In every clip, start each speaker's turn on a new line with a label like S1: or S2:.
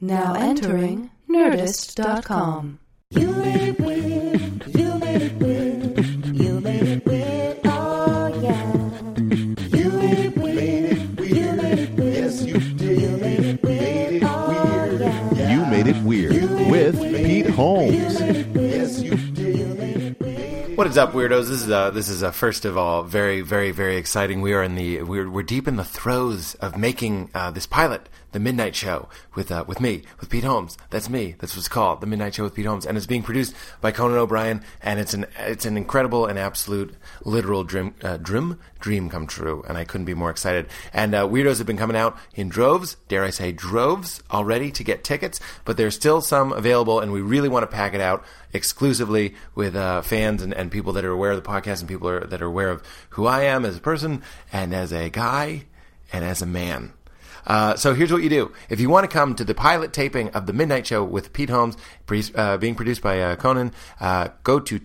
S1: Now entering Nerdist.com.
S2: You made it weird. You made it weird. You made it weird. Oh yeah. You made it weird. You made it weird. Yes, you did. You made it weird. Oh yeah.
S3: You Made It Weird with Pete Holmes.
S4: What is up, weirdos? This is uh, this is uh, first of all very very very exciting. We are in the we're we're deep in the throes of making uh, this pilot, the Midnight Show, with uh, with me with Pete Holmes. That's me. That's what's called the Midnight Show with Pete Holmes, and it's being produced by Conan O'Brien. And it's an it's an incredible and absolute literal dream uh, dream dream come true. And I couldn't be more excited. And uh, weirdos have been coming out in droves, dare I say droves, already to get tickets, but there's still some available, and we really want to pack it out exclusively with uh, fans and, and people that are aware of the podcast and people are, that are aware of who I am as a person and as a guy and as a man. Uh, so here's what you do. If you want to come to the pilot taping of The Midnight Show with Pete Holmes, pre- uh, being produced by uh, Conan, uh, go to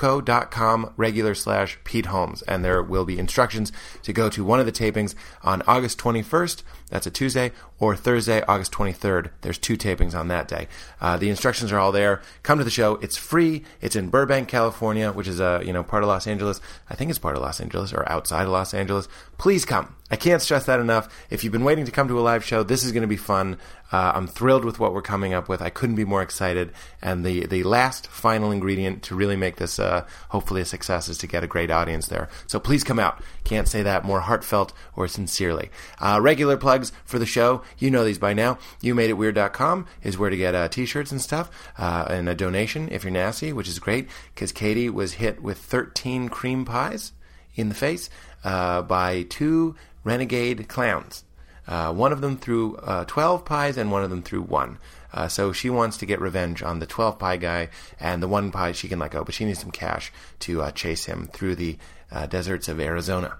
S4: teamcoco.com regular slash Pete Holmes, and there will be instructions to go to one of the tapings on August 21st. That's a Tuesday, or Thursday, August 23rd. There's two tapings on that day. Uh, the instructions are all there. Come to the show. It's free. It's in Burbank, California, which is uh, you know part of Los Angeles. I think it's part of Los Angeles or outside of Los Angeles. Please come. I can't stress that enough. If you've been waiting to come to a live show, this is going to be fun. Uh, I'm thrilled with what we're coming up with. I couldn't be more excited. And the, the last final ingredient to really make this uh, hopefully a success is to get a great audience there. So please come out. Can't say that more heartfelt or sincerely. Uh, regular plugs for the show. You know these by now. YouMadeItWeird.com is where to get uh, t-shirts and stuff uh, and a donation if you're nasty, which is great because Katie was hit with 13 cream pies in the face uh, by two renegade clowns. Uh, one of them threw uh, 12 pies and one of them threw one. Uh, so she wants to get revenge on the 12 pie guy, and the one pie she can let go, but she needs some cash to uh, chase him through the uh, deserts of Arizona.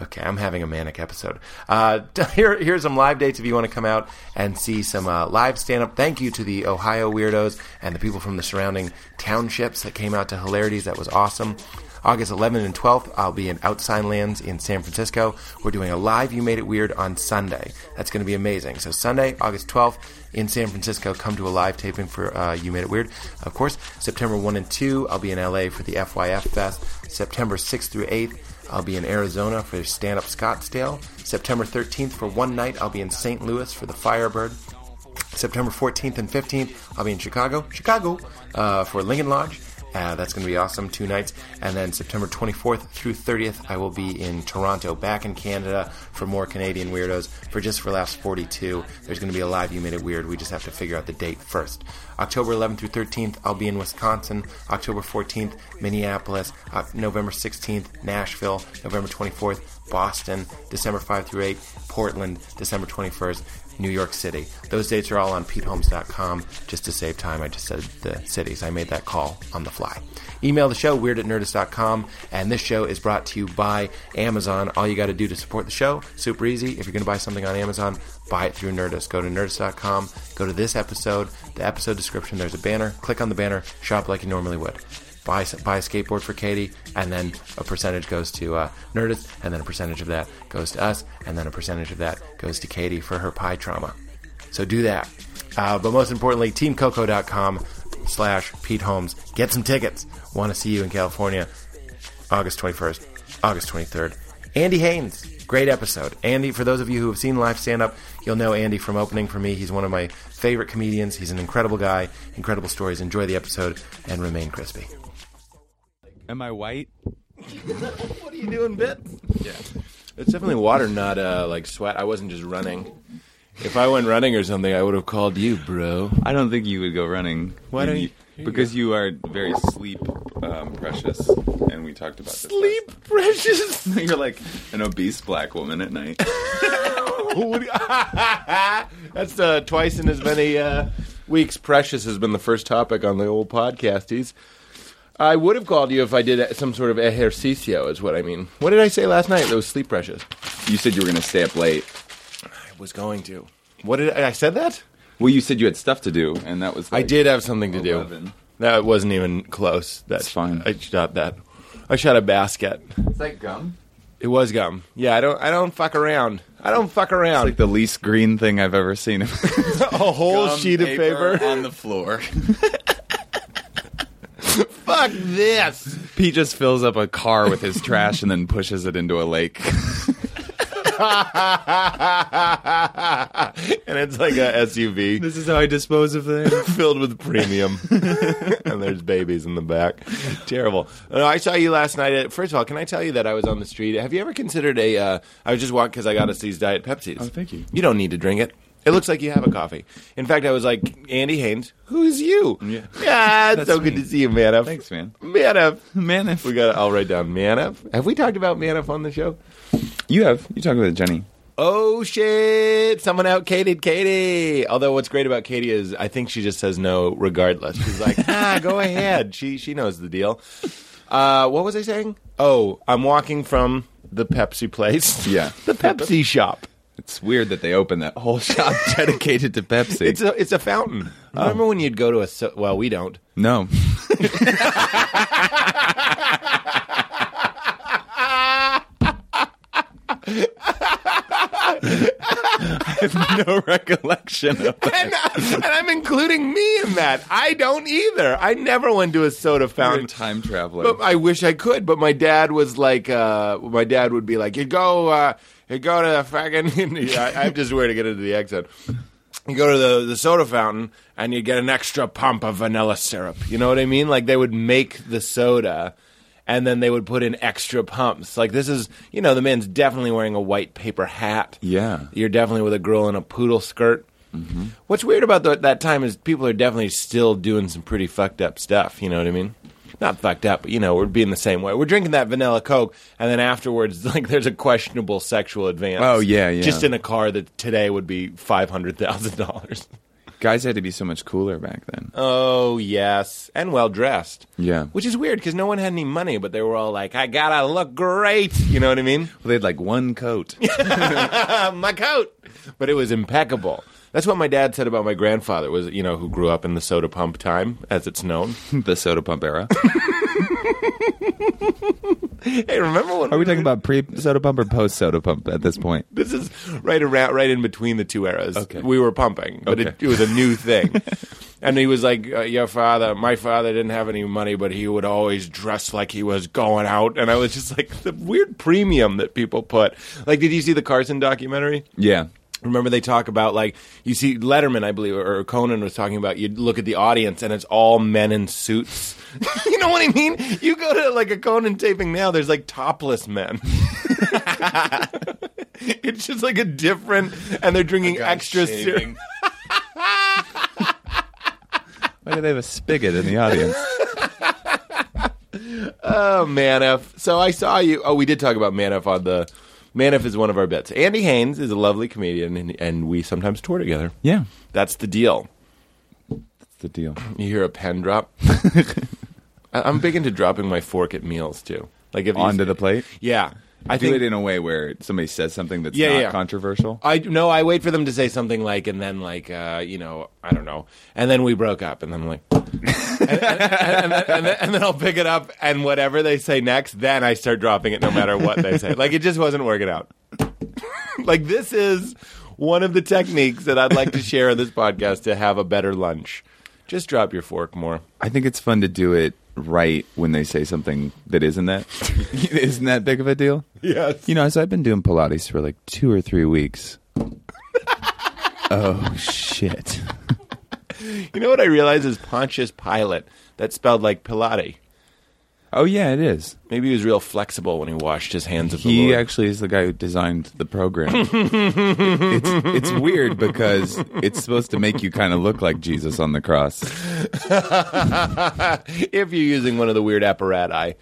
S4: Okay, I'm having a manic episode. Uh, here, here are some live dates if you want to come out and see some uh, live stand up. Thank you to the Ohio Weirdos and the people from the surrounding townships that came out to Hilarities. That was awesome. August 11th and 12th, I'll be in Outside Lands in San Francisco. We're doing a live You Made It Weird on Sunday. That's going to be amazing. So, Sunday, August 12th in San Francisco, come to a live taping for uh, You Made It Weird, of course. September 1 and 2, I'll be in LA for the FYF Fest. September 6th through 8th, I'll be in Arizona for Stand Up Scottsdale. September 13th for one night, I'll be in St. Louis for the Firebird. September 14th and 15th, I'll be in Chicago, Chicago, uh, for Lincoln Lodge. Uh, that's going to be awesome, two nights. And then September 24th through 30th, I will be in Toronto, back in Canada, for more Canadian Weirdos, for Just for Laughs 42. There's going to be a live You Made It Weird. We just have to figure out the date first. October 11th through 13th, I'll be in Wisconsin. October 14th, Minneapolis. Uh, November 16th, Nashville. November 24th, Boston. December 5 through 8, Portland. December 21st, New York City. Those dates are all on PeteHolmes.com. Just to save time, I just said the cities. I made that call on the fly. Email the show, weird at nerdist.com. And this show is brought to you by Amazon. All you got to do to support the show, super easy. If you're going to buy something on Amazon, buy it through Nerdist. Go to nerdist.com, go to this episode, the episode description, there's a banner. Click on the banner, shop like you normally would buy buy a skateboard for Katie, and then a percentage goes to uh, Nerdist, and then a percentage of that goes to us, and then a percentage of that goes to Katie for her pie trauma. So do that. Uh, but most importantly, teamcoco.com slash Pete Holmes. Get some tickets. Want to see you in California August 21st, August 23rd. Andy Haynes, great episode. Andy, for those of you who have seen live stand up, you'll know Andy from opening for me. He's one of my favorite comedians. He's an incredible guy, incredible stories. Enjoy the episode and remain crispy.
S5: Am I white?
S3: What are you doing, bit? Yeah. It's definitely water, not uh, like sweat. I wasn't just running. If I went running or something, I would have called you, bro.
S5: I don't think you would go running.
S3: Why don't you-
S5: Because you are very sleep um, precious, and we talked about this.
S3: precious.
S5: last- You're like an obese black woman at night.
S3: That's uh, twice in as many uh, weeks. Precious has been the first topic on the old podcasties. I would have called you if I did some sort of ejercicio, is what I mean. What did I say last night? That was sleep precious.
S5: You said you were going to stay up late.
S3: I was going to. What did I, I said that?
S5: Well, you said you had stuff to do, and that was.
S3: I
S5: Like,
S3: did have something to
S5: 11.
S3: do. That wasn't even close. That's
S5: It's fine.
S3: I shot that. I shot a basket.
S5: Is that gum?
S3: It was gum. Yeah, I don't. I don't fuck around. I don't fuck around.
S5: like the least green thing I've ever seen.
S3: a whole sheet of paper.
S5: on the floor.
S3: Fuck this.
S5: Pete just fills up a car with his trash and then pushes it into a lake.
S3: and it's like a SUV
S5: This is how I dispose of things.
S3: filled with premium. and there's babies in the back. Terrible. No, I saw you last night. At, first of all, can I tell you that I was on the street? Have you ever considered a? Uh, I was just walking because I got us these Diet Pepsis.
S5: Oh, thank you.
S3: You don't need to drink it. It looks like you have a coffee. In fact, I was like, Andy Haynes, who is you?
S5: Yeah.
S3: Ah, it's
S5: That's
S3: so good
S5: me.
S3: to see you, man. Up.
S5: Thanks, man.
S3: Man up.
S5: Man, if
S3: We got. I'll write down man up. Have we talked about man up on the show?
S5: you have, you talk about Jenny.
S3: Oh shit! Someone outcated Katie. Although what's great about Katie is I think she just says no regardless. She's like, ah, go ahead. She she knows the deal. Uh, what was I saying? Oh, I'm walking from the Pepsi place.
S5: Yeah.
S3: the Pepsi shop.
S5: It's weird that they opened that whole shop dedicated to Pepsi.
S3: It's a it's a fountain.
S5: Oh.
S3: Remember when you'd go to a so- well, we don't.
S5: no. I have no recollection of that.
S3: and, and I'm including me in that. I don't either. I never went to a soda
S5: You're a
S3: fountain.
S5: time traveler.
S3: But I wish I could. But my dad was like, uh, my dad would be like, you go, uh, you go to the fucking. I, I just swear to get into the accent. You go to the, the soda fountain and you get an extra pump of vanilla syrup. You know what I mean? Like they would make the soda and then they would put in extra pumps. Like this is, you know, the man's definitely wearing a white paper hat.
S5: Yeah.
S3: You're definitely with a girl in a poodle skirt.
S5: Mm-hmm.
S3: What's weird about tho- that time is people are definitely still doing some pretty fucked up stuff. You know what I mean? Not fucked up, but you know, we're being the same way. We're drinking that vanilla Coke, and then afterwards, like, there's a questionable sexual advance.
S5: Oh, yeah, yeah.
S3: Just in a car that today would be $500,000.
S5: Guys had to be so much cooler back then.
S3: Oh, yes. And well dressed.
S5: Yeah.
S3: Which is weird because no one had any money, but they were all like, I gotta look great. You know what I mean?
S5: They had like one coat.
S3: my coat. But it was impeccable. That's what my dad said about my grandfather was, you know, who grew up in the soda pump time, as it's known.
S5: the soda pump era.
S3: hey, remember when
S5: Are we talking about pre soda pump or post soda pump at this point?
S3: this is right around right in between the two eras.
S5: Okay.
S3: We were pumping, but it,
S5: Okay.
S3: it was a new thing. and he was like, uh, "Your father, my father didn't have any money, but he would always dress like he was going out." And I was just like, the weird premium that people put. Like, did you see the Carson documentary?
S5: Yeah.
S3: Remember they talk about like you see Letterman, I believe, or Conan was talking about. You look at the audience and it's all men in suits. you know what I mean? You go to like a Conan taping now. There's like topless men. it's just like a different, and they're drinking extra. Ser-
S5: Why do they have a spigot in the audience?
S3: oh, Manif. So I saw you. Oh, we did talk about Manif on the. Manif is one of our bits. Andy Haynes is a lovely comedian, and, and we sometimes tour together.
S5: yeah.
S3: That's the deal.
S5: That's the deal.
S3: You hear a pen drop. I- I'm big into dropping my fork at meals too. Like if you-
S5: Onto the plate.
S3: yeah, I
S5: Do
S3: think
S5: it in a way where somebody says something that's
S3: Yeah,
S5: not
S3: yeah.
S5: controversial.
S3: I no, I wait for them to say something like, and then like, uh, you know, I don't know, and then we broke up, and then I'm like, and, and- and- and then, and then I'll pick it up, and whatever they say next, then I start dropping it, no matter what they say. Like it just wasn't working out. like this is one of the techniques that I'd like to share on this podcast to have a better lunch. Just drop your fork more.
S5: I think it's fun to do it right when they say something that isn't that isn't that big of a deal.
S3: Yes.
S5: You know, so I've been doing Pilates for like two or three weeks. oh shit!
S3: You know what I realize is Pontius Pilate. That spelled like Pilate.
S5: Oh yeah, it is.
S3: Maybe he was real flexible when he washed his hands of the
S5: He
S3: Lord.
S5: actually is the guy who designed the program. it's, it's weird because it's supposed to make you kind of look like Jesus on the cross.
S3: if you're using one of the weird apparati.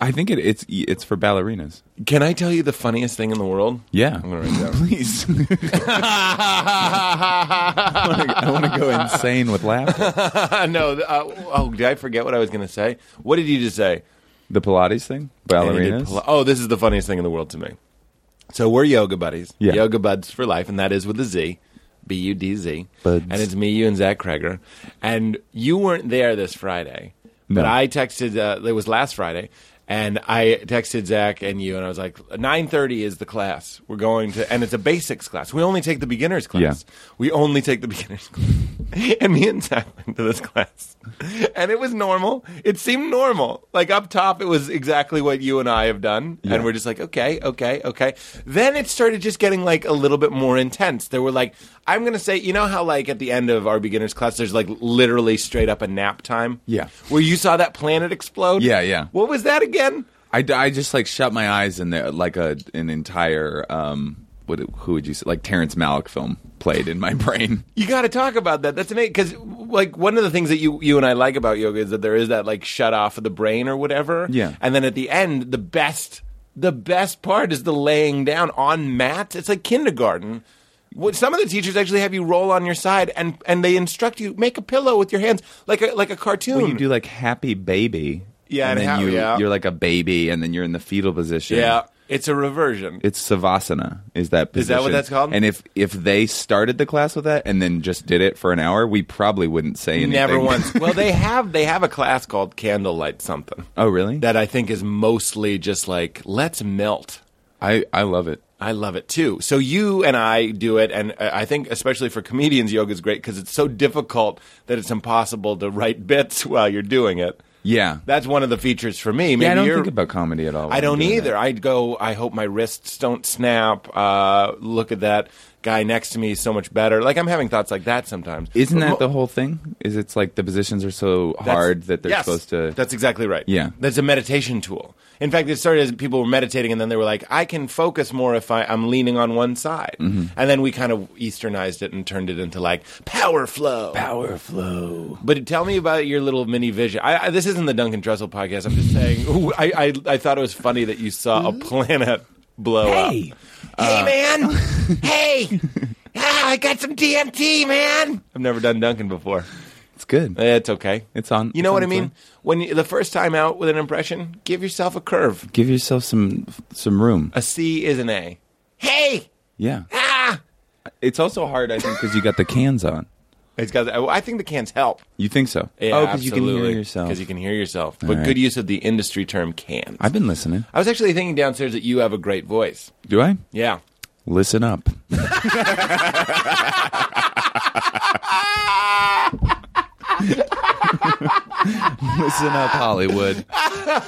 S5: I think it, it's it's for ballerinas.
S3: Can I tell you the funniest thing in the world?
S5: Yeah,
S3: I'm gonna write that.
S5: please. I want to go insane with laughter.
S3: no, uh, oh, did I forget what I was going to say? What did you just say?
S5: The Pilates thing,
S3: And he did
S5: ballerinas.
S3: pla- oh, this is the funniest thing in the world to me. So we're yoga buddies,
S5: Yeah.
S3: yoga buds for life, and that is with a Z, B U D Z.
S5: Buds.
S3: And it's me, you, and Zach Kreger. And you weren't there this Friday,
S5: No.
S3: but I texted. Uh, it was last Friday, And I texted Zach and you, and I was like, nine thirty is the class we're going to, and it's a basics class. We only take the beginners class.
S5: Yeah.
S3: We only take the beginners class. and me and Zach went to this class, and it was normal. It seemed normal. Like up top, it was exactly what you and I have done,
S5: Yeah.
S3: and we're just like, okay, okay, okay. Then it started just getting like a little bit more intense. There were like, I'm gonna say, you know how like at the end of our beginners class, there's like literally straight up a nap time.
S5: Yeah.
S3: Where you saw that planet explode.
S5: Yeah, yeah.
S3: What was that again?
S5: I, d- I just like shut my eyes and there like a an entire um what who would you say like Terrence Malick film played in my brain.
S3: You got to talk about that. That's amazing because, like, one of the things that you you and I like about yoga is that there is that like shut off of the brain or whatever.
S5: Yeah.
S3: And then at the end, the best the best part is the laying down on mats. It's like kindergarten. What- Some of the teachers actually have you roll on your side and and they instruct you make a pillow with your hands like a like a cartoon.
S5: Well, you do like happy baby.
S3: Yeah,
S5: and,
S3: and
S5: then
S3: how-
S5: you,
S3: yeah.
S5: you're like a baby, and then you're in the fetal position.
S3: yeah, it's a reversion.
S5: It's savasana. Is that
S3: Is
S5: position.
S3: that what that's called?
S5: And if if they started the class with that and then just did it for an hour, we probably wouldn't say anything.
S3: Never once. well, they have they have a class called candlelight something
S5: oh, really?
S3: that I think is mostly just like let's melt.
S5: I I love it.
S3: I love it too. So you and I do it, and uh, I think especially for comedians, yoga is great because it's so difficult that it's impossible to write bits while you're doing it.
S5: Yeah.
S3: That's one of the features for me. Maybe
S5: yeah, I don't
S3: you're-
S5: think about comedy at all. when
S3: I
S5: I'm
S3: don't
S5: doing
S3: either.
S5: that.
S3: I'd go. I hope my wrists don't snap. Uh, look at that guy next to me; he's so much better. Like I'm having thoughts like that sometimes.
S5: Isn't
S3: But
S5: that
S3: mo-
S5: the whole thing? Is it's like the positions are so
S3: That's-
S5: hard that they're
S3: yes,
S5: supposed to.
S3: That's exactly right.
S5: Yeah.
S3: that's a meditation tool. In fact, it started as people were meditating, and then they were like, "I can focus more if I, I'm leaning on one side."
S5: Mm-hmm.
S3: And then we kind of Easternized it and turned it into like power flow.
S5: power flow.
S3: But tell me about your little mini vision. I, I, this isn't the Duncan Trussell podcast. I'm just saying. Ooh, I, I I thought it was funny that you saw a
S5: Mm-hmm.
S3: planet blow up. Hey
S5: Uh,
S3: man! hey! Ah, I got some DMT, man! I've never done Duncan before.
S5: It's good.
S3: Eh, It's okay.
S5: It's on-
S3: You know
S5: it's
S3: what
S5: on
S3: I
S5: its
S3: mean?
S5: way.
S3: When you, the first time out with an impression, give yourself a curve.
S5: Give yourself some some room.
S3: A C is an A. Hey!
S5: Yeah.
S3: Ah!
S5: It's also hard, I think, because you got the cans on.
S3: It's got. I think the cans help.
S5: You think so?
S3: Yeah,
S5: oh, because you can hear yourself.
S3: Because you can hear yourself. But
S5: right.
S3: good use of the industry term cans.
S5: I've been listening.
S3: I was actually thinking downstairs that you have a great voice.
S5: Do I?
S3: Yeah.
S5: Listen up. Listen up, Hollywood.
S3: Well,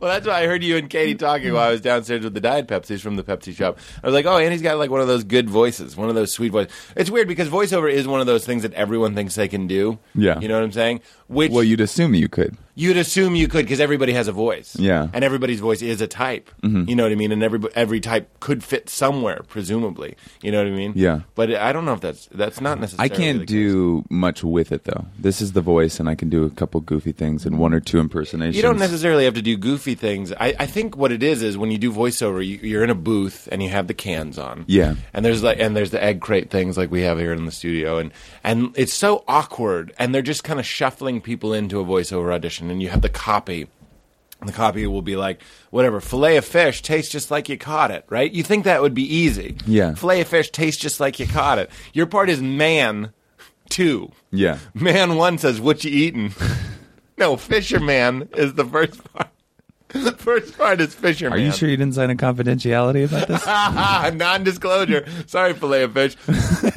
S3: that's why I heard you and Katie talking while I was downstairs with the Diet Pepsis from the Pepsi shop. I was like, oh, Andy's got like one of those good voices, one of those sweet voices. It's weird because voiceover is one of those things that everyone thinks they can do.
S5: Yeah.
S3: You know what I'm saying? Which
S5: Well, you'd assume you could.
S3: you'd assume you could because everybody has a voice.
S5: Yeah. Mm-hmm.
S3: And everybody's voice is a type. You know what I mean? And every, every type could fit somewhere, presumably. You know what I mean?
S5: Yeah.
S3: But I don't know if that's, that's not
S5: I
S3: necessarily. the
S5: can't
S3: case.
S5: do much with it though. This is the voice, and I can do a couple goofy things and one or two impersonations.
S3: You don't necessarily have to do goofy things. I, I think what it is is when you do voiceover, you, you're in a booth and you have the cans on.
S5: Yeah.
S3: and there's like and there's the egg crate things like we have here in the studio, and and it's so awkward, and they're just kind of shuffling people into a voiceover audition, and you have the copy. And The copy will be like, whatever, filet of fish tastes just like you caught it, right? You think that would be easy.
S5: Yeah.
S3: Filet of fish tastes just like you caught it. Your part is man two.
S5: Yeah.
S3: Man one says, "What you eating?" no, fisherman is the first part. The first part is fisherman.
S5: Are you sure you didn't sign a confidentiality about this?
S3: Ah, non-disclosure. Sorry, fillet of fish. like,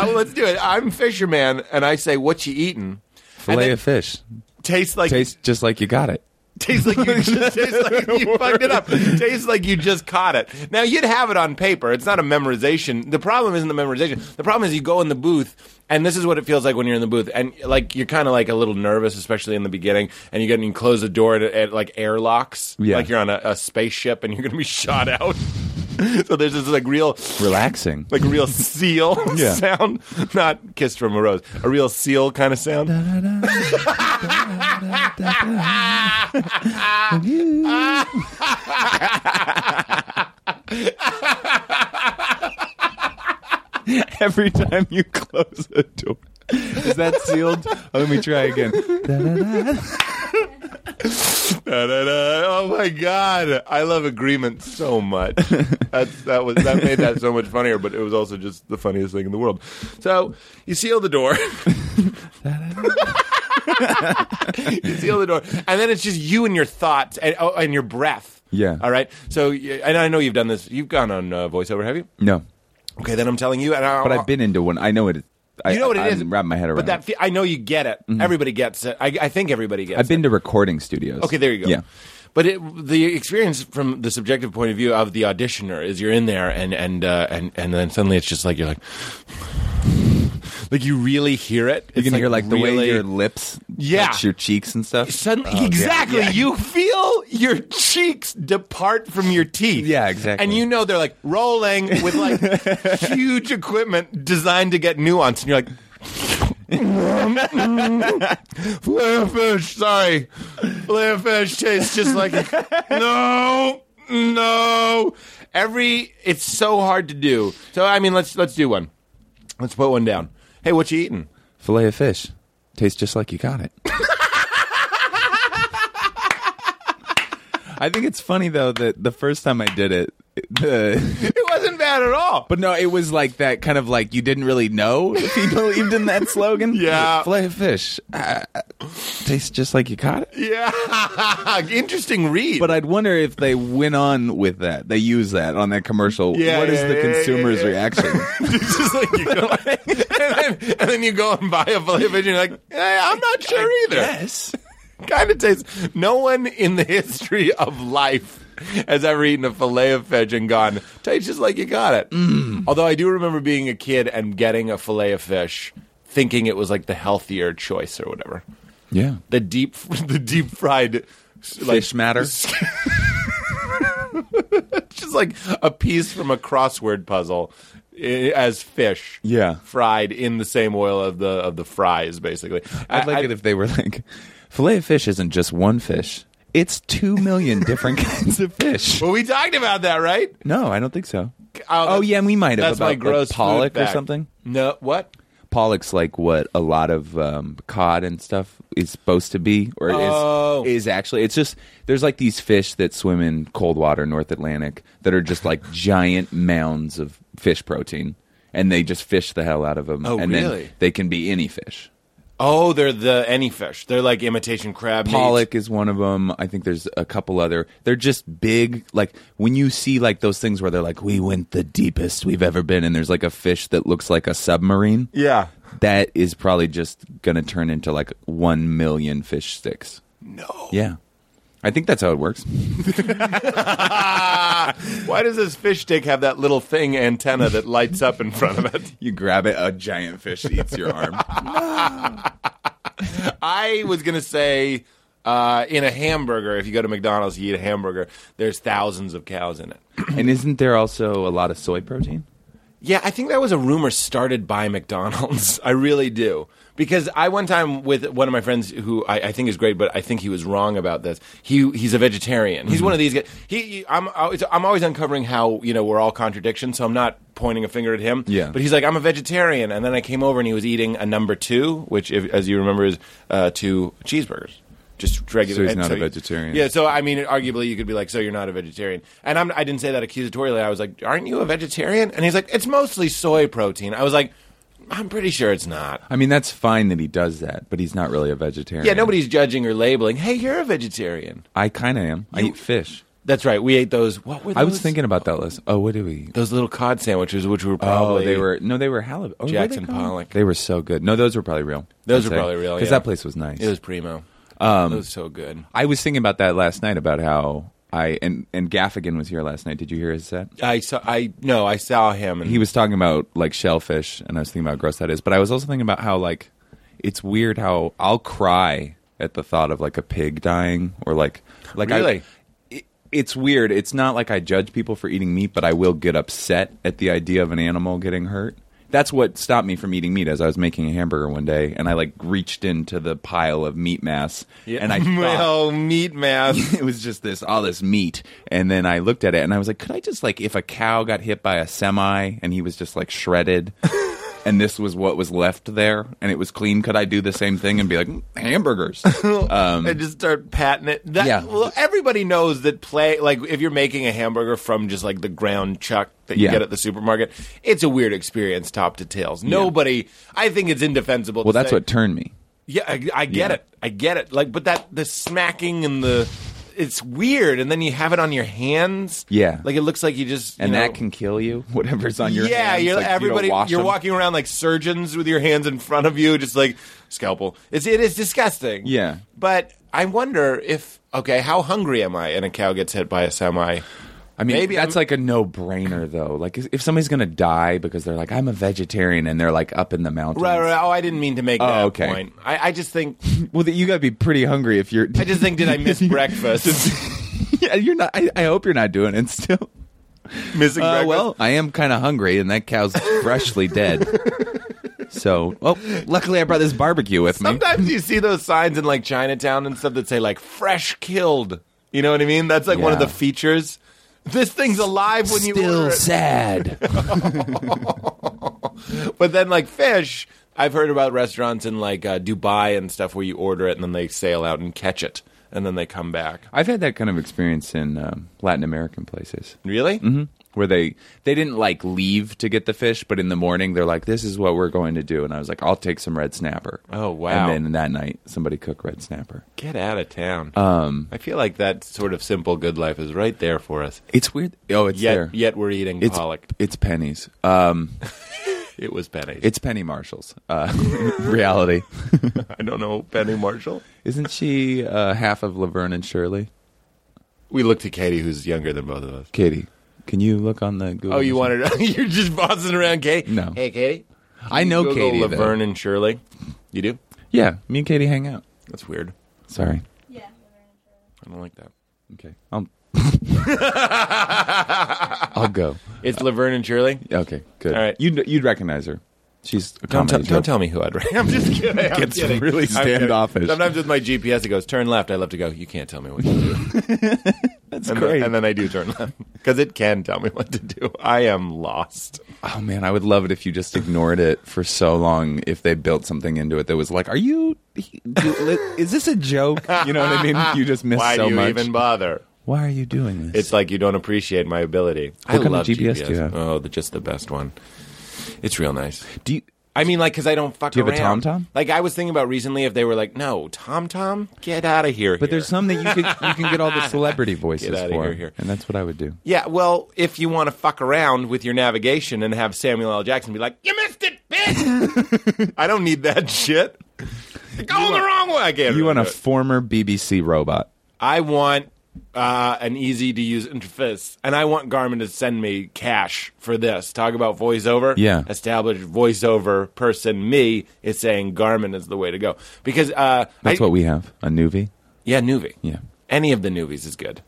S3: oh, let's do it. I'm fisherman, and I say, "What you eating?" And
S5: Fillet
S3: then
S5: of fish.
S3: tastes like
S5: Tastes just like you got it.
S3: Tastes like you just, tastes like you fucked it up. Tastes like you just caught it. Now you'd have it on paper. It's not a memorization. The problem isn't the memorization. The problem is you go in the booth, and this is what it feels like when you're in the booth, and like you're kind of like a little nervous, especially in the beginning. And you get and you close the door at, at like airlocks,
S5: Yeah.
S3: like you're on a, a spaceship and you're gonna be shot out. so there's this like real
S5: Relaxing.
S3: like a real seal
S5: Yeah.
S3: sound, not kissed from a rose, a real seal kind of sound.
S5: Every time you close a door. Is that sealed? Let me try again.
S3: Da-da-da. Oh my god, I love agreement so much. That's, that was that made that so much funnier, but it was also just the funniest thing in the world. So you seal the door. you seal the door, and then it's just you and your thoughts and oh, and your breath.
S5: Yeah.
S3: All right. So, y- and I know you've done this. You've gone on uh, voiceover, have you?
S5: No,
S3: Okay, then I'm telling you. And I,
S5: but I've been into one. I know it. I,
S3: You know what it
S5: I'm
S3: is.
S5: Wrap my head around.
S3: But that
S5: it. Mm-hmm.
S3: fe- I know you get it. Everybody gets it. I, I think everybody gets.
S5: I've
S3: it.
S5: been to recording studios.
S3: Okay, there you go.
S5: Yeah.
S3: But it, the experience from the subjective point of view of the auditioner is you're in there and and uh, and and then suddenly it's just like you're like, like you really hear it.
S5: You
S3: It's
S5: can hear like the way
S3: really-
S5: your lips
S3: Yeah.
S5: touch your cheeks and stuff.
S3: Suddenly, exactly. You feel your cheeks depart from your teeth.
S5: Yeah, exactly.
S3: And you know they're like rolling with like huge equipment designed to get nuance, and you're like, Fish, sorry. Fish tastes just like no, no. Every it's so hard to do. So I mean, let's let's do one. Let's put one down. Hey, what you eating?
S5: Filet of fish tastes just like you got it. I think it's funny though that the first time I did it, the
S3: It wasn't bad at all.
S5: but no, it was like that kind of like you didn't really know if you believed in that slogan.
S3: Yeah.
S5: filet of fish uh, tastes just like you caught it.
S3: Yeah, interesting read.
S5: But I'd wonder if they went on with that. They use that on that commercial.
S3: Yeah,
S5: what is
S3: yeah,
S5: the
S3: yeah,
S5: consumer's
S3: yeah, yeah.
S5: reaction?
S3: it's just like you go, and, then, and then you go and buy a filet of fish, and you're like, eh, I'm not sure either.
S5: yes.
S3: kind of tastes. No one in the history of life has ever eaten a filet of fish and gone tastes just like you got it. Although I do remember being a kid and getting a filet of fish, thinking it was like the healthier choice or whatever.
S5: Yeah.
S3: The deep, the deep fried like,
S5: Fish matter.
S3: just like a piece from a crossword puzzle i- as fish.
S5: Yeah.
S3: fried in the same oil of the of the fries, basically. I-
S5: I'd like
S3: I-
S5: it if they were like, filet of fish isn't just one fish. It's two million different kinds of fish.
S3: Well, we talked about that, right?
S5: No, I don't think so.
S3: Oh,
S5: Oh yeah, and we might have
S3: That's
S5: about
S3: my
S5: like,
S3: gross food
S5: pollock or
S3: fact.
S5: something.
S3: No, what?
S5: Pollock's like what a lot of um, cod and stuff is supposed to be, or
S3: Oh.
S5: is is actually. It's just there's like these fish that swim in cold water, North Atlantic, that are just like giant mounds of fish protein, and they just fish the hell out of them.
S3: Oh,
S5: and
S3: really?
S5: Then they can be any fish.
S3: Oh, they're the any fish. They're like imitation crab. meat.
S5: Pollock is one of them. I think there's a couple other. They're just big. Like when you see like those things where they're like, we went the deepest we've ever been, and there's like a fish that looks like a submarine.
S3: Yeah.
S5: That is probably just gonna turn into like one million fish sticks.
S3: No.
S5: Yeah, I think that's how it works.
S3: Why does this fish stick have that little thing antenna that lights up in front of it?
S5: You grab it, a giant fish eats your arm.
S3: I was gonna say. Uh, in a hamburger, if you go to McDonald's, you eat a hamburger. There's thousands of cows in it.
S5: and isn't there also a lot of soy protein?
S3: Yeah, I think that was a rumor started by McDonald's. I really do. Because I one time with one of my friends who I, I think is great, but I think he was wrong about this. He he's a vegetarian. He's one of these guys. He, he- I'm always- I'm always uncovering how you know we're all contradictions. So I'm not pointing a finger at him.
S5: Yeah.
S3: But he's like I'm a vegetarian, and then I came over and he was eating a number two, which if, as you remember is uh, two cheeseburgers, just regular.
S5: So he's
S3: and
S5: not a vegetarian.
S3: Yeah. So I mean, arguably, you could be like, "So you're not a vegetarian," and I'm, I didn't say that accusatorily. I was like, "Aren't you a vegetarian?" And he's like, "It's mostly soy protein." I was like, "I'm pretty sure it's not."
S5: I mean, that's fine that he does that, but he's not really a vegetarian.
S3: Yeah, nobody's judging or labeling. Hey, you're a vegetarian.
S5: I kind of am. I eat fish.
S3: That's right. We ate those. What were those?
S5: I was thinking about that list. Oh, what do we? eat?
S3: those little cod sandwiches, which were
S5: Oh,
S3: probably
S5: they were no, they were halibut. Oh,
S3: Jackson
S5: were they called?
S3: Pollock.
S5: They were so good. No, those were probably real.
S3: Those were probably real,
S5: because
S3: yeah.
S5: that place was nice.
S3: It was primo. Um, it was so good.
S5: I was thinking about that last night about how I and and Gaffigan was here last night. Did you hear his set?
S3: I saw. I no. I saw him. And
S5: He was talking about like shellfish, and I was thinking about how gross that is. But I was also thinking about how like it's weird how I'll cry at the thought of like a pig dying or like like I-
S3: Really?
S5: it- it's weird. It's not like I judge people for eating meat, but I will get upset at the idea of an animal getting hurt. That's what stopped me from eating meat. As I was making a hamburger one day, and I like reached into the pile of meat mass, and I thought,
S3: well meat mass.
S5: it was just this all this meat and then i looked at it and i was like could i just like if a cow got hit by a semi and he was just like shredded and this was what was left there, and it was clean, could I do the same thing and be like "Mm, hamburgers? Um,
S3: and just start patting it. That,
S5: Yeah.
S3: Well, everybody knows that play. Like if you're making a hamburger from just like the ground chuck that you
S5: Yeah.
S3: get at the supermarket, it's a weird experience, top to tails. Nobody. I think it's indefensible.
S5: well,
S3: to
S5: that's
S3: say-
S5: what turned me.
S3: Yeah, I, I get
S5: Yeah.
S3: it. I get it. Like, but that the smacking and the. It's weird, and then you have it on your hands.
S5: Yeah.
S3: like it looks like you just you
S5: And
S3: know-
S5: that can kill you. Whatever's on your
S3: yeah,
S5: hands,
S3: you're
S5: like, you don't
S3: everybody.
S5: wash
S3: are
S5: them.
S3: walking around like surgeons with your hands in front of you, just like scalpel. It's it is disgusting.
S5: Yeah.
S3: but I wonder if okay, how hungry am I? And a cow gets hit by a semi.
S5: I mean,
S3: Maybe
S5: that's
S3: I'm-
S5: like a no-brainer though. Like if if somebody's gonna die because they're like, I'm a vegetarian, and they're like up in the mountains.
S3: Right, right. Oh, I didn't mean to make
S5: Oh,
S3: that
S5: okay.
S3: point. I, I just think
S5: Well, then you gotta be pretty hungry if you're.
S3: I just think did I miss breakfast?
S5: yeah, you're not. I, I hope you're not doing it
S3: Uh,
S5: still.
S3: Missing
S5: Uh,
S3: breakfast.
S5: well, I am kind of hungry, and that cow's freshly dead. So, oh, luckily I brought this barbecue with me.
S3: Sometimes you see those signs in like Chinatown and stuff that say like "fresh killed." You know what I mean? That's like one of
S5: Yeah.
S3: the features. This thing's alive when you order
S5: Still
S3: it.
S5: sad.
S3: But then, like fish, I've heard about restaurants in like uh, Dubai and stuff where you order it and then they sail out and catch it and then they come back.
S5: I've had that kind of experience in um, Latin American places
S3: Really? Mm-hmm.
S5: where they they didn't like leave to get the fish, but in the morning they're like, "This is what we're going to do," and I was like, "I'll take some red snapper."
S3: Oh, wow.
S5: And then that night, somebody cooked red snapper.
S3: Get out of town. Um, I feel like that sort of simple good life is right there for us.
S5: It's weird. Oh, it's
S3: Yet,
S5: there.
S3: yet we're eating
S5: it's
S3: pollock.
S5: it's pennies. Um,
S3: It was Penny.
S5: it's Penny Marshall's uh, reality.
S3: I don't know Penny Marshall.
S5: Isn't she uh, half of Laverne and Shirley?
S3: We looked to Katie, who's younger than both of us.
S5: Katie, can you look on the Google?
S3: Oh, you wanted? you're just bossing around, Kate.
S5: No.
S3: Hey, Katie.
S5: I know
S3: Google
S5: Katie. though.
S3: Laverne and Shirley. You do?
S5: Yeah, me and Katie hang out.
S3: That's weird.
S5: Sorry.
S3: I don't like that.
S5: Okay. I'll, I'll go.
S3: It's Laverne and Shirley.
S5: Okay. Good.
S3: All right.
S5: You'd you'd recognize her. She's a
S3: Don't, tell
S5: comedy show.
S3: don't tell me who I'd rate. I'm just kidding. I'm
S5: Gets
S3: kidding.
S5: really
S3: I'm kidding.
S5: standoffish.
S3: Sometimes with my GPS, it goes turn left. I love to go. You can't tell me what to do.
S5: That's
S3: And,
S5: great.
S3: Then, and then I do turn left because it can tell me what to do. I am lost.
S5: oh man, I would love it if you just ignored it for so long. If they built something into it that was like, "Are you? he- do- is this a joke?" You know what I mean? You just miss
S3: Why
S5: so
S3: do you
S5: much.
S3: even bother?
S5: Why are you doing this?
S3: It's like you don't appreciate my ability. I
S5: kind of
S3: love
S5: GPS do you have?
S3: Oh, the, just the best one. It's real nice.
S5: do you,
S3: I mean, like, because I don't fuck
S5: Do you have a
S3: around.
S5: TomTom?
S3: Like, I was thinking about recently if they were like, no, Tom Tom, get out of here.
S5: But there's
S3: here."
S5: some that you can you can get all the celebrity voices
S3: outta
S5: for,
S3: here, here.
S5: and that's what I would do.
S3: Yeah, well, if you want to fuck around with your navigation and have Samuel L. Jackson be like, "You missed it, bitch," I don't need that shit. Go the wrong way. I can't
S5: You want
S3: remember
S5: a
S3: it.
S5: former BBC robot?
S3: I want uh, an easy to use interface, and I want Garmin to send me cash for this. Talk about voiceover.
S5: Yeah.
S3: established voiceover person. Me is saying Garmin is the way to go because uh,
S5: That's
S3: I-
S5: what we have. A newbie.
S3: Yeah, Nuvi.
S5: Yeah.
S3: any of the Nuvies is good.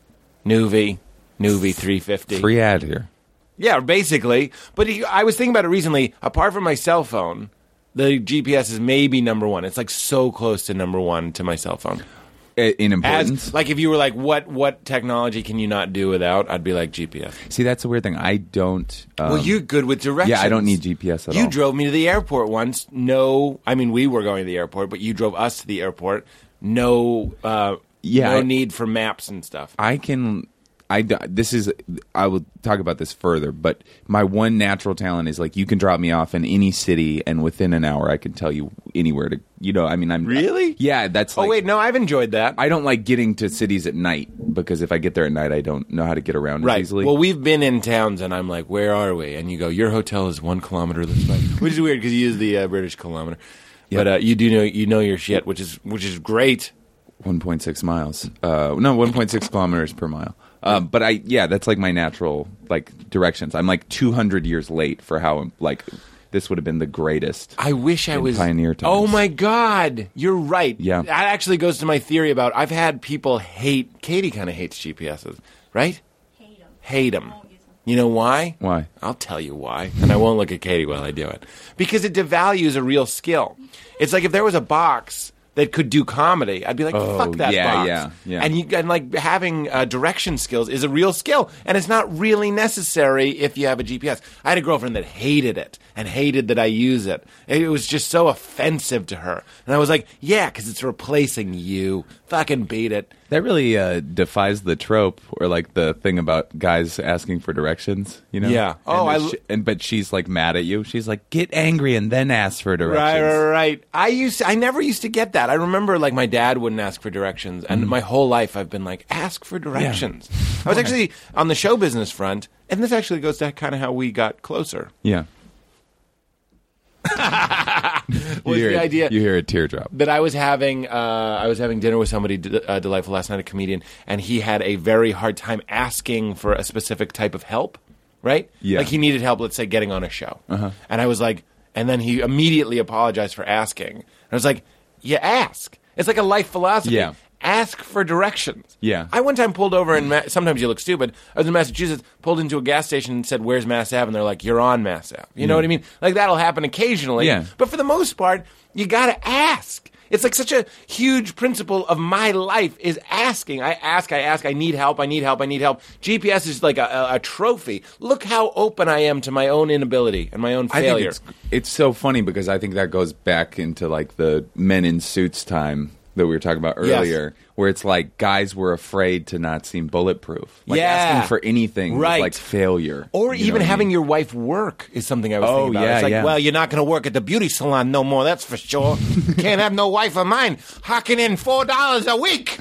S3: Nuvi, Nuvi three fifty.
S5: Free ad here.
S3: Yeah, basically. But he- I was thinking about it recently. Apart from my cell phone, the GPS is maybe number one. It's like so close to number one to my cell phone.
S5: I- In importance.
S3: As like if you were like, what what technology can you not do without? I'd be like GPS.
S5: See, that's the weird thing. I don't. Um,
S3: well, you're good with directions.
S5: yeah, I don't need GPS at
S3: you
S5: all.
S3: drove me to the airport once. No, I mean we were going to the airport, but you drove us to the airport. No, uh,
S5: Yeah,
S3: no
S5: I-
S3: need for maps and stuff.
S5: I can. I d- this is I will talk about this further, but my one natural talent is like you can drop me off in any city, and within an hour I can tell you anywhere to. You know, I mean, I'm
S3: Really?
S5: yeah. That's
S3: oh
S5: like-
S3: wait, no, I've enjoyed that.
S5: I don't like getting to cities at night because if I get there at night, I don't know how to get around
S3: Right.
S5: as easily.
S3: Well, we've been in towns, and I'm like, "Where are we?" And you go, "Your hotel is one kilometer this way," which is weird because you use the uh, British kilometer. But uh, you do know you know your shit, which is which is great.
S5: 1.6 miles. Uh, no, 1.6 kilometers per mile. Um, but I, yeah, that's like my natural like directions. I'm like 200 years late for how like this would have been the greatest.
S3: I wish I
S5: In
S3: was
S5: pioneer times.
S3: Oh my god, you're right.
S5: Yeah.
S3: that actually goes to my theory about I've had people hate. Katie kind of hates GPSs, right? Hate them. You know why?
S5: Why?
S3: I'll tell you why, and I won't look at Katie while I do it because it devalues a real skill. It's like if there was a box that could do comedy, I'd be like,
S5: Oh,
S3: fuck that
S5: yeah,
S3: box.
S5: yeah, yeah.
S3: And you and like having uh, direction skills is a real skill, and it's not really necessary if you have a GPS. I had a girlfriend that hated it and hated that I use it. It was just so offensive to her, and I was like, yeah, because it's replacing you. Fucking beat it.
S5: That really uh, defies the trope or like the thing about guys asking for directions, you know?
S3: Yeah. Oh,
S5: and
S3: I
S5: the
S3: l-
S5: sh- and but she's like mad at you. She's like, get angry and then ask for
S3: Right,
S5: directions.
S3: right, right. I used to, I never used to get that. I remember like my dad wouldn't ask for directions, and my whole life I've been like, ask for directions. I was actually on the show business front, and this actually goes to kind of how we got closer.
S5: Yeah.
S3: Was
S5: you hear
S3: the
S5: a-
S3: idea
S5: You hear a teardrop.
S3: that I was having uh, I was having dinner with somebody d- uh, delightful last night, a comedian, and he had a very hard time asking for a specific type of help. Right?
S5: Yeah. Uh-huh.
S3: Like he needed help, let's say, getting on a show, and I was like, and then he immediately apologized for asking. And I was like, you ask. It's like a life philosophy.
S5: Yeah.
S3: Ask for directions.
S5: Yeah.
S3: I one time pulled over in. Ma- sometimes you look stupid. I was in Massachusetts, pulled into a gas station and said, "Where's Mass Ave?" And they're like, "You're on Mass Ave." You know what I mean? Like that'll happen occasionally.
S5: Mm. Yeah.
S3: But for the most part, you gotta ask. It's like such a huge principle of my life is asking. I ask, I ask, I need help, I need help, I need help. GPS is like a, a, a trophy. Look how open I am to my own inability and my own
S5: I think
S3: failure.
S5: it's, it's so funny because I think that goes back into like the men in suits time that we were talking about
S3: Yes.
S5: earlier, where it's like guys were afraid to not seem bulletproof. Like
S3: Yeah.
S5: asking for anything was
S3: Right.
S5: like failure.
S3: or
S5: You know
S3: even
S5: what I
S3: having
S5: mean?
S3: your wife work is something I was
S5: Oh,
S3: thinking about.
S5: yeah,
S3: it's like,
S5: yeah.
S3: well, you're not going to work at the beauty salon no more, that's for sure. Can't have no wife of mine hocking in $4 a week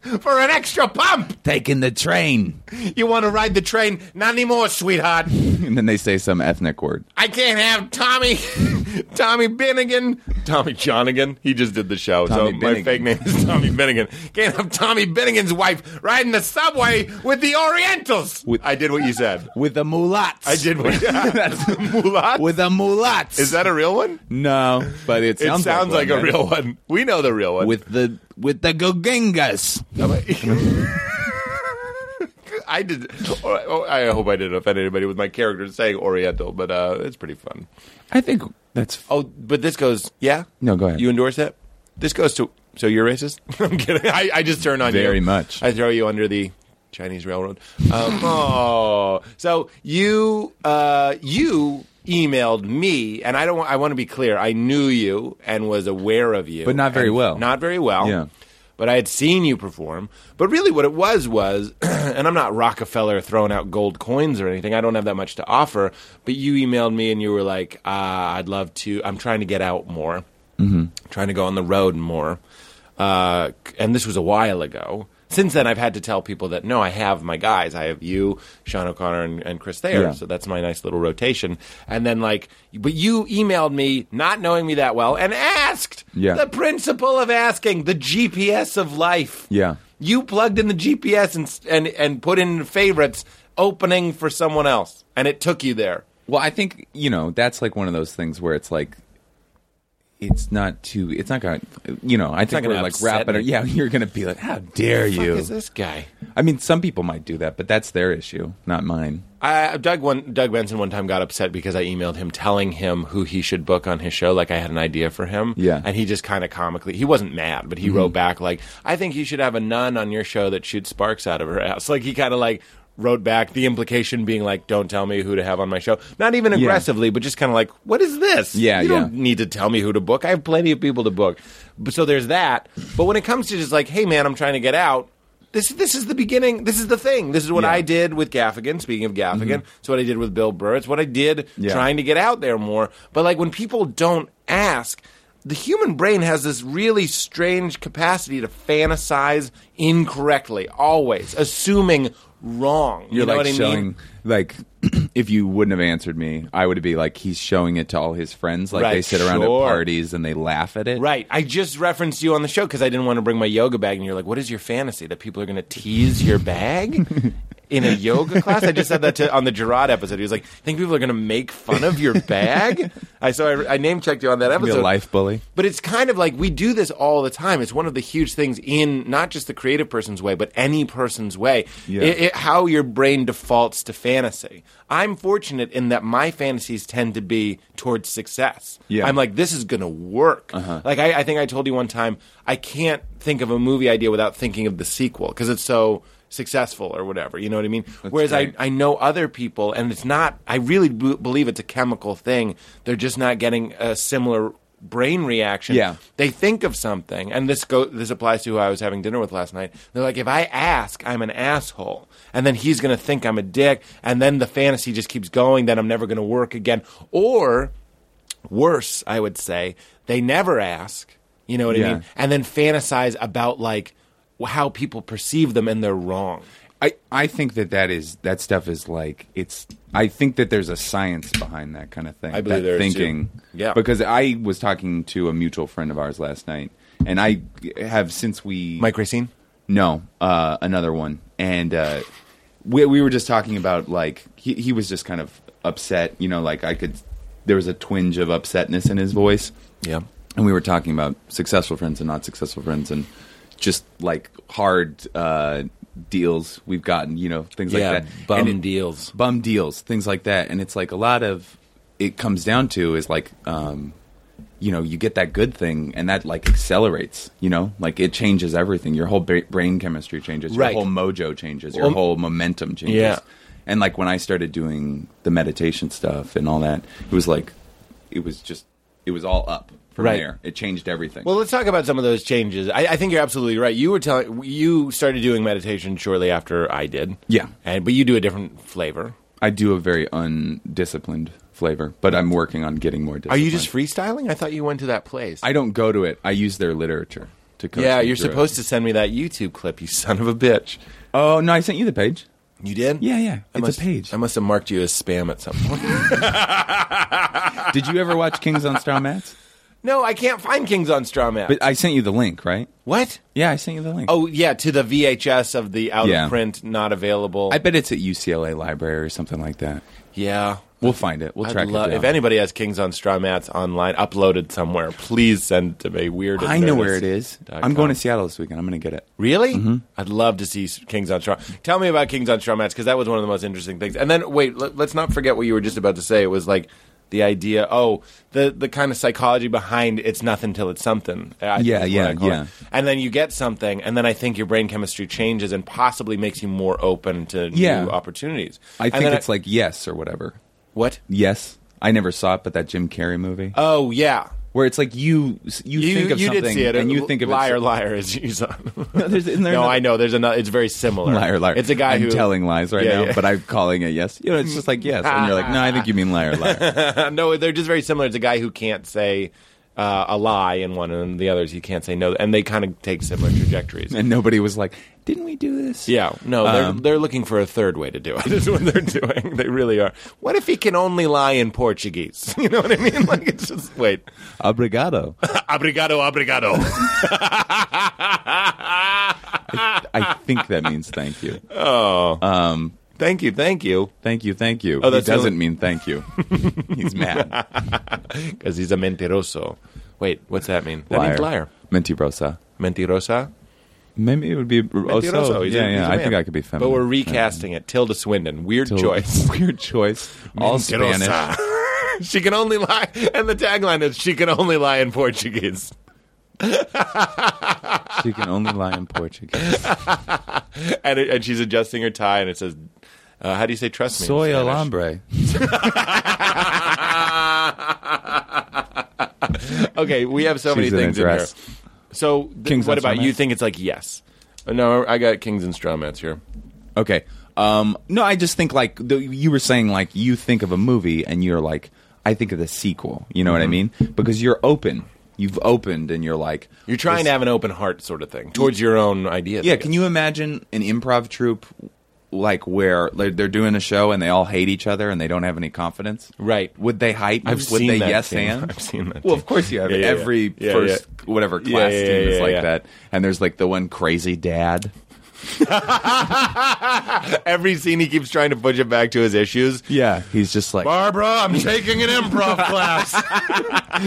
S3: for an extra pump.
S5: taking the train.
S3: You want to ride the train? Not anymore, sweetheart.
S5: and then they say some ethnic word.
S3: I can't have Tommy, Tommy Bennigan, Tommy Johnigan. He just did the show,
S5: Tommy
S3: so my
S5: Bennigan.
S3: fake name is Tommy Bennigan. Can't have Tommy Bennigan's wife riding the subway with the Orientals.
S5: With-
S3: I did what you said.
S5: With the mulats.
S3: I did what.
S5: That's-
S3: Mulat.
S5: With the mulats.
S3: is that a real one?
S5: No, but it
S3: It
S5: sounds,
S3: sounds, like,
S5: one,
S3: a
S5: man.
S3: real one. We know the real one.
S5: With the with the Gogengas.
S3: I did. Oh, I hope I didn't offend anybody with my character saying Oriental, but uh, it's pretty fun.
S5: I think that's
S3: Oh, but this goes. Yeah.
S5: No, go ahead.
S3: You endorse that? This goes to. So you're racist? I'm kidding. I, I just turn on you
S5: Very much.
S3: I throw you under the Chinese railroad. Um, oh, so you uh, you emailed me, and I don't. wa- I want to be clear. I knew you and was aware of you,
S5: But not very
S3: and
S5: well.
S3: Not very well.
S5: Yeah.
S3: But I had seen you perform. But really, what it was was, and I'm not Rockefeller throwing out gold coins or anything. I don't have that much to offer. But you emailed me and you were like, uh, "I'd love to. I'm trying to get out more,
S5: Mm-hmm.
S3: trying to go on the road more." Uh, and this was a while ago. Since then, I've had to tell people that no, I have my guys. I have you, Sean O'Connor, and, and Chris Thayer.
S5: Yeah.
S3: So that's my nice little rotation. And then, like, but you emailed me not knowing me that well and asked
S5: Yeah.
S3: the principle of asking, the GPS of life.
S5: Yeah.
S3: You plugged in the GPS and and and put in favorites opening for someone else, and it took you there.
S5: Well, I think you know that's like one of those things where it's like it's not too. It's not gonna. You know, I think
S3: not gonna
S5: we're like
S3: upset
S5: wrapping.
S3: me.
S5: it- Yeah, you're gonna be like, how dare
S3: Who
S5: you?
S3: is this guy?
S5: I mean, some people might do that, but that's their issue, not mine.
S3: I, Doug one Doug Benson one time got upset because I emailed him telling him who he should book on his show, like I had an idea for him.
S5: Yeah. Mm-hmm.
S3: and he just kind of comically he wasn't mad, but he wrote back like, "I think you should have a nun on your show that shoots sparks out of her ass." Like he kind of like wrote back the implication being like, "Don't tell me who to have on my show." Not even aggressively, but just kind of like, "What is this?"
S5: Yeah,
S3: you don't
S5: yeah.
S3: need to tell me who to book. I have plenty of people to book. But, so there's that. But when it comes to just like, hey man, I'm trying to get out. This this is the beginning. This is the thing. This is what
S5: Yeah. Mm-hmm.
S3: I did with Gaffigan. Speaking of Gaffigan, it's what I did with Bill Burr. It's what I did
S5: Yeah.
S3: trying to get out there more. But like when people don't ask. The human brain has this really strange capacity to fantasize incorrectly, always assuming wrong.
S5: You're
S3: you know
S5: like
S3: what I
S5: showing,
S3: mean?
S5: like, if you wouldn't have answered me, I would be like, he's showing it to all his friends. Like they
S3: Right,
S5: sit around
S3: sure.
S5: at parties and they laugh at it.
S3: Right. I just referenced you on the show because I didn't want to bring my yoga bag, and you're like, "What is your fantasy that people are going to tease your bag?" in a yoga class. I just said that to, on the Gerard episode. He was like, "Think people are going to make fun of your bag?" I so I, I name checked you on that
S5: Be
S3: episode.
S5: a life bully.
S3: But it's kind of like we do this all the time. It's one of the huge things in not just the creative person's way, but any person's way.
S5: Yeah.
S3: It- it- how your brain defaults to fantasy. I'm fortunate in that my fantasies tend to be towards success.
S5: Yeah. Uh-huh.
S3: I'm like, this is going to work. Like, I, I think I told you one time, I can't think of a movie idea without thinking of the sequel because it's so successful or whatever. You know what I mean? Whereas
S5: great.
S3: I, I know other people, and it's not. I really b- believe it's a chemical thing. They're just not getting a similar brain reaction.
S5: Yeah.
S3: they think of something, and this go this applies to who I was having dinner with last night. They're like, if I ask, I'm an asshole, and then he's going to think I'm a dick, and then the fantasy just keeps going. Then I'm never going to work again, or worse, I would say, they never ask. You know what I
S5: Yeah.
S3: mean? And then fantasize about like wh- how people perceive them, and they're wrong.
S5: I, I think that that is that stuff is like it's I think that there's a science behind that kind of thing.
S3: I believe
S5: that
S3: there is,
S5: thinking.
S3: too. Yeah.
S5: Because I was talking to a mutual friend of ours last night and I have since we
S3: Mike Racine.
S5: No, uh, another one. And uh, we we were just talking about like he he was just kind of upset, you know, like I could there was a twinge of upsetness in his voice.
S3: Yeah.
S5: And we were talking about successful friends and not successful friends and just like hard uh, deals we've gotten, you know, things
S3: Yeah,
S5: like that.
S3: bum
S5: And it-
S3: deals.
S5: Bum deals, things like that. And it's like a lot of it comes down to is like um, you know you get that good thing and that like accelerates you know like it changes everything your whole ba- brain chemistry changes
S3: Right.
S5: your whole mojo changes your
S3: Well,
S5: whole momentum changes
S3: Yeah.
S5: and like when i started doing the meditation stuff and all that it was like it was just it was all up from
S3: Right.
S5: there it changed everything
S3: Well, let's talk about some of those changes. I, I think you're absolutely right. You were telling you started doing meditation shortly after I did.
S5: Yeah.
S3: and but you do a different flavor.
S5: i do a very undisciplined flavor but i'm working on getting more
S3: Are
S5: disciplined
S3: you just freestyling? I thought you went to that place.
S5: i don't go to it i use their literature to coach
S3: yeah,
S5: me
S3: you're
S5: through it.
S3: supposed to send me that YouTube clip. You son of a bitch.
S5: oh no i sent you the page
S3: You did?
S5: Yeah, yeah.
S3: I
S5: It's a
S3: must-
S5: page.
S3: I must have marked you as spam at some point.
S5: did you ever watch kings on straw mats
S3: no, I can't find Kings on Straw Mat.
S5: but i sent you the link right
S3: what?
S5: yeah i sent you the link
S3: Oh yeah, to the VHS of the out
S5: Yeah.
S3: of print, not available.
S5: I bet it's at UCLA library or something like that.
S3: yeah.
S5: We'll find it. We'll
S3: I'd
S5: track
S3: love-
S5: it. Down.
S3: if anybody has Kings on Straw Mats online uploaded somewhere, please send it to me. Weird.
S5: I know where it is. I'm going to Seattle this weekend. I'm going to get it.
S3: Really?
S5: Mm-hmm.
S3: I'd love to see Kings on Straw. Tell me about Kings on Straw Mats because that was one of the most interesting things. And then wait, let, let's not forget what you were just about to say. It was like the idea. Oh, the the kind of psychology behind it's nothing till it's something. I think
S5: Yeah,
S3: is what
S5: yeah,
S3: I call it.
S5: yeah.
S3: And then you get something, and then I think your brain chemistry changes and possibly makes you more open to
S5: Yeah.
S3: new opportunities.
S5: I
S3: And
S5: think
S3: then
S5: it's like Yes or whatever.
S3: what?
S5: Yes. I never saw it, but that Jim Carrey movie
S3: Oh yeah.
S5: where it's like you you, think of something
S3: did see it
S5: and you
S3: L-
S5: think of
S3: liar,
S5: it,
S3: liar is you saw.
S5: No, there's- isn't there
S3: no,
S5: another-
S3: I know. There's another. It's very similar.
S5: liar, liar.
S3: It's a guy
S5: I'm
S3: who
S5: telling lies right
S3: Yeah,
S5: now,
S3: yeah.
S5: but I'm calling it yes. You know, it's just like yes, and you're like, no, I think you mean liar, liar.
S3: no, they're just very similar. It's a guy who can't say uh, a lie in one, and the others he can't say no, and they kind of take similar trajectories.
S5: and nobody was like, didn't we do this?
S3: yeah, no, they're
S5: Um,
S3: they're looking for a third way to do it. Is what they're doing. They really are. What if he can only lie in Portuguese? You know what I mean? Like it's just wait.
S5: Obrigado.
S3: Obrigado, obrigado.
S5: I think that means thank you.
S3: thank you, thank you,
S5: Thank you, thank you.
S3: Oh,
S5: he
S3: that's the only-
S5: doesn't mean thank you. He's mad.
S3: because he's a mentiroso. Wait, what's that mean? That means liar.
S5: Mentirosa.
S3: Mentirosa.
S5: Maybe it would be
S3: Mentiroso.
S5: also.
S3: He's a-
S5: yeah,
S3: he's a
S5: yeah. I
S3: man.
S5: think I could be feminine.
S3: But we're recasting it. Tilda Swindon. Weird
S5: Till-
S3: choice.
S5: Weird choice. All
S3: Mentirosa.
S5: Spanish.
S3: she can only lie, and the tagline is "She can only lie in Portuguese."
S5: She can only lie in Portuguese.
S3: And, it, and she's adjusting her tie, and it says, uh, "How do you say trust me?" in
S5: Soy el
S3: Spanish?
S5: hombre.
S3: Okay, we have so many
S5: She's an
S3: things in here.
S5: address.
S3: So, th-
S5: Kings
S3: what
S5: and
S3: about
S5: Strawmans?
S3: you? Think it's like yes? Uh, No, I got kings and straw mats here.
S5: Okay. Um, no, I just think like the, you were saying, like you think of a movie and you're like, I think of the sequel. You know what I mean?
S3: Mm-hmm.
S5: Because you're open. You've opened and you're like,
S3: You're trying
S5: this-
S3: to have an open heart, sort of thing, towards your own ideas. I
S5: Yeah,
S3: guess.
S5: can you imagine an improv troupe like where they're, they're doing a show and they all hate each other and they don't have any confidence?
S3: Right.
S5: Would they hype?
S3: I've
S5: Would
S3: seen
S5: they
S3: that
S5: yes
S3: team.
S5: and?
S3: I've seen that.
S5: Well,
S3: team.
S5: of course you have.
S3: Yeah, yeah, yeah.
S5: Every
S3: Yeah, yeah.
S5: first whatever
S3: Yeah,
S5: class
S3: yeah,
S5: team
S3: yeah,
S5: is like
S3: yeah.
S5: that, and there's like the one crazy dad
S3: Every scene he keeps trying to push it back to his issues.
S5: Yeah, he's just like
S3: Barbara, I'm taking an improv class.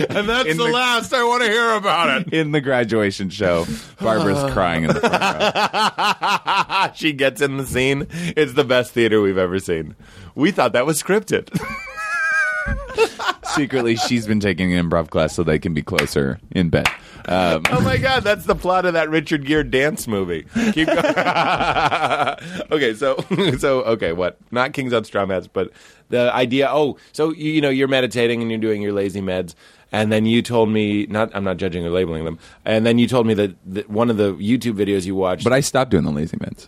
S3: and that's
S5: In
S3: the,
S5: the-
S3: last I want to hear about it.
S5: in the graduation show. Barbara's crying in the front row.
S3: she gets in the scene. It's the best theater we've ever seen. We thought that was scripted.
S5: Secretly, she's been taking an improv class so they can be closer in bed. Um,
S3: oh my god, that's the plot of that Richard Gere dance movie. Keep going. okay, so so okay, what? Not Kings on Straw Mats, but the idea. Oh, so you, you know you're meditating and you're doing your lazy meds, and then you told me not. I'm not judging or labeling them. And then you told me that, that one of the YouTube videos you watched.
S5: but I stopped doing the lazy meds.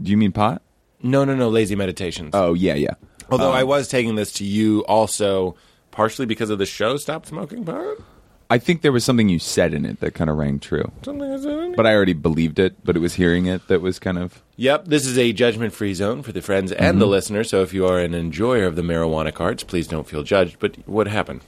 S5: Do you mean pot?
S3: no, no, no, lazy meditations.
S5: Oh yeah, yeah.
S3: Although
S5: Um,
S3: I was taking this to you also partially because of the show. Stop smoking pot.
S5: I think there was something you said in it that kind of rang true.
S3: Something I said. in
S5: But I already believed it. But it was hearing it that was kind of
S3: Yep, this is a judgment free zone for the friends and
S5: Mm-hmm.
S3: the listener. So if you are an enjoyer of the marijuana carts, please don't feel judged. But what happened?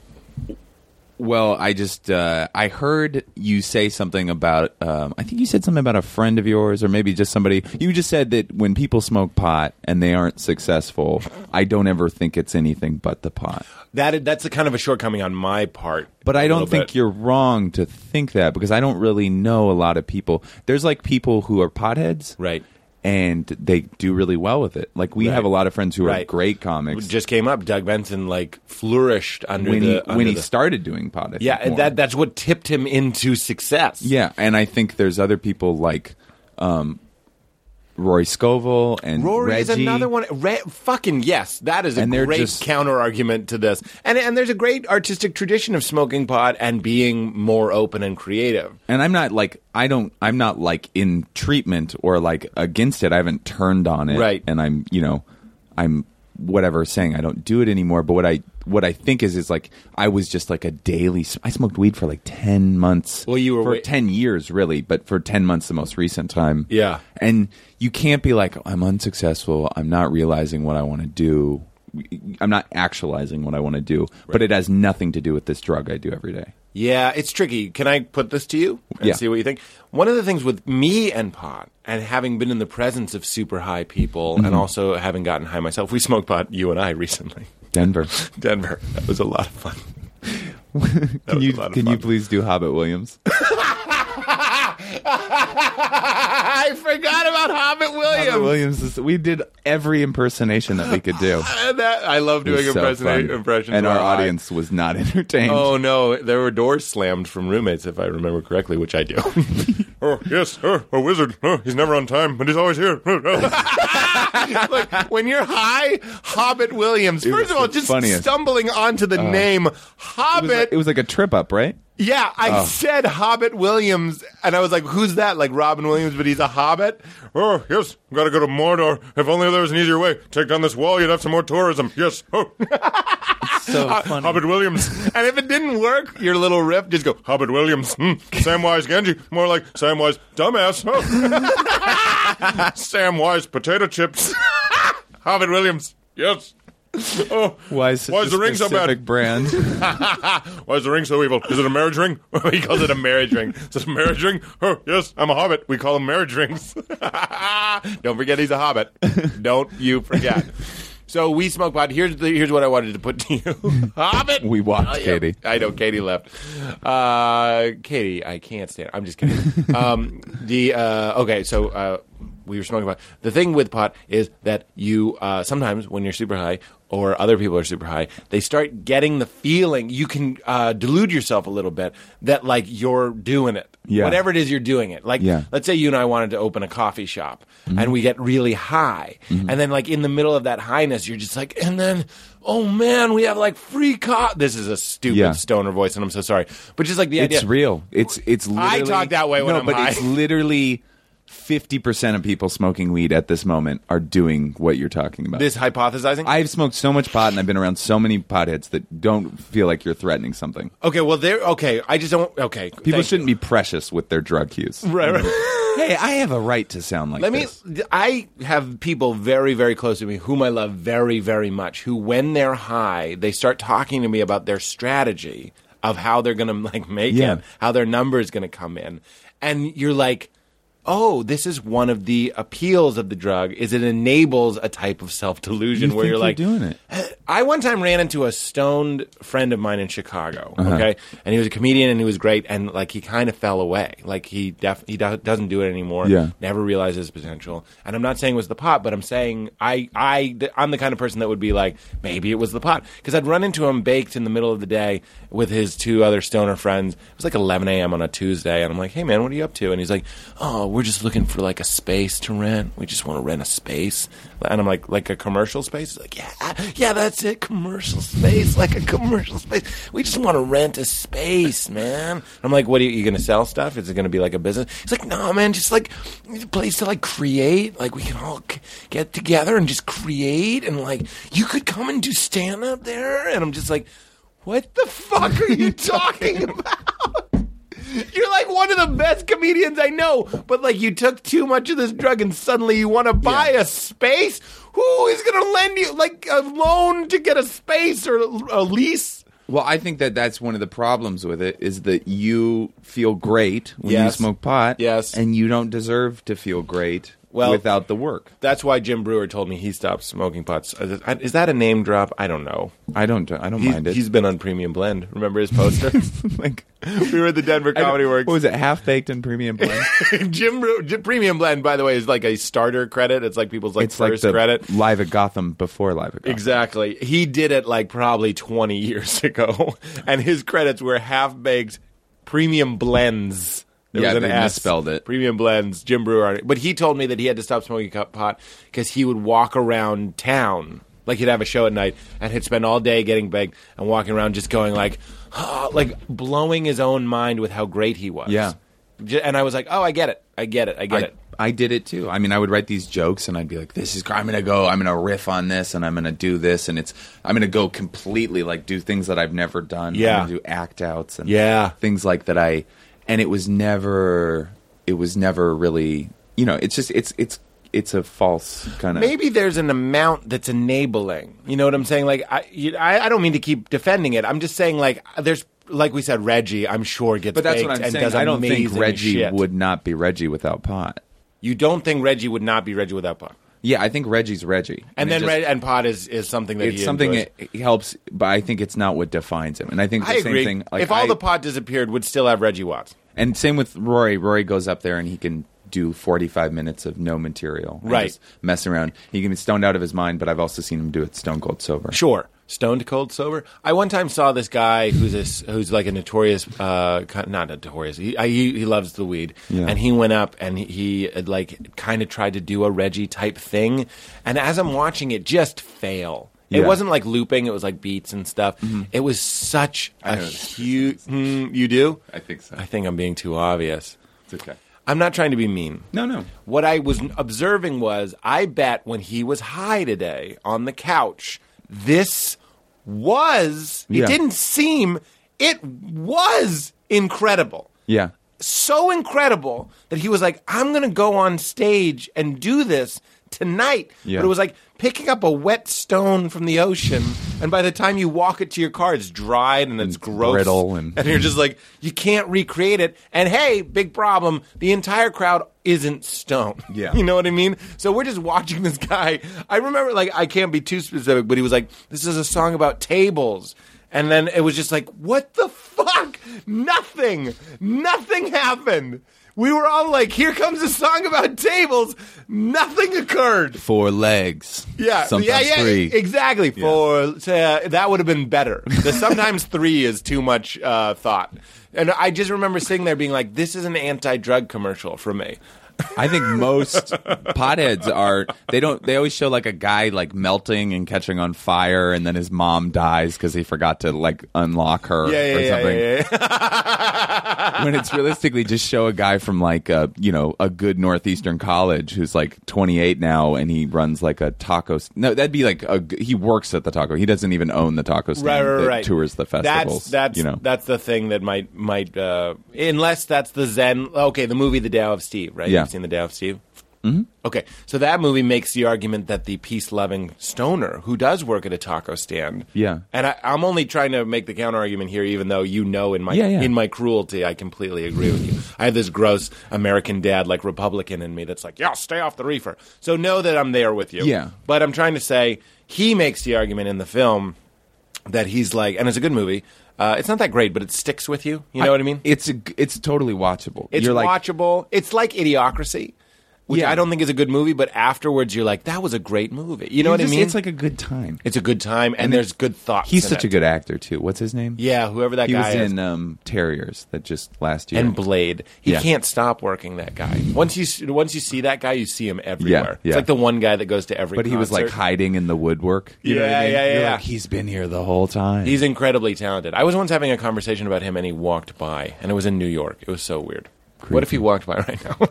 S5: Well, I just uh, I heard you say something about. Um, I think you said something about a friend of yours, or maybe just somebody. You just said that when people smoke pot and they aren't successful, I don't ever think it's anything but the pot.
S3: That that's a kind of a shortcoming on my part.
S5: But
S3: I
S5: I don't think you're wrong to think that because I don't really know a lot of people. There's like people who are potheads,
S3: Right.
S5: And they do really well with it. Like we
S3: Right.
S5: have a lot of friends who
S3: Right.
S5: are great comics.
S3: just came up. Doug Benson like flourished under
S5: when
S3: the
S5: he
S3: under
S5: when he
S3: the-
S5: started doing pot, I think
S3: yeah,
S5: more.
S3: that that's what tipped him into success.
S5: Yeah, and I think there's other people like um, Rory Scovel and
S3: Rory
S5: Reggie.
S3: is another one. Re- fucking yes, that is a
S5: And they're
S3: great
S5: just-
S3: counter argument to this. And and there's a great artistic tradition of smoking pot and being more open and creative.
S5: And I'm not like I don't I'm not like in treatment or like against it. I haven't turned on it.
S3: Right.
S5: And I'm you know I'm whatever saying I don't do it anymore. But what I what I think is is like I was just like a daily. s- I smoked weed for like ten months.
S3: Well, you were
S5: for
S3: wa-
S5: ten years really, but for ten months the most recent time.
S3: Yeah.
S5: And you can't be like I'm unsuccessful. I'm not realizing what I want to do. I'm not actualizing what I want to do. But it has nothing to do with this drug I do every day.
S3: Yeah, it's tricky. Can I put this to you and
S5: Yeah.
S3: see what you think? One of the things with me and pot, and having been in the presence of super high people,
S6: Mm-hmm.
S3: and also having gotten high myself, we smoked pot, you and I, recently.
S5: Denver.
S3: Denver. That was a lot of fun.
S5: Can
S3: was
S5: you
S3: a lot of
S5: can you
S3: fun.
S5: please do Hobbit Williams?
S3: I forgot about Hobbit Williams.
S5: Hobbit Williams is, we did every impersonation that we could do.
S3: And that, I love
S5: It was
S3: doing
S5: so
S3: impersonate-
S5: fun.
S3: impressions.
S5: and our
S3: while I-
S5: audience was not entertained.
S3: Oh no! There were doors slammed from roommates, if I remember correctly, which I do.
S6: Oh, yes, uh, a wizard. Uh, he's never on time, but he's always here.
S3: like when you're high, Hobbit Williams.
S5: was
S3: First of all,
S5: the
S3: just
S5: funniest.
S3: stumbling onto the name
S5: Uh. it
S3: Hobbit.
S5: was, like, it Oh. was like a trip up, right?
S3: Yeah, I said Hobbit Williams, and I was like, "Who's that?" Like Robin Williams, but he's a Hobbit.
S6: oh, yes, gotta go to Mordor. If only there was an easier way. Take down this wall, you'd have some more tourism. Yes, oh,
S5: So funny.
S6: Hobbit Williams.
S3: And if it didn't work, your little riff just go.
S6: Hobbit Williams. Hmm. Samwise Genji. More like Samwise Dumbass. Oh. Samwise Potato Chips. Hobbit Williams. Yes. Oh,
S5: Why is, such
S6: Why is the
S5: a
S6: ring so bad?
S5: specific Brand.
S6: Why is the ring so evil? Is it a marriage ring? he calls it a marriage ring. Is it a marriage ring? Oh, yes, I'm a hobbit. We call them marriage rings.
S3: Don't forget, he's a Hobbit. Don't you forget. so we smoke pot. Here's the, here's what I wanted to put to you, Hobbit.
S5: We walked,
S3: Oh, yeah.
S5: Katie.
S3: I know Katie left. Uh, Katie, I can't stand. I'm just kidding. um, the uh, okay, so uh, we were smoking pot. The thing with pot is that you uh, sometimes when you're super high or other people are super high, they start getting the feeling. You can uh, delude yourself a little bit that like you're doing it.
S5: Yeah.
S3: Whatever it is, you're doing it. Like,
S5: Yeah.
S3: let's say you and I wanted to open a coffee shop, and we get really high, and then like in the middle of that highness, you're just like, and then, oh man, we have like free co. This is a stupid
S5: Yeah.
S3: stoner voice, and I'm so sorry, but just like the
S5: it's
S3: idea,
S5: real. It's it's.
S3: I
S5: Literally,
S3: talk that way when
S5: no,
S3: I'm
S5: but
S3: high.
S5: it's literally fifty percent of people smoking weed at this moment are doing what you're talking about.
S3: This hypothesizing.
S5: I've smoked so much pot and I've been around so many potheads that don't feel like you're threatening something.
S3: okay, well there. Okay, I just don't. Okay,
S5: People Mm-hmm.
S3: thank
S5: shouldn't be precious with their drug use.
S3: you. Right, right.
S5: Hey, I have a right to sound like
S3: Let me.
S5: this.
S3: I have people very, very close to me whom I love very, very much. Who, when they're high, they start talking to me about their strategy of how they're going to like make
S5: Yeah.
S3: it, how their number is going to come in, and you're like, oh, this is one of the appeals of the drug is it enables a type of self delusion
S5: You
S3: where
S5: think
S3: you're
S5: you're
S3: like
S5: doing it.
S3: I one time ran into a stoned friend of mine in Chicago. Okay, and he was a comedian and he was great, and like he kind of fell away. Like he def- he do- doesn't do it anymore.
S5: Yeah.
S3: never realized his potential. And I'm not saying it was the pot, but I'm saying I I th- I'm the kind of person that would be like maybe it was the pot because I'd run into him baked in the middle of the day with his two other stoner friends. It was like 11 a.m. on a Tuesday, and I'm like, hey man, what are you up to? And he's like, oh, we're just looking for like a space to rent. We just want to rent a space. And I'm like, like a commercial space? He's like, yeah, yeah, that's it, commercial space, like a commercial space. We just want to rent a space, man. I'm like, what are you, you going to sell stuff? Is it going to be like a business? He's like, no, man, just like a place to like create. Like we can all c- get together and just create, and like you could come and do stand up there. And I'm just like, what the fuck are you talking about? You're like one of the best comedians I know, but like you took too much of this drug and suddenly you want to buy a space? Who is going to lend you like a loan to get a space or a lease?
S5: Well, I think that that's one of the problems with it is that you feel great when
S3: Yes.
S5: you smoke pot,
S3: Yes.
S5: and you don't deserve to feel great
S3: Well-
S5: without the work.
S3: That's why Jim Brewer told me he stopped smoking pots. Is that a name drop? I don't know.
S5: I don't. I don't
S3: He's,
S5: mind it.
S3: he's been on Premium Blend. Remember his poster?
S5: like
S3: we were at the Denver Comedy Works.
S5: What was it? Half baked and premium blend.
S3: Jim, Brew- Jim Premium Blend, by the way, is like a starter credit. It's like people's like
S5: it's like
S3: first
S5: the
S3: credit.
S5: live at Gotham before live at Gotham.
S3: Exactly. He did it like probably 20 years ago, and his credits were half baked premium blends. There
S5: Yeah,
S3: was an
S5: they
S3: S.
S5: misspelled it.
S3: Premium blends, Jim Brewer. But he told me that he had to stop smoking cup pot because he would walk around town. Like he'd have a show at night and he'd spend all day getting baked and walking around just going like, like blowing his own mind with how great he was.
S5: Yeah.
S3: J- And I was like, oh, I get it. I get it. I get
S5: I,
S3: it.
S5: I did it too. I mean, I would write these jokes and I'd be like, this is, I'm going to go, I'm going to riff on this and I'm going to do this. And it's, I'm going to go completely like do things that I've never done. I'm
S3: Yeah.
S5: gonna do act outs and
S3: Yeah.
S5: things like that. I, and it was never, it was never really, you know, it's just, it's, it's, it's a false kind of.
S3: maybe there's an amount that's enabling. You know what I'm saying? Like I, you, I, I don't mean to keep defending it. I'm just saying like there's like we said, Reggie. I'm sure gets
S5: But that's
S3: baked
S5: what I'm
S3: and
S5: saying.
S3: does
S5: I don't think
S3: amazing
S5: Reggie
S3: shit.
S5: would not be Reggie without pot.
S3: You don't think Reggie would not be Reggie without pot?
S5: Yeah, I think Reggie's Reggie.
S3: And, then
S5: it just-
S3: Reg- and pot is is something that
S5: it's
S3: he
S5: something
S3: enjoys.
S5: that helps, but I think it's not what defines him. And I think the
S3: I
S5: same
S3: agree.
S5: thing. Like
S3: if all
S5: I-
S3: the pot disappeared, would still have Reggie Watts.
S5: And same with Rory. Rory goes up there and he can do 45 minutes of no material. and
S3: Right.
S5: just messing around. He can be stoned out of his mind, but I've also seen him do it stone cold sober.
S3: Sure. Stoned cold sober. I one time saw this guy who's this who's like a notorious, uh, ki- not notorious. He, I, he he loves the weed,
S5: Yeah.
S3: and he went up and he, he had, like kind of tried to do a Reggie type thing, and as I'm watching it, just fail. It
S5: Yeah. Mm-hmm.
S3: wasn't like looping; it was like beats and stuff. It was such a
S5: know this
S3: huge. Mm, you do?
S5: I think so.
S3: I think I'm being too obvious.
S5: It's okay.
S3: I'm not trying to be mean.
S5: No, no.
S3: What I was observing was, I bet when he was high today on the couch, this was,
S5: Yeah.
S3: it didn't seem, it was incredible.
S5: Yeah.
S3: So incredible that he was like, I'm going to go on stage and do this tonight.
S5: Yeah.
S3: But it was like picking up a wet stone from the ocean. And by the time you walk it to your car, it's dried and it's gross.
S5: brittle and- mm-hmm.
S3: and you're just like, you can't recreate it. And hey, big problem. The entire crowd isn't stoned.
S5: Yeah.
S3: You know what I mean? So we're just watching this guy. I remember, like, I can't be too specific, but he was like, this is a song about tables. And then it was just like, what the fuck? Nothing. Nothing happened. We were all like, here comes a song about tables. Nothing occurred.
S5: Four legs.
S3: Yeah, yeah,
S5: Sometimes
S3: yeah,
S5: three.
S3: exactly. For uh, that would have been better. The sometimes three is too much uh, thought, and I just remember sitting there being like, "This is an anti-drug commercial for me."
S5: I think most potheads are they don't they always show like a guy like melting and catching on fire and then his mom dies cuz he forgot to like unlock her
S3: Yeah,
S5: or
S3: yeah, yeah,
S5: something.
S3: yeah, yeah.
S5: when it's realistically just show a guy from like a you know a good northeastern college who's like 28 now and he runs like a taco s- no that'd be like a g- he works at the taco he doesn't even own the taco stand
S3: right, right,
S5: that
S3: right.
S5: tours the festivals
S3: That's that's
S5: you know
S3: that's the thing that might might uh, unless that's the Zen. Okay, the movie The Tao of Steve, right?
S5: Yeah. Mm-hmm.
S3: You've seen The Tao of Steve. Okay, so that movie makes the argument that the peace-loving stoner who does work at a taco stand,
S5: Yeah.
S3: and I, I'm only trying to make the counter argument here, even though you know in my
S5: Yeah, yeah.
S3: in my cruelty, I completely agree with you. I have this gross American dad, like Republican in me, that's like, yeah, stay off the reefer. So know that I'm there with you.
S5: Yeah.
S3: but I'm trying to say he makes the argument in the film that he's like, and it's a good movie. Uh, it's not that great, but it sticks with you. You know what I mean?
S5: It's a, it's totally watchable.
S3: It's
S5: You're like,
S3: watchable. It's like Idiocracy, which
S5: Yeah.
S3: I don't think is a good movie, but afterwards you're like, that was a great movie. You know what
S5: just-
S3: I mean?
S5: It's like a good time.
S3: it's a good time, and,
S5: And
S3: there's
S5: it-
S3: good thoughts.
S5: He's
S3: in
S5: such
S3: it.
S5: a good actor too. What's his name?
S3: yeah. Whoever that
S5: he was
S3: guy is,
S5: in um, Terriers that just last year.
S3: and Blade. He
S5: Yeah.
S3: can't stop working. That guy. Once you s- once you see that guy, you see him everywhere.
S5: yeah.
S3: It's like the one guy that goes to every.
S5: but he was like
S3: concert.
S5: hiding in the woodwork. You know what
S3: Yeah,
S5: I mean?
S3: yeah, yeah,
S5: You're
S3: yeah.
S5: Like, He's been here the whole time.
S3: He's incredibly talented. I was once having a conversation about him, and he walked by, and it was in New York. It was so weird. What if he walked by right now?
S5: at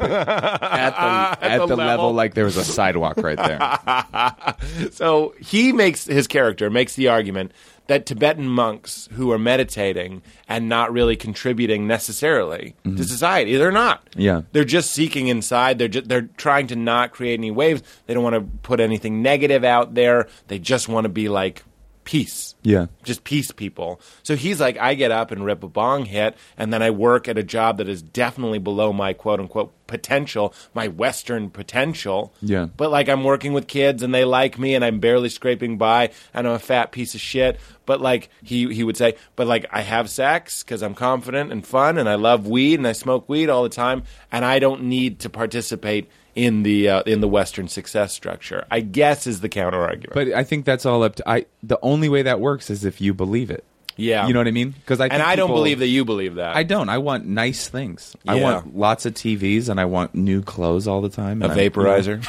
S5: the, at
S3: the
S5: the level.
S3: level.
S5: like there was a sidewalk right there.
S3: So he makes his character makes the argument that Tibetan monks who are meditating and not really contributing necessarily to society, they're not.
S5: Mm-hmm. Yeah.
S3: they're just seeking inside. They're just, they're trying to not create any waves. They don't want to put anything negative out there. They just want to be like peace.
S5: Yeah.
S3: just peace people. So he's like, I get up and rip a bong hit, and then I work at a job that is definitely below my quote unquote potential, my Western potential.
S5: Yeah.
S3: But like I'm working with kids and they like me and I'm barely scraping by and I'm a fat piece of shit. But like he he would say, but like I have sex because I'm confident and fun and I love weed and I smoke weed all the time and I don't need to participate in the uh, in the Western success structure. I guess is the counter argument.
S5: But I think that's all up to I. The only way that works is if you believe it.
S3: Yeah.
S5: you know what I mean? Because I
S3: and
S5: think
S3: I don't
S5: people-
S3: believe that you believe that.
S5: I don't. I want nice things. I
S3: Yeah.
S5: want lots of TVs and I want new clothes all the time.
S3: a
S5: and I-
S3: vaporizer.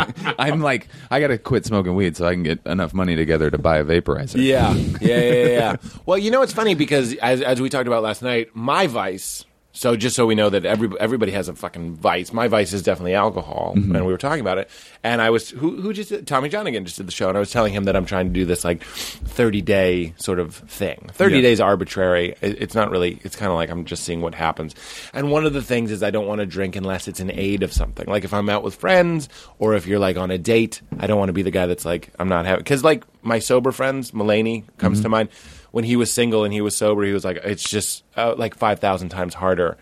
S5: I, I'm like, I gotta quit smoking weed so I can get enough money together to buy a vaporizer.
S3: Yeah, yeah, yeah, yeah. yeah. well, you know, it's funny because as as we talked about last night, my vice. So just so we know that every, everybody has a fucking vice. My vice is definitely alcohol, and we were talking about it. And I was who who just did, Tommy John again just did the show, and I was telling him that I'm trying to do this like 30 day sort of thing. 30
S5: Yeah.
S3: days arbitrary. It, it's not really. It's kind of like I'm just seeing what happens. And one of the things is I don't want to drink unless it's an aid of something. Like if I'm out with friends or if you're like on a date, I don't want to be the guy that's like I'm not having. Because like my sober friends, Mulaney comes
S5: Mm-hmm.
S3: to mind. When he was single and he was sober, he was like, it's just uh, like five thousand times harder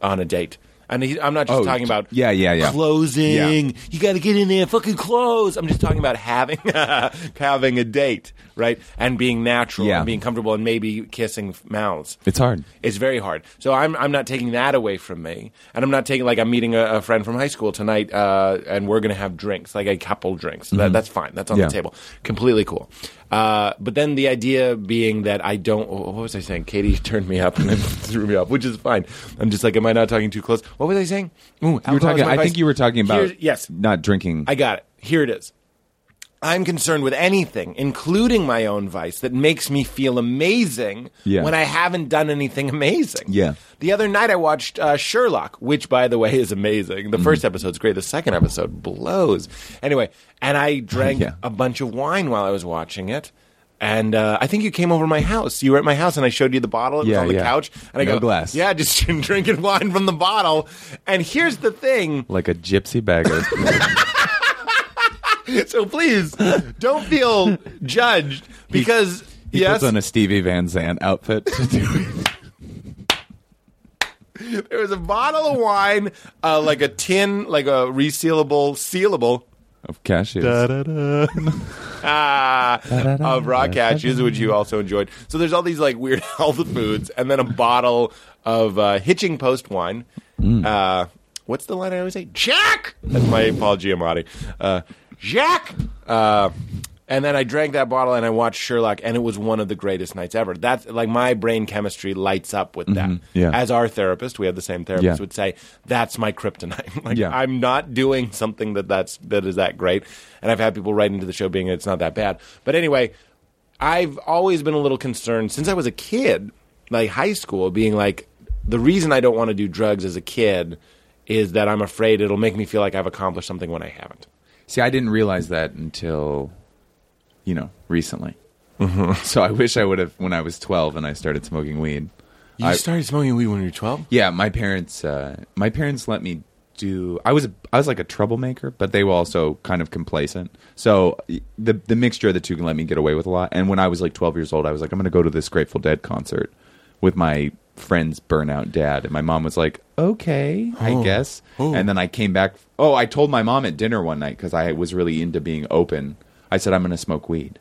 S3: on a date. And he, I'm not just
S5: Oh,
S3: talking about
S5: yeah, yeah, yeah.
S3: closing.
S5: Yeah.
S3: You got to get in there, fucking close. I'm just talking about having having a date, right? And being natural,
S5: Yeah.
S3: and being comfortable, and maybe kissing f- mouths.
S5: It's hard.
S3: It's very hard. So I'm I'm not taking that away from me, and I'm not taking like I'm meeting a, a friend from high school tonight, uh, and we're gonna have drinks, like a couple drinks. That, that's fine. That's on
S5: Mm-hmm. Yeah.
S3: the table. Completely cool. Uh, but then the idea being that I don't. oh, What was I saying? Katie turned me up and then threw me up, which is fine. I'm just like, am I not talking too close? What was I saying? Ooh,
S5: You were
S3: alcohol is
S5: talking.
S3: my
S5: I
S3: vice.
S5: think you were talking about
S3: Here's- yes.
S5: not drinking.
S3: I got it. Here it is. I'm concerned with anything, including my own vice, that makes me feel amazing
S5: Yeah.
S3: when I haven't done anything amazing.
S5: Yeah.
S3: The other night I watched uh, Sherlock, which, by the way, is amazing.
S5: Mm.
S3: The first episode's great. The second episode blows. Anyway, and I drank
S5: Yeah.
S3: a bunch of wine while I was watching it. And uh, I think you came over to my house. You were at my house, and I showed you the bottle. It was
S5: Yeah,
S3: on the
S5: yeah.
S3: couch. And I
S5: No
S3: go,
S5: glass.
S3: Yeah, just drinking wine from the bottle. And here's the thing.
S5: like a gypsy beggar.
S3: So please don't feel judged because
S5: He
S3: yes,
S5: puts on a Stevie Van Zandt outfit to do it.
S3: there was a bottle of wine, uh, like a tin, like a resealable, sealable.
S5: of cashews.
S3: Ah, of raw cashews, which you also enjoyed. So there's all these like weird health foods, and then a bottle of uh, Hitching Post wine.
S5: Mm.
S3: Uh, what's the line I always say? Jack. That's my Paul Giamatti. Uh, Jack. Uh, and then I drank that bottle and I watched Sherlock, and it was one of the greatest nights ever. That's like my brain chemistry lights up with that.
S5: Mm-hmm. yeah.
S3: As our therapist, we had the same therapist,
S5: Yeah.
S3: would say, "That's my kryptonite." like
S5: Yeah.
S3: I'm not doing something that that's that is that great. And I've had people write into the show being it's not that bad. But anyway, I've always been a little concerned since I was a kid, like high school, being like the reason I don't want to do drugs as a kid is that I'm afraid it'll make me feel like I've accomplished something when I haven't.
S5: See, I didn't realize that until, you know, recently. So I wish I would have when I was 12 and I started smoking weed.
S3: You started smoking weed when you were 12?
S5: Yeah, my parents. Uh, my parents let me do. I was I was like a troublemaker, but they were also kind of complacent. So y- the the mixture of the two can let me get away with a lot. And when I was like 12 years old, I was like, I'm going to go to this Grateful Dead concert with my friend's burnout dad, and my mom was like, Okay, I guess. And then I came back. Oh, I told my mom at dinner one night because I was really into being open. I said I'm going to smoke weed.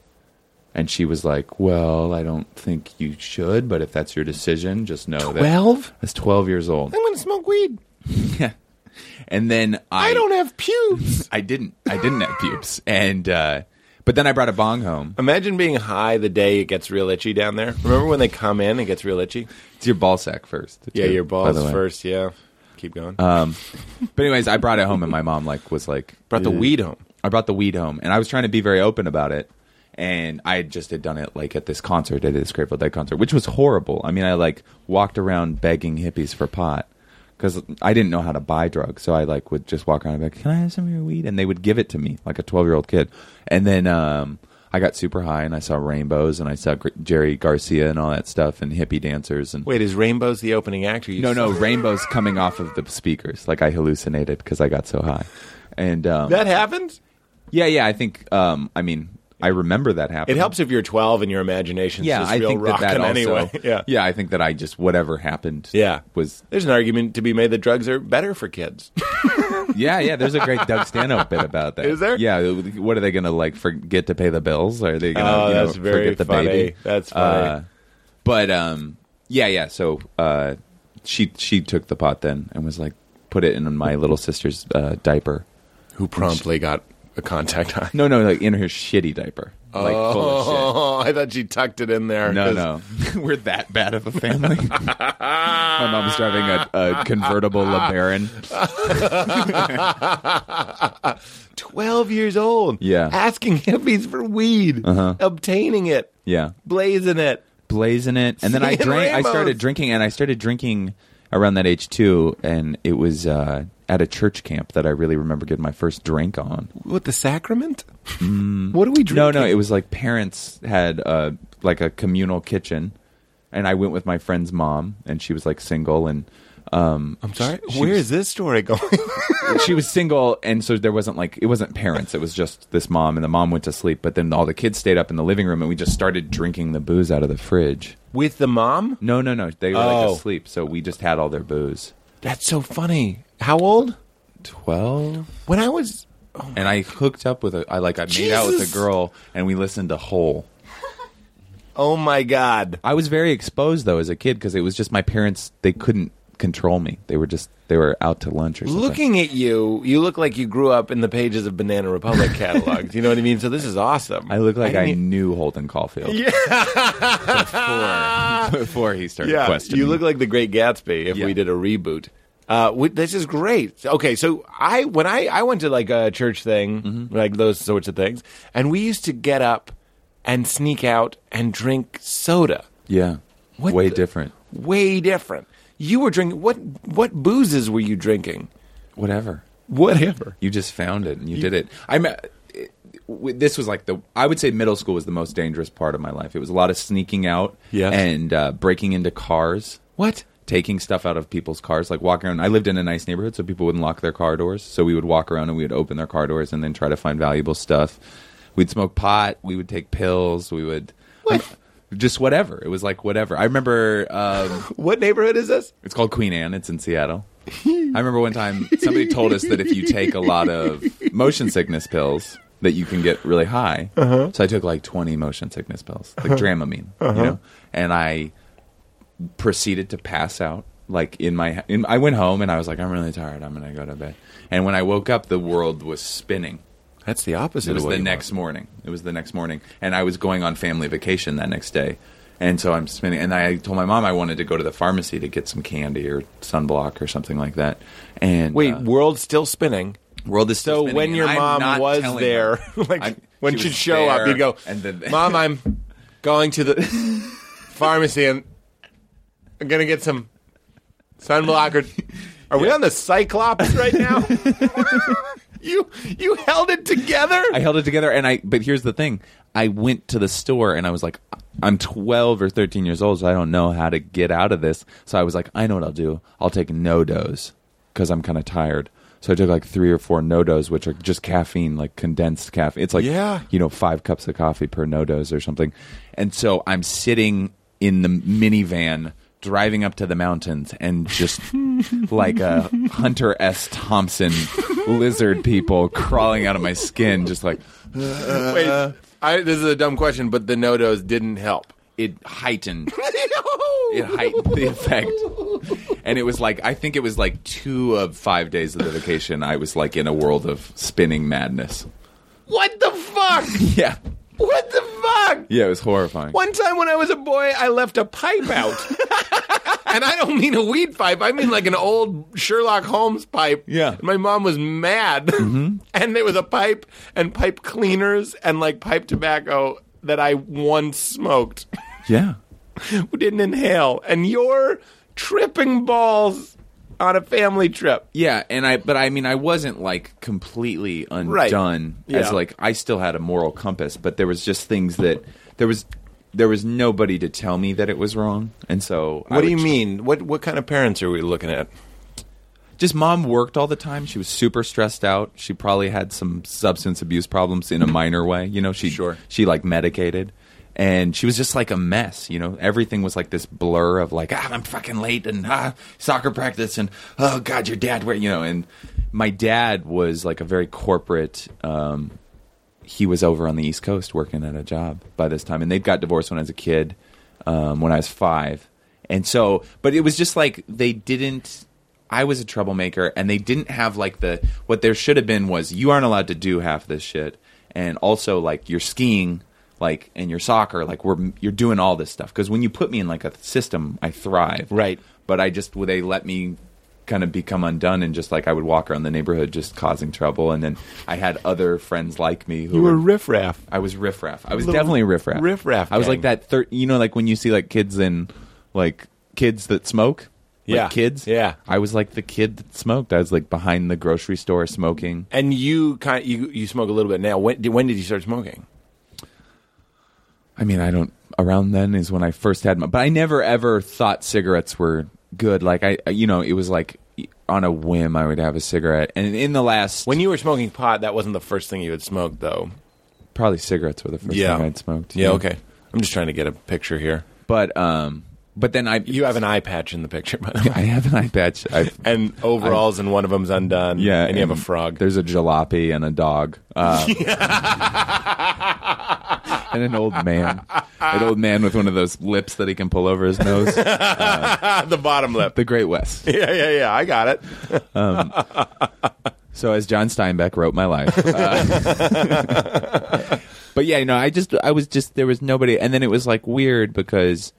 S5: And she was like, "Well, I don't think you should, but if that's your decision, just know that."
S3: Twelve?
S5: That's twelve years old.
S3: I'm going to smoke weed.
S5: And then I,
S3: I don't have pubes.
S5: I didn't. I didn't have pubes. And uh, but then I brought a bong home.
S3: Imagine being high the day it gets real itchy down there. Remember when they come in and it gets real itchy?
S5: It's your ball sack first.
S3: Yeah,
S5: too,
S3: your
S5: by
S3: balls
S5: the way. Uh,
S3: first. Yeah, keep going.
S5: But anyways, I brought it home, and my mom like was like
S3: Brought the
S5: "Ugh."
S3: weed home.
S5: I brought the weed home, and I was trying to be very open about it. And I had just had done it like at this concert, at this Grateful Dead concert, which was horrible. I mean, I like walked around begging hippies for pot because I didn't know how to buy drugs, so I like would just walk around and be like, "Can I have some of your weed?" And they would give it to me like a twelve-year-old kid. And then um, I got super high, and I saw rainbows, and I saw Gr- Jerry Garcia and all that stuff, and hippie dancers, and
S3: Wait, is Rainbows the opening act? Or you
S5: no, no, rainbows coming off of the speakers. Like I hallucinated because I got so high, and um,
S3: that happens.
S5: yeah, yeah. I think. Um, I mean, I remember that happening.
S3: It helps if you're 12 and your imagination's
S5: Yeah,
S3: just
S5: I
S3: real
S5: think that
S3: rockin'
S5: that also.
S3: anyway. yeah,
S5: yeah. I think that I just whatever happened.
S3: Yeah.
S5: was
S3: There's an argument to be made that drugs are better for kids.
S5: yeah, yeah. There's a great Doug Stanhope bit about that.
S3: Is there?
S5: Yeah. What are they going to like forget to pay the bills? Are they going to
S3: Oh,
S5: you know,
S3: that's very
S5: forget the
S3: funny.
S5: baby?
S3: That's funny.
S5: Uh, but um, yeah, yeah. So uh, she she took the pot then and was like put it in my little sister's uh, diaper.
S3: Who promptly got a contact high?
S5: No, no, like in her shitty diaper, like full of shit.
S3: Oh, I thought she tucked it in there.
S5: No,
S3: 'cause-
S5: no. We're that bad of a family. My mom's driving a, a convertible LeBaron.
S3: 12 years old.
S5: Yeah. Uh-huh.
S3: Asking hippies for weed, obtaining it,
S5: Yeah.
S3: blazing it.
S5: Blazing it. And then I
S3: Seeing
S5: drank I
S3: rainbows.
S5: started drinking and I started drinking around that age too and it was uh, at a church camp that I really remember getting my first drink on.
S3: What, the sacrament? What are we drinking?
S5: Mm. No, no, it was like parents had uh, like a communal kitchen and I went with my friend's mom and she was like single and um,
S3: I'm sorry?
S5: she
S3: Where
S5: was-
S3: is this story going?
S5: she was single and so there wasn't like it wasn't parents it was just this mom and the mom went to sleep but then all the kids stayed up in the living room and we just started drinking the booze out of the fridge
S3: With the mom?
S5: no no no they were
S3: Oh.
S5: like asleep so we just had all their booze
S3: That's so funny. How old?
S5: 12
S3: When I was.
S5: and i hooked up with a i like i made out with
S3: Jesus.
S5: a girl and we listened to hole
S3: Oh my God.
S5: i was very exposed though as a kid because it was just my parents they couldn't control me they were just they were out to lunch or something
S3: Looking at you, you look like you grew up in the pages of Banana Republic catalogs. you know what I mean? So this is awesome.
S5: I look like I,
S3: didn't e-
S5: knew Holden Caulfield. Yeah. Before, before he started
S3: yeah,
S5: questioning.
S3: you look like the Great Gatsby if
S5: Yeah.
S3: we did a reboot. Uh, we, this is great. Okay, so I when I I went to like a church thing, like those sorts of things, and we used to get up and sneak out and drink soda.
S5: Yeah.
S3: What
S5: Way
S3: the-
S5: different.
S3: Way different. You were drinking what? What boozes were you drinking?
S5: Whatever.
S3: Whatever.
S5: You just found it and you, did it. I me- it- w This was like the. I would say middle school was the most dangerous part of my life. It was a lot of sneaking out
S3: Yes.
S5: and uh, breaking into cars,
S3: What?
S5: taking stuff out of people's cars, like walking around. I lived in a nice neighborhood, so people wouldn't lock their car doors. So we would walk around and we would open their car doors and then try to find valuable stuff. We'd smoke pot. We would take pills. We would. Just whatever. It was like whatever. I remember. Um,
S3: What neighborhood is this?
S5: It's called Queen Anne. It's in Seattle. I remember one time somebody told us that if you take a lot of motion sickness pills, that you can get really high. So I took like 20 motion sickness pills, like Dramamine, you know, and I proceeded to pass out. Like in my, in, I went home and I was like, I'm really tired. I'm gonna go to bed. And when I woke up, the world was spinning.
S3: That's the opposite.
S5: It was
S3: of what
S5: the
S3: you
S5: next morning. It was the next morning, and I was going on family vacation that next day, and so I'm spending. And I told my mom I wanted to go to the pharmacy to get some candy or sunblock or something like that. And
S3: Wait,
S5: uh,
S3: world still spinning.
S5: world is still
S3: So
S5: spinning,
S3: when
S5: and
S3: your
S5: I'm
S3: mom
S5: not
S3: was
S5: telling
S3: there,
S5: her.
S3: like
S5: I'm-
S3: when
S5: she
S3: she'd
S5: was
S3: show up,
S5: there,
S3: you'd go,
S5: and then
S3: "Mom, I'm going to the pharmacy and I'm gonna get some sunblock." Or, are we on the Cyclops right now? you you held it together.
S5: I held it together, and I. But here's the thing: I went to the store, and I was like, I'm 12 or 13 years old, so I don't know how to get out of this. So I was like, I know what I'll do. I'll take no dose because I'm kind of tired. So I took like three or four Nodos, which are just caffeine, like condensed caffeine. It's like
S3: Yeah.
S5: you know five cups of coffee per Nodos or something. And so I'm sitting in the minivan driving up to the mountains and just like a Hunter S. Thompson lizard people crawling out of my skin, just like Uh.
S3: Wait, I, this is a dumb question, but the no-dos didn't help.
S5: it heightened it heightened the effect. And it was like I think it was like two of five days of the vacation. I was like in a world of spinning madness.
S3: what the fuck?
S5: Yeah,
S3: What the fuck?
S5: yeah, it was horrifying.
S3: One time when I was a boy, I left a pipe out. and I don't mean a weed pipe, I mean like an old Sherlock Holmes pipe.
S5: Yeah.
S3: And my mom was mad. and there was a pipe and pipe cleaners and like pipe tobacco that I once smoked,
S5: Yeah,
S3: didn't inhale. And you're tripping balls on a family trip.
S5: yeah, and I but I mean I wasn't like completely undone
S3: Yeah.
S5: as like I still had a moral compass, but there was just things that there was there was nobody to tell me that it was wrong, and so I
S3: What do you
S5: would-
S3: mean? What what kind of parents are we looking at?
S5: just mom worked all the time. She was super stressed out. She probably had some substance abuse problems in a minor way. You know, she
S3: Sure.
S5: she like medicated, and she was just like a mess. You know, everything was like this blur of like ah, I'm fucking late and ah, soccer practice and oh god, your dad where you know. And my dad was like a very corporate. Um, he was over on the East Coast working at a job by this time, and they got divorced when I was a kid, um, when I was five, and so. But it was just like they didn't. I was a troublemaker, and they didn't have like the what there should have been was you aren't allowed to do half this shit, and also like your skiing, like and your soccer, like we're you're doing all this stuff because when you put me in like a system, I thrive,
S3: Right.
S5: But I just would they let me kind of become undone and just like I would walk around the neighborhood just causing trouble, and then I had other friends like me who
S3: You were riffraff.
S5: I was riffraff. I was
S3: Little
S5: definitely riffraff.
S3: riffraff
S5: I was
S3: gang.
S5: like that. Thir- you know, like when you see like kids in like kids that smoke. Like
S3: Yeah.
S5: kids.
S3: Yeah.
S5: I was like the kid that smoked. I was like behind the grocery store smoking.
S3: And you kind you you smoke a little bit now. When did, when did you start smoking?
S5: I mean, I don't. Around then is when I first had my. But I never ever thought cigarettes were good. Like I, you know, it was like on a whim I would have a cigarette. And in the last,
S3: When you were smoking pot, that wasn't the first thing you had smoked, though.
S5: probably cigarettes were the first thing I'd smoked.
S3: Yeah, okay. I'm just trying to get a picture here.
S5: But um, but then I
S3: You have an eye patch in the picture, by the way.
S5: I have an eye patch. I've,
S3: And overalls, and one of them's undone.
S5: Yeah,
S3: and, you have a frog.
S5: There's a jalopy and a dog, um, and an old man, an old man with one of those lips that he can pull over his nose. Uh,
S3: Ah, the bottom lip.
S5: the Great West. Um,
S3: yeah, yeah, yeah. I got it.
S5: So as John Steinbeck wrote my life. Uh, but yeah, you know, I just, I was just, there was nobody, and then it was like weird because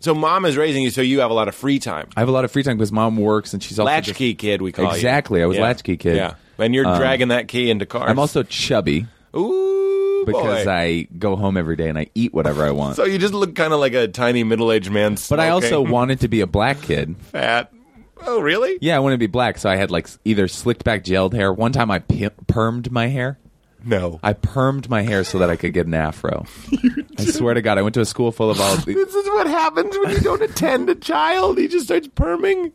S3: So mom is raising you, so you have a lot of free time.
S5: I have a lot of free time because mom works and she's also just-
S3: Latchkey kid, we call
S5: Exactly,
S3: you.
S5: I was latchkey kid.
S3: Yeah, and you're
S5: Um,
S3: dragging that key into cars.
S5: I'm also chubby
S3: ooh
S5: because
S3: boy.
S5: I go home every day and I eat whatever I want.
S3: So you just look kind of like a tiny middle-aged man.
S5: but I also
S3: smoking
S5: wanted to be a black kid.
S3: fat. Oh, really?
S5: Yeah, I wanted to be black, so I had like s- either slicked back gelled hair. One time I pi permed my hair.
S3: No.
S5: I permed my hair so that I could get an afro. I swear to God, I went to a school full of all.
S3: This is what happens when you don't attend a child. He just starts perming.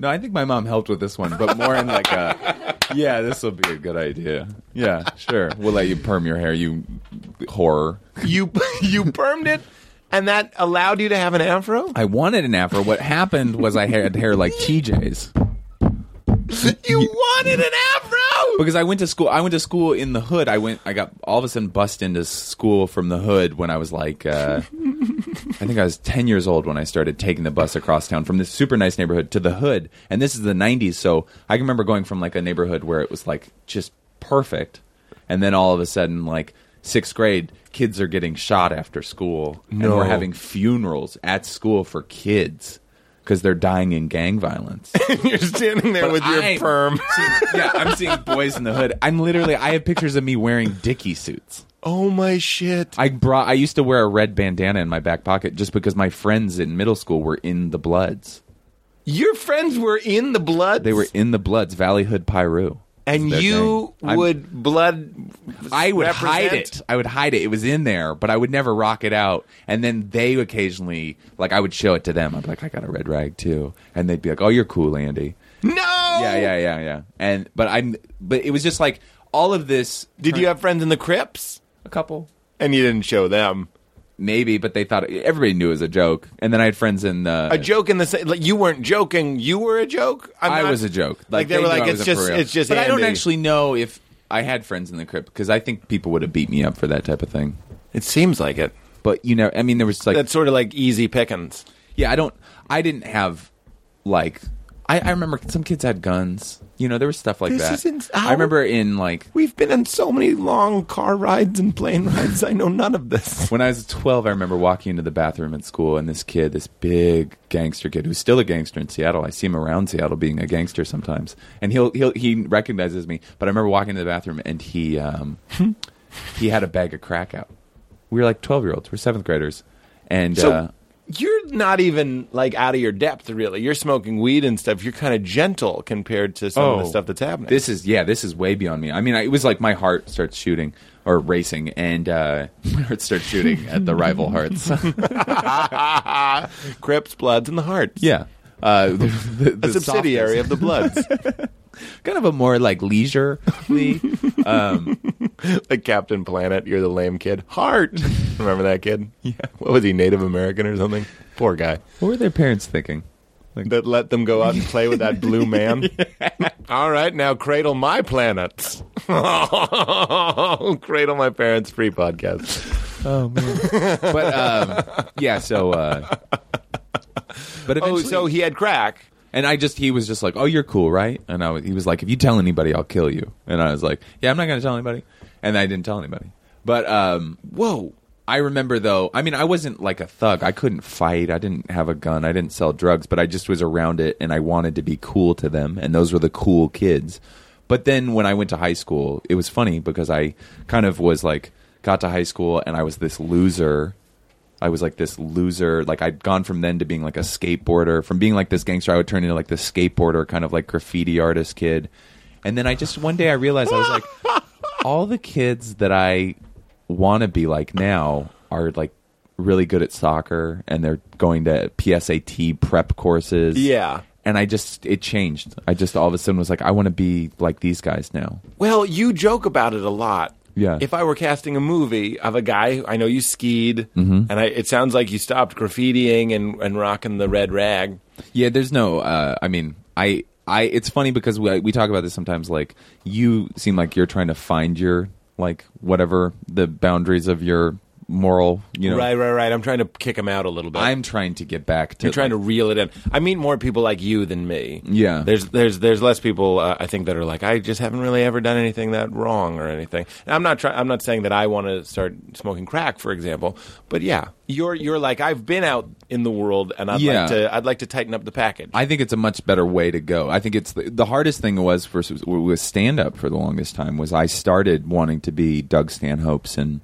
S5: No, I think my mom helped with this one, but more in like a, yeah, this will be a good idea. Yeah, sure, we'll let you perm your hair, you horror.
S3: You you permed it, and that allowed you to have an afro.
S5: I wanted an afro. What happened was I had hair like TJ's.
S3: You wanted an afro.
S5: because I went to school. I went to school in the hood. I went. I got all of a sudden bussed into school from the hood when I was like, uh, I think I was ten years old when I started taking the bus across town from this super nice neighborhood to the hood. And this is the '90s, so I can remember going from like a neighborhood where it was like just perfect, and then all of a sudden, like sixth grade, kids are getting shot after school, and
S3: No.
S5: we're having funerals at school for kids because they're dying in gang violence.
S3: You're standing there with your
S5: I'm
S3: perm.
S5: seeing- yeah, I'm seeing boys in the hood. I'm literally I have pictures of me wearing Dickie suits.
S3: Oh my shit!
S5: I brought I used to wear a red bandana in my back pocket just because my friends in middle school were in the Bloods.
S3: Your friends were in the blood.
S5: They were in the Bloods, Valley Hood Piru.
S3: and
S5: Their
S3: you
S5: thing. I'm-
S3: would blood.
S5: I would
S3: represent-
S5: hide it. I would hide it. It was in there, but I would never rock it out. And then they occasionally like I would show it to them. I'd be like, I got a red rag too. And they'd be like, Oh, you're cool, Andy.
S3: No.
S2: No.
S5: Yeah, yeah, yeah, yeah. And but I'm but it was just like all of this.
S3: Did you have friends in the Crips?
S5: a couple?
S3: And you didn't show them
S5: Maybe, but they thought everybody knew it was a joke. And then I had friends in the.
S3: a joke in the sa- like you weren't joking. You were a joke. I'm
S5: I
S3: not-
S5: was a joke.
S3: Like, they were
S5: knew I
S3: like,
S5: was
S3: it's
S5: a
S3: just,
S5: for real.
S3: it's just.
S5: But I don't
S3: Andy.
S5: actually know if I had friends in the crypt because I think people would have beat me up for that type of thing.
S3: It seems like it.
S5: But you know, I mean, there was like,
S3: That's sort of like easy pickings.
S5: yeah, I don't, I didn't have like, I, I remember some kids had guns. You know, there was stuff like
S3: This
S5: that.
S3: isn't how-
S5: I remember in like
S3: We've been on so many long car rides and plane rides. I know none of this.
S5: When I was 12, I remember walking into the bathroom at school, and this kid, this big gangster kid, who's still a gangster in Seattle. I see him around Seattle being a gangster sometimes, and he'll he'll he recognizes me. But I remember walking into the bathroom, and he um, he had a bag of crack out. We were like 12 year olds. We're seventh graders, and
S3: So
S5: uh,
S3: you're not even like out of your depth, really. You're smoking weed and stuff. You're kind of gentle compared to some of the stuff that's happening.
S5: Oh. This is yeah, this is way beyond me. I mean, I, it was like my heart starts shooting or racing, and uh, my heart starts shooting at the rival hearts.
S3: Ah, Crips, Bloods, and the Hearts.
S5: yeah. Uh, the, the,
S3: a
S5: the
S3: subsidiary of the Bloods,
S5: kind of a more like leisurely.
S3: like Captain Planet. You're the lame kid. Heart. Remember that kid? Yeah. What was he, Native American or something? Poor guy.
S5: what were their parents thinking?
S3: That let them go out and play with that blue man. All right, now cradle my planets. cradle my parents. Free podcast.
S5: Oh man. but um, yeah, so. Uh, but
S3: Oh,
S5: eventually,
S3: so he had crack.
S5: and I just he was just like, "Oh, you're cool, right?" And I was, he was like, "If you tell anybody, I'll kill you." And I was like, "Yeah, I'm not gonna tell anybody." And I didn't tell anybody. But um, whoa. I remember though. I mean, I wasn't like a thug. I couldn't fight. I didn't have a gun. I didn't sell drugs, but I just was around it, and I wanted to be cool to them. And those were the cool kids. But then when I went to high school, it was funny because I kind of was like got to high school and I was this loser I was like this loser. Like I'd gone from then to being like a skateboarder. From being like this gangster, I would turn into like this skateboarder, kind of like graffiti artist kid. And then I just one day I realized I was like, all the kids that I want to be like now are like really good at soccer and they're going to PSAT prep courses.
S3: Yeah.
S5: And I just it changed. I just all of a sudden was like, I want to be like these guys now.
S3: Well, you joke about it a lot.
S5: Yeah.
S3: If I were casting a movie of a guy, I know you skied, and I, it sounds like you stopped graffitiing and, and rocking the red rag.
S5: Yeah, there's no. Uh, I mean, I, I. It's funny because we we talk about this sometimes. Like, you seem like you're trying to find your like whatever the boundaries of your moral. You know,
S3: Right, right, right. I'm trying to kick him out a little bit.
S5: I'm trying to get back to.
S3: You're trying to reel it in. I meet more people like you than me.
S5: Yeah.
S3: There's there's there's less people uh, I think that are like I just haven't really ever done anything that wrong or anything. And I'm not try- I'm not saying that I want to start smoking crack, for example. But yeah, you're you're like I've been out in the world and I'd
S5: Yeah.
S3: like to I'd like to tighten up the package.
S5: I think it's a much better way to go. I think it's the, the hardest thing was for was stand up for the longest time was I started wanting to be Doug Stanhope's and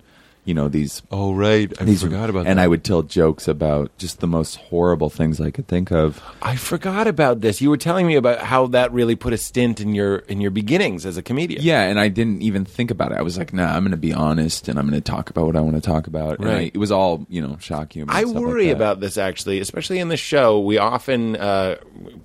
S5: you know these
S3: oh right, I
S5: these and I would tell jokes about just the most horrible things I could think of.
S3: I forgot about this. You were telling me about how that really put a stint in your in your beginnings as a comedian.
S5: Yeah, and I didn't even think about it. I was like, nah, I'm going to be honest and I'm going to talk about what I want to talk about. And I-
S3: Right.
S5: it was all, you know, shock humor. and
S3: I
S5: stuff like
S3: worry
S5: that.
S3: about this actually, especially in the show. We often uh,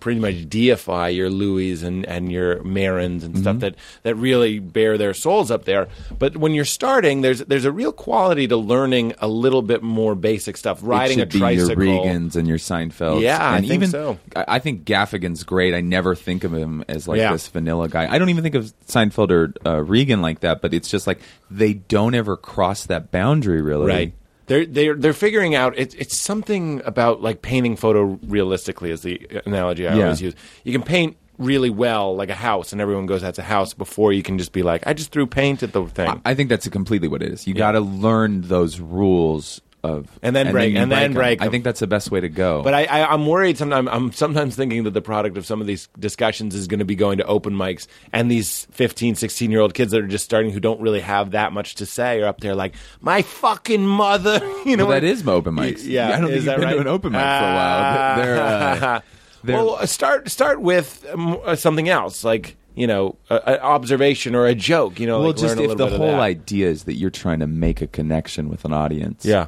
S3: pretty much deify your Louis and, and your Marins and
S5: Mm-hmm.
S3: stuff that, that really bear their souls up there. But when you're starting, there's there's a real quality to learning a little bit more basic stuff,
S5: It
S3: riding
S5: should
S3: a
S5: be your
S3: tricycle.
S5: Regans and your Seinfelds.
S3: Yeah, I
S5: and
S3: think
S5: even,
S3: so.
S5: I, I think Gaffigan's great. I never think of him as like
S3: Yeah.
S5: this vanilla guy. I don't even think of Seinfeld or uh, Regan like that. But it's just like they don't ever cross that boundary, really.
S3: Right. They're they're they're figuring out it's it's something about like painting photo realistically is the analogy I
S5: Yeah.
S3: always use. You can paint really well like a house and everyone goes that's a house before you can just be like I just threw paint at the thing.
S5: I think that's completely what it is. You got to learn those rules of
S3: And then break-
S5: you
S3: and then break
S5: I
S3: them.
S5: think that's the best way to go.
S3: But I, I, I'm worried. Sometimes I'm sometimes thinking that the product of some of these discussions is going to be going to open mics, and these 15, 16 year old kids that are just starting who don't really have that much to say are up there like, "My fucking mother," you know.
S5: Well, that
S3: what-
S5: is open mics.
S3: Y- Yeah,
S5: I don't
S3: is
S5: think you've
S3: that
S5: been
S3: right? Ah.
S5: to an open mic for a while. They're, uh, they're-
S3: well, uh, start start with um, uh, something else, like you know, a- an observation or a joke. You know,
S5: well,
S3: like,
S5: just
S3: learn a
S5: if the
S3: little bit of
S5: whole
S3: that.
S5: idea is that you're trying to make a connection with an audience,
S3: yeah,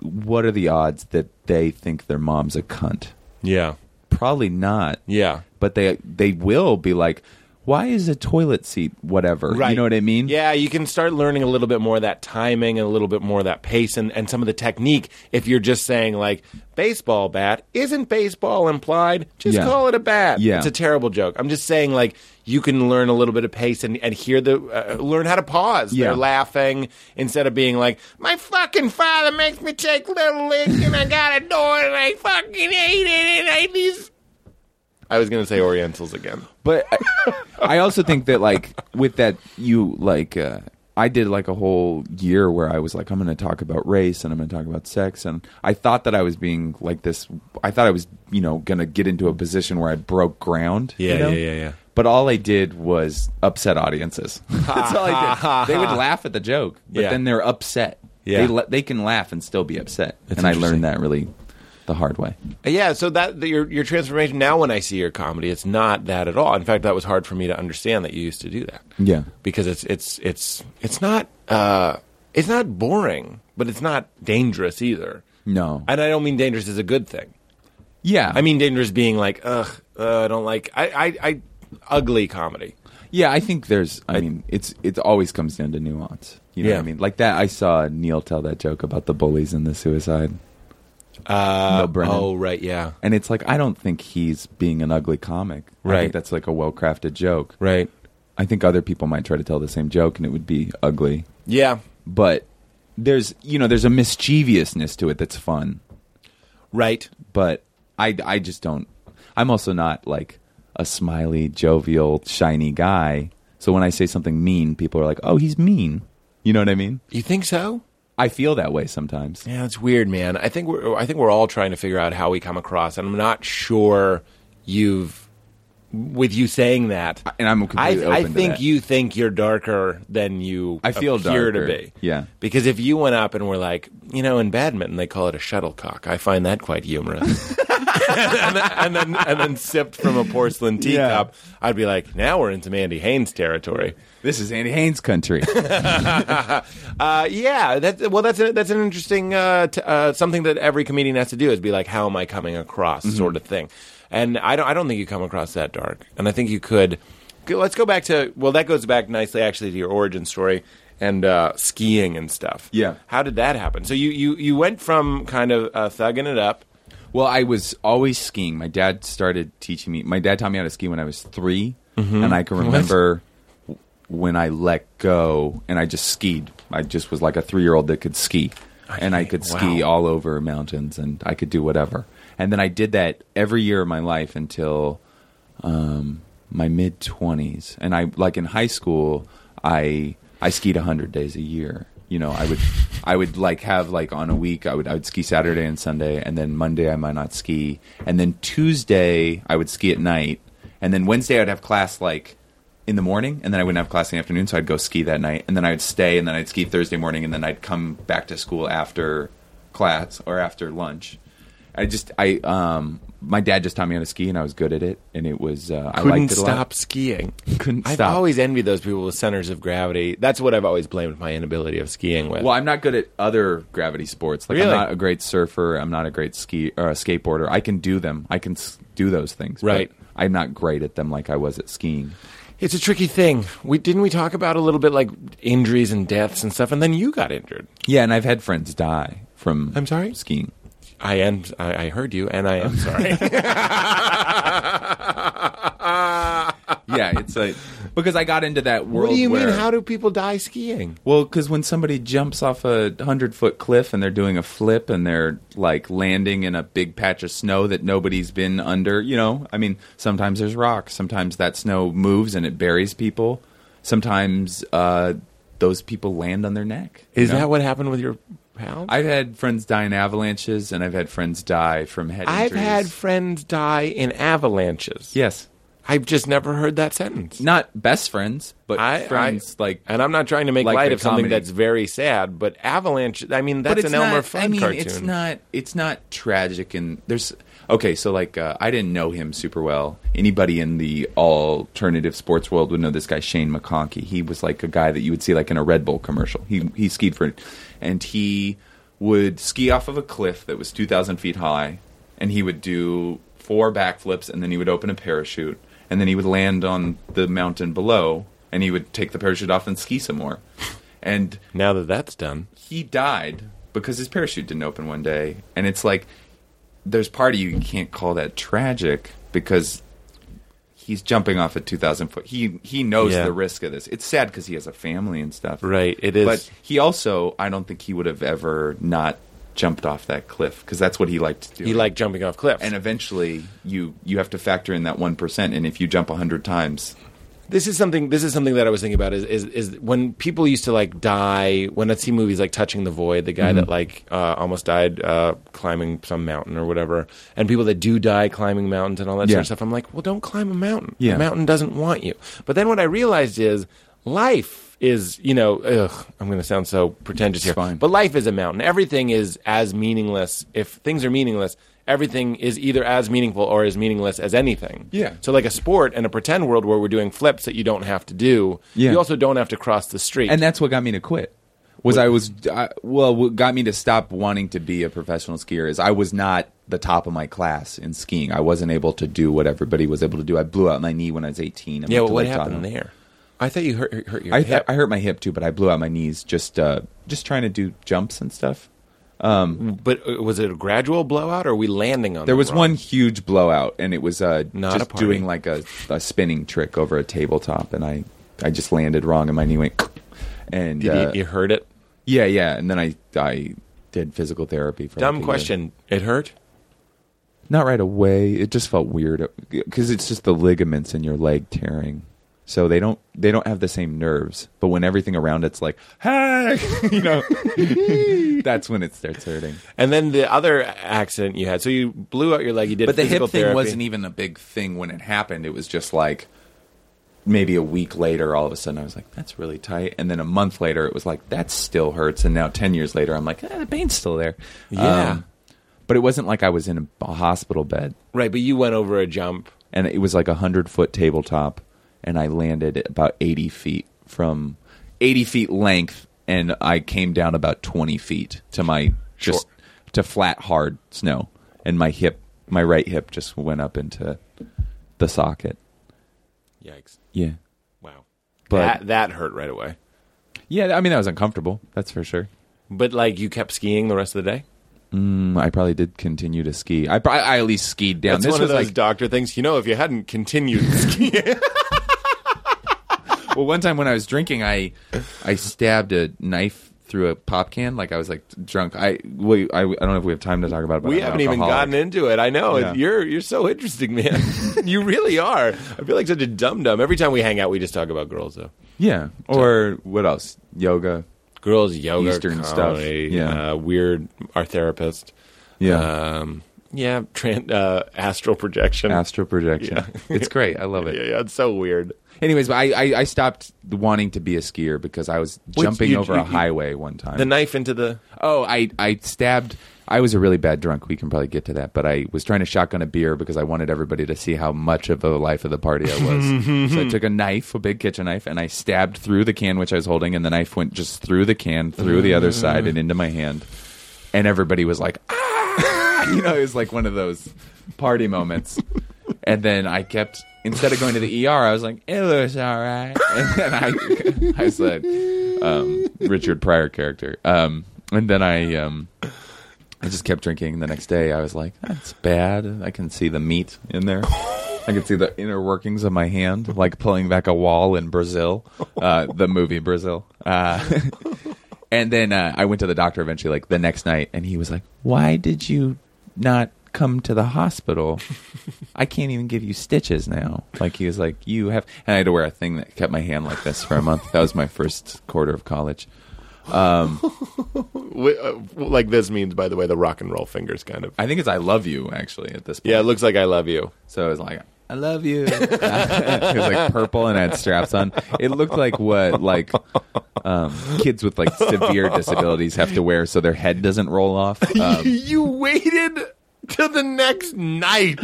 S5: what are the odds that they think their mom's a cunt?
S3: yeah.
S5: Probably not.
S3: Yeah.
S5: But they they will be like, why is a toilet seat whatever? You know what I mean?
S3: Yeah, you can start learning a little bit more of that timing and a little bit more of that pace and, and some of the technique if you're just saying, like, baseball bat. Isn't baseball implied? Just
S5: Yeah.
S3: call it a bat.
S5: Yeah.
S3: It's a terrible joke. I'm just saying, like, you can learn a little bit of pace and, and hear the, uh, learn how to pause.
S5: Yeah.
S3: They're laughing instead of being like, my fucking father makes me take little leagues and I gotta do it and I fucking hate it and I these. I was gonna say Orientals again.
S5: but I, I also think that like with that you like uh, I did like a whole year where I was like I'm going to talk about race and I'm going to talk about sex and I thought that I was being like this I thought I was you know going to get into a position where I broke ground you
S3: Yeah,
S5: know?
S3: yeah, yeah, yeah.
S5: but all I did was upset audiences that's all I did they would laugh at the joke but
S3: Yeah.
S5: then they're upset
S3: Yeah.
S5: they la- they can laugh and still be upset and I learned that really the hard way
S3: Yeah, so that that your your transformation now when I see your comedy, it's not that at all. In fact, that was hard for me to understand that you used to do that.
S5: Yeah.
S3: Because it's it's it's it's not uh it's not boring, but it's not dangerous either.
S5: no
S3: And I don't mean dangerous as a good thing.
S5: yeah
S3: I mean dangerous being like, ugh, uh, I don't like I, I I ugly comedy.
S5: Yeah, I think there's. I, mean, it's it always comes down to nuance. You know
S3: Yeah.
S5: what I mean? Like that. I saw Neil tell that joke about the bullies and the suicide,
S3: Uh
S5: No, Brennan.
S3: Oh right, yeah.
S5: and it's like I don't think he's being an ugly comic. I
S3: Right.
S5: think that's like a well crafted joke.
S3: Right.
S5: I think other people might try to tell the same joke and it would be ugly.
S3: Yeah.
S5: But there's you know there's a mischievousness to it that's fun.
S3: Right.
S5: But I I just don't. I'm also not like a smiley, jovial, shiny guy. So when I say something mean, people are like, "Oh, he's mean." You know what I mean?
S3: You think so?
S5: I feel that way sometimes.
S3: Yeah, it's weird, man. I think we're I think we're all trying to figure out how we come across, and I'm not sure you've with you saying that.
S5: And I'm
S3: I,
S5: completely
S3: I
S5: open to
S3: think
S5: that.
S3: you think you're darker than you
S5: I feel
S3: appear
S5: darker.
S3: to be.
S5: Yeah.
S3: Because if you went up and were like, you know, in badminton they call it a shuttlecock. I find that quite humorous. and, then, and then and then sipped from a porcelain
S5: Yeah.
S3: teacup, I'd be like, now we're into Mandy Haynes territory.
S5: This is Andy Haynes country.
S3: Uh, yeah, that, well, that's a, that's an interesting uh, t- uh, something that every comedian has to do is be like, how am I coming across,
S5: Mm-hmm.
S3: sort of thing. And I don't I don't think you come across that dark. And I think you could. go- Let's go back to well, that goes back nicely actually to your origin story and uh, skiing and stuff.
S5: Yeah.
S3: how did that happen? So you you you went from kind of uh, thugging it up.
S5: well, I was always skiing. My dad started teaching me. My dad taught me how to ski when I was 3
S3: Mm-hmm.
S5: and I can remember w- when I let go and I just skied. I just was like a three year old that could ski, and I
S3: Okay,
S5: could ski
S3: wow.
S5: all over mountains, and I could do whatever. And then I did that every year of my life until my mid 20s and i like in high school i i skied 100 days a year you know i would i would like have like on a week i would i would ski saturday and sunday and then monday i might not ski and then tuesday i would ski at night and then wednesday i'd have class like in the morning and then i wouldn't have class in the afternoon so i'd go ski that night and then i would stay and then i'd ski thursday morning and then i'd come back to school after class or after lunch I just I um my dad just taught me how to ski and I was good at it and it was uh, I
S3: couldn't
S5: liked it a
S3: stop
S5: lot.
S3: skiing.
S5: Couldn't
S3: I've
S5: stop.
S3: always envied those people with centers of gravity. That's what I've always blamed my inability of skiing with.
S5: Well, I'm not good at other gravity sports. Like
S3: Really?
S5: I'm not a great surfer. I'm not a great ski or a skateboarder. I can do them. I can s- do those things. but
S3: Right.
S5: I'm not great at them like I was at skiing.
S3: It's a tricky thing. We didn't we talk about a little bit like injuries and deaths and stuff, and then you got injured.
S5: Yeah, and I've had friends die from
S3: I'm sorry?
S5: skiing.
S3: I am. I, I heard you, and I am sorry.
S5: Yeah, it's like because I got into that world.
S3: what do you mean?
S5: where-
S3: How do people die skiing?
S5: Well, because when somebody jumps off a hundred foot cliff and they're doing a flip and they're like landing in a big patch of snow that nobody's been under, you know, I mean, sometimes there's rocks. Sometimes that snow moves and it buries people. Sometimes uh, those people land on their neck. you
S3: Is
S5: know?
S3: that what happened with your pal?
S5: I've had friends die in avalanches and I've had friends die from head
S3: I've
S5: injuries.
S3: had friends die in avalanches.
S5: yes,
S3: I've just never heard that sentence.
S5: not best friends, but
S3: I,
S5: friends
S3: I-
S5: like.
S3: and I'm not trying to make
S5: like
S3: light
S5: the
S3: of something
S5: comedy.
S3: that's very sad, but avalanche. I mean, that's
S5: but it's
S3: an Elmer
S5: not,
S3: Fudd
S5: I mean,
S3: cartoon.
S5: It's not. It's not tragic, and there's okay. So like, uh, I didn't know him super well. Anybody in the alternative sports world would know this guy Shane McConkey. He was like a guy that you would see like in a Red Bull commercial. He he skied for, and he would ski off of a cliff that was two thousand feet high, and he would do four backflips, and then he would open a parachute, and then he would land on the mountain below, and he would take the parachute off and ski some more. And
S3: Now that that's done,
S5: he died because his parachute didn't open one day, and it's like there's part of you you can't call that tragic because he's jumping off at 2,000 foot. He he knows
S3: Yeah.
S5: the risk of this. It's sad because he has a family and stuff.
S3: right? It is.
S5: But he also, I don't think he would have ever not jumped off that cliff because that's what he liked to do.
S3: you like jumping off cliffs.
S5: and eventually you you have to factor in that one percent. And if you jump hundred times,
S3: this is something. This is something that I was thinking about. Is is, is when people used to like die when I see movies like Touching the Void, the guy
S5: Mm-hmm.
S3: that like uh, almost died uh, climbing some mountain or whatever, and people that do die climbing mountains and all that sort
S5: Yeah.
S3: of stuff. I'm like, well, don't climb a mountain.
S5: Yeah.
S3: A mountain doesn't want you. But then what I realized is life is you know ugh, i'm going to sound so pretentious here
S5: fine.
S3: but life is a mountain everything is as meaningless if things are meaningless everything is either as meaningful or as meaningless as anything
S5: Yeah.
S3: so like a sport and a pretend world where we're doing flips that you don't have to do.
S5: Yeah.
S3: You also don't have to cross the street.
S5: and that's what got me to quit. Was I was I, well, what got me to stop wanting to be a professional skier is I was not the top of my class in skiing. I wasn't able to do what everybody was able to do. I blew out my knee when I was eighteen. I moved
S3: yeah, well,
S5: to
S3: what
S5: Lake
S3: happened
S5: Tahoe.
S3: there? I thought you hurt, hurt- hurt your
S5: I,
S3: hip.
S5: I hurt my hip too, but I blew out my knees just uh, just trying to do jumps and stuff.
S3: but uh, was it a gradual blowout or are we landing on
S5: There
S3: the
S5: was
S3: wrong-
S5: one huge blowout, and it was uh,
S3: Not a
S5: just
S3: party.
S5: doing like a, a spinning trick over a tabletop, and I, I just landed wrong, and my knee went, and
S3: Did
S5: uh,
S3: you, you hurt it?
S5: yeah, yeah, and then I I did physical therapy for like a
S3: Dumb
S5: year.
S3: question. It hurt?
S5: Not right away. It just felt weird because it's just the ligaments in your leg tearing. So they don't they don't have the same nerves, but when everything around it's like, hey, you know, that's when it starts hurting.
S3: And then the other accident you had. So you blew out your leg. You did
S5: But the hip
S3: physical
S5: thing
S3: therapy.
S5: wasn't even a big thing when it happened. It was just like maybe a week later, all of a sudden, I was like, "That's really tight," and then a month later, it was like, "That still hurts," and now ten years later, I'm like, eh, "The pain's still there." Um,
S3: Yeah.
S5: but it wasn't like I was in a, a hospital bed,
S3: right, but you went over a jump.
S5: and it was like a hundred foot tabletop, and I landed at about eighty feet from eighty feet length, and I came down about twenty feet to my just to flat hard snow, and my hip, my right hip, just went up into the socket.
S3: Yikes.
S5: Yeah,
S3: Wow.
S5: But-
S3: that, that hurt right away.
S5: yeah. I mean, that was uncomfortable. That's for sure.
S3: But like you kept skiing the rest of the day?
S5: Mm, I probably did continue to ski. I, prob- I at least skied down.
S3: That's
S5: this
S3: one
S5: was
S3: of those
S5: like
S3: doctor things. You know, if you hadn't continued skiing.
S5: well, one time when I was drinking, I I stabbed a knife through a pop can. Like I was like drunk. I we, I, I don't know if we have time to talk about. about
S3: We
S5: an
S3: haven't even
S5: alcoholic.
S3: gotten into it. I know
S5: Yeah.
S3: you're you're so interesting, man. you really are. I feel like such a dum dum. Every time we hang out, we just talk about girls though.
S5: Yeah, or what else? Yoga.
S3: Girls, yoga,
S5: Eastern stuff.
S3: comedy,
S5: Yeah.
S3: uh, weird. Our therapist.
S5: Yeah,
S3: um, yeah, tran uh, astral projection.
S5: astral projection. it's great. I love it.
S3: yeah, yeah, it's so weird.
S5: Anyways, but I, I I stopped wanting to be a skier because I was jumping
S3: you-
S5: over
S3: you-
S5: a
S3: you-
S5: highway one time.
S3: The knife into the
S5: Oh, I I stabbed. I was a really bad drunk. We can probably get to that, but I was trying to shotgun a beer because I wanted everybody to see how much of a life of the party I was. so I took a knife, a big kitchen knife, and I stabbed through the can which I was holding, and the knife went just through the can, through the other side, and into my hand. And everybody was like, "Ah!" You know, it was like one of those party moments. and then I kept instead of going to the ER, I was like, "It was all right," and then I I said um, Richard Pryor character. Um, and then I um, I just kept drinking. The next day, I was like, "That's bad. I can see the meat in there. I can see the inner workings of my hand, like pulling back a wall in Brazil, uh, the movie Brazil." Uh, and then uh, I went to the doctor eventually, like the next night, and he was like, "Why did you not come to the hospital? I can't even give you stitches now." Like he was like, "You have," and I had to wear a thing that kept my hand like this for a month. That was my first quarter of college.
S3: wi- uh, like this means, by the way, the rock and roll fingers kind of.
S5: I think it's "I love you" actually at this point.
S3: Yeah, it looks like I love you.
S5: So it was like, I love you. it was like purple and had straps on. It looked like what like um, kids with like severe disabilities have to wear so their head doesn't roll off. Um,
S3: you waited till the next night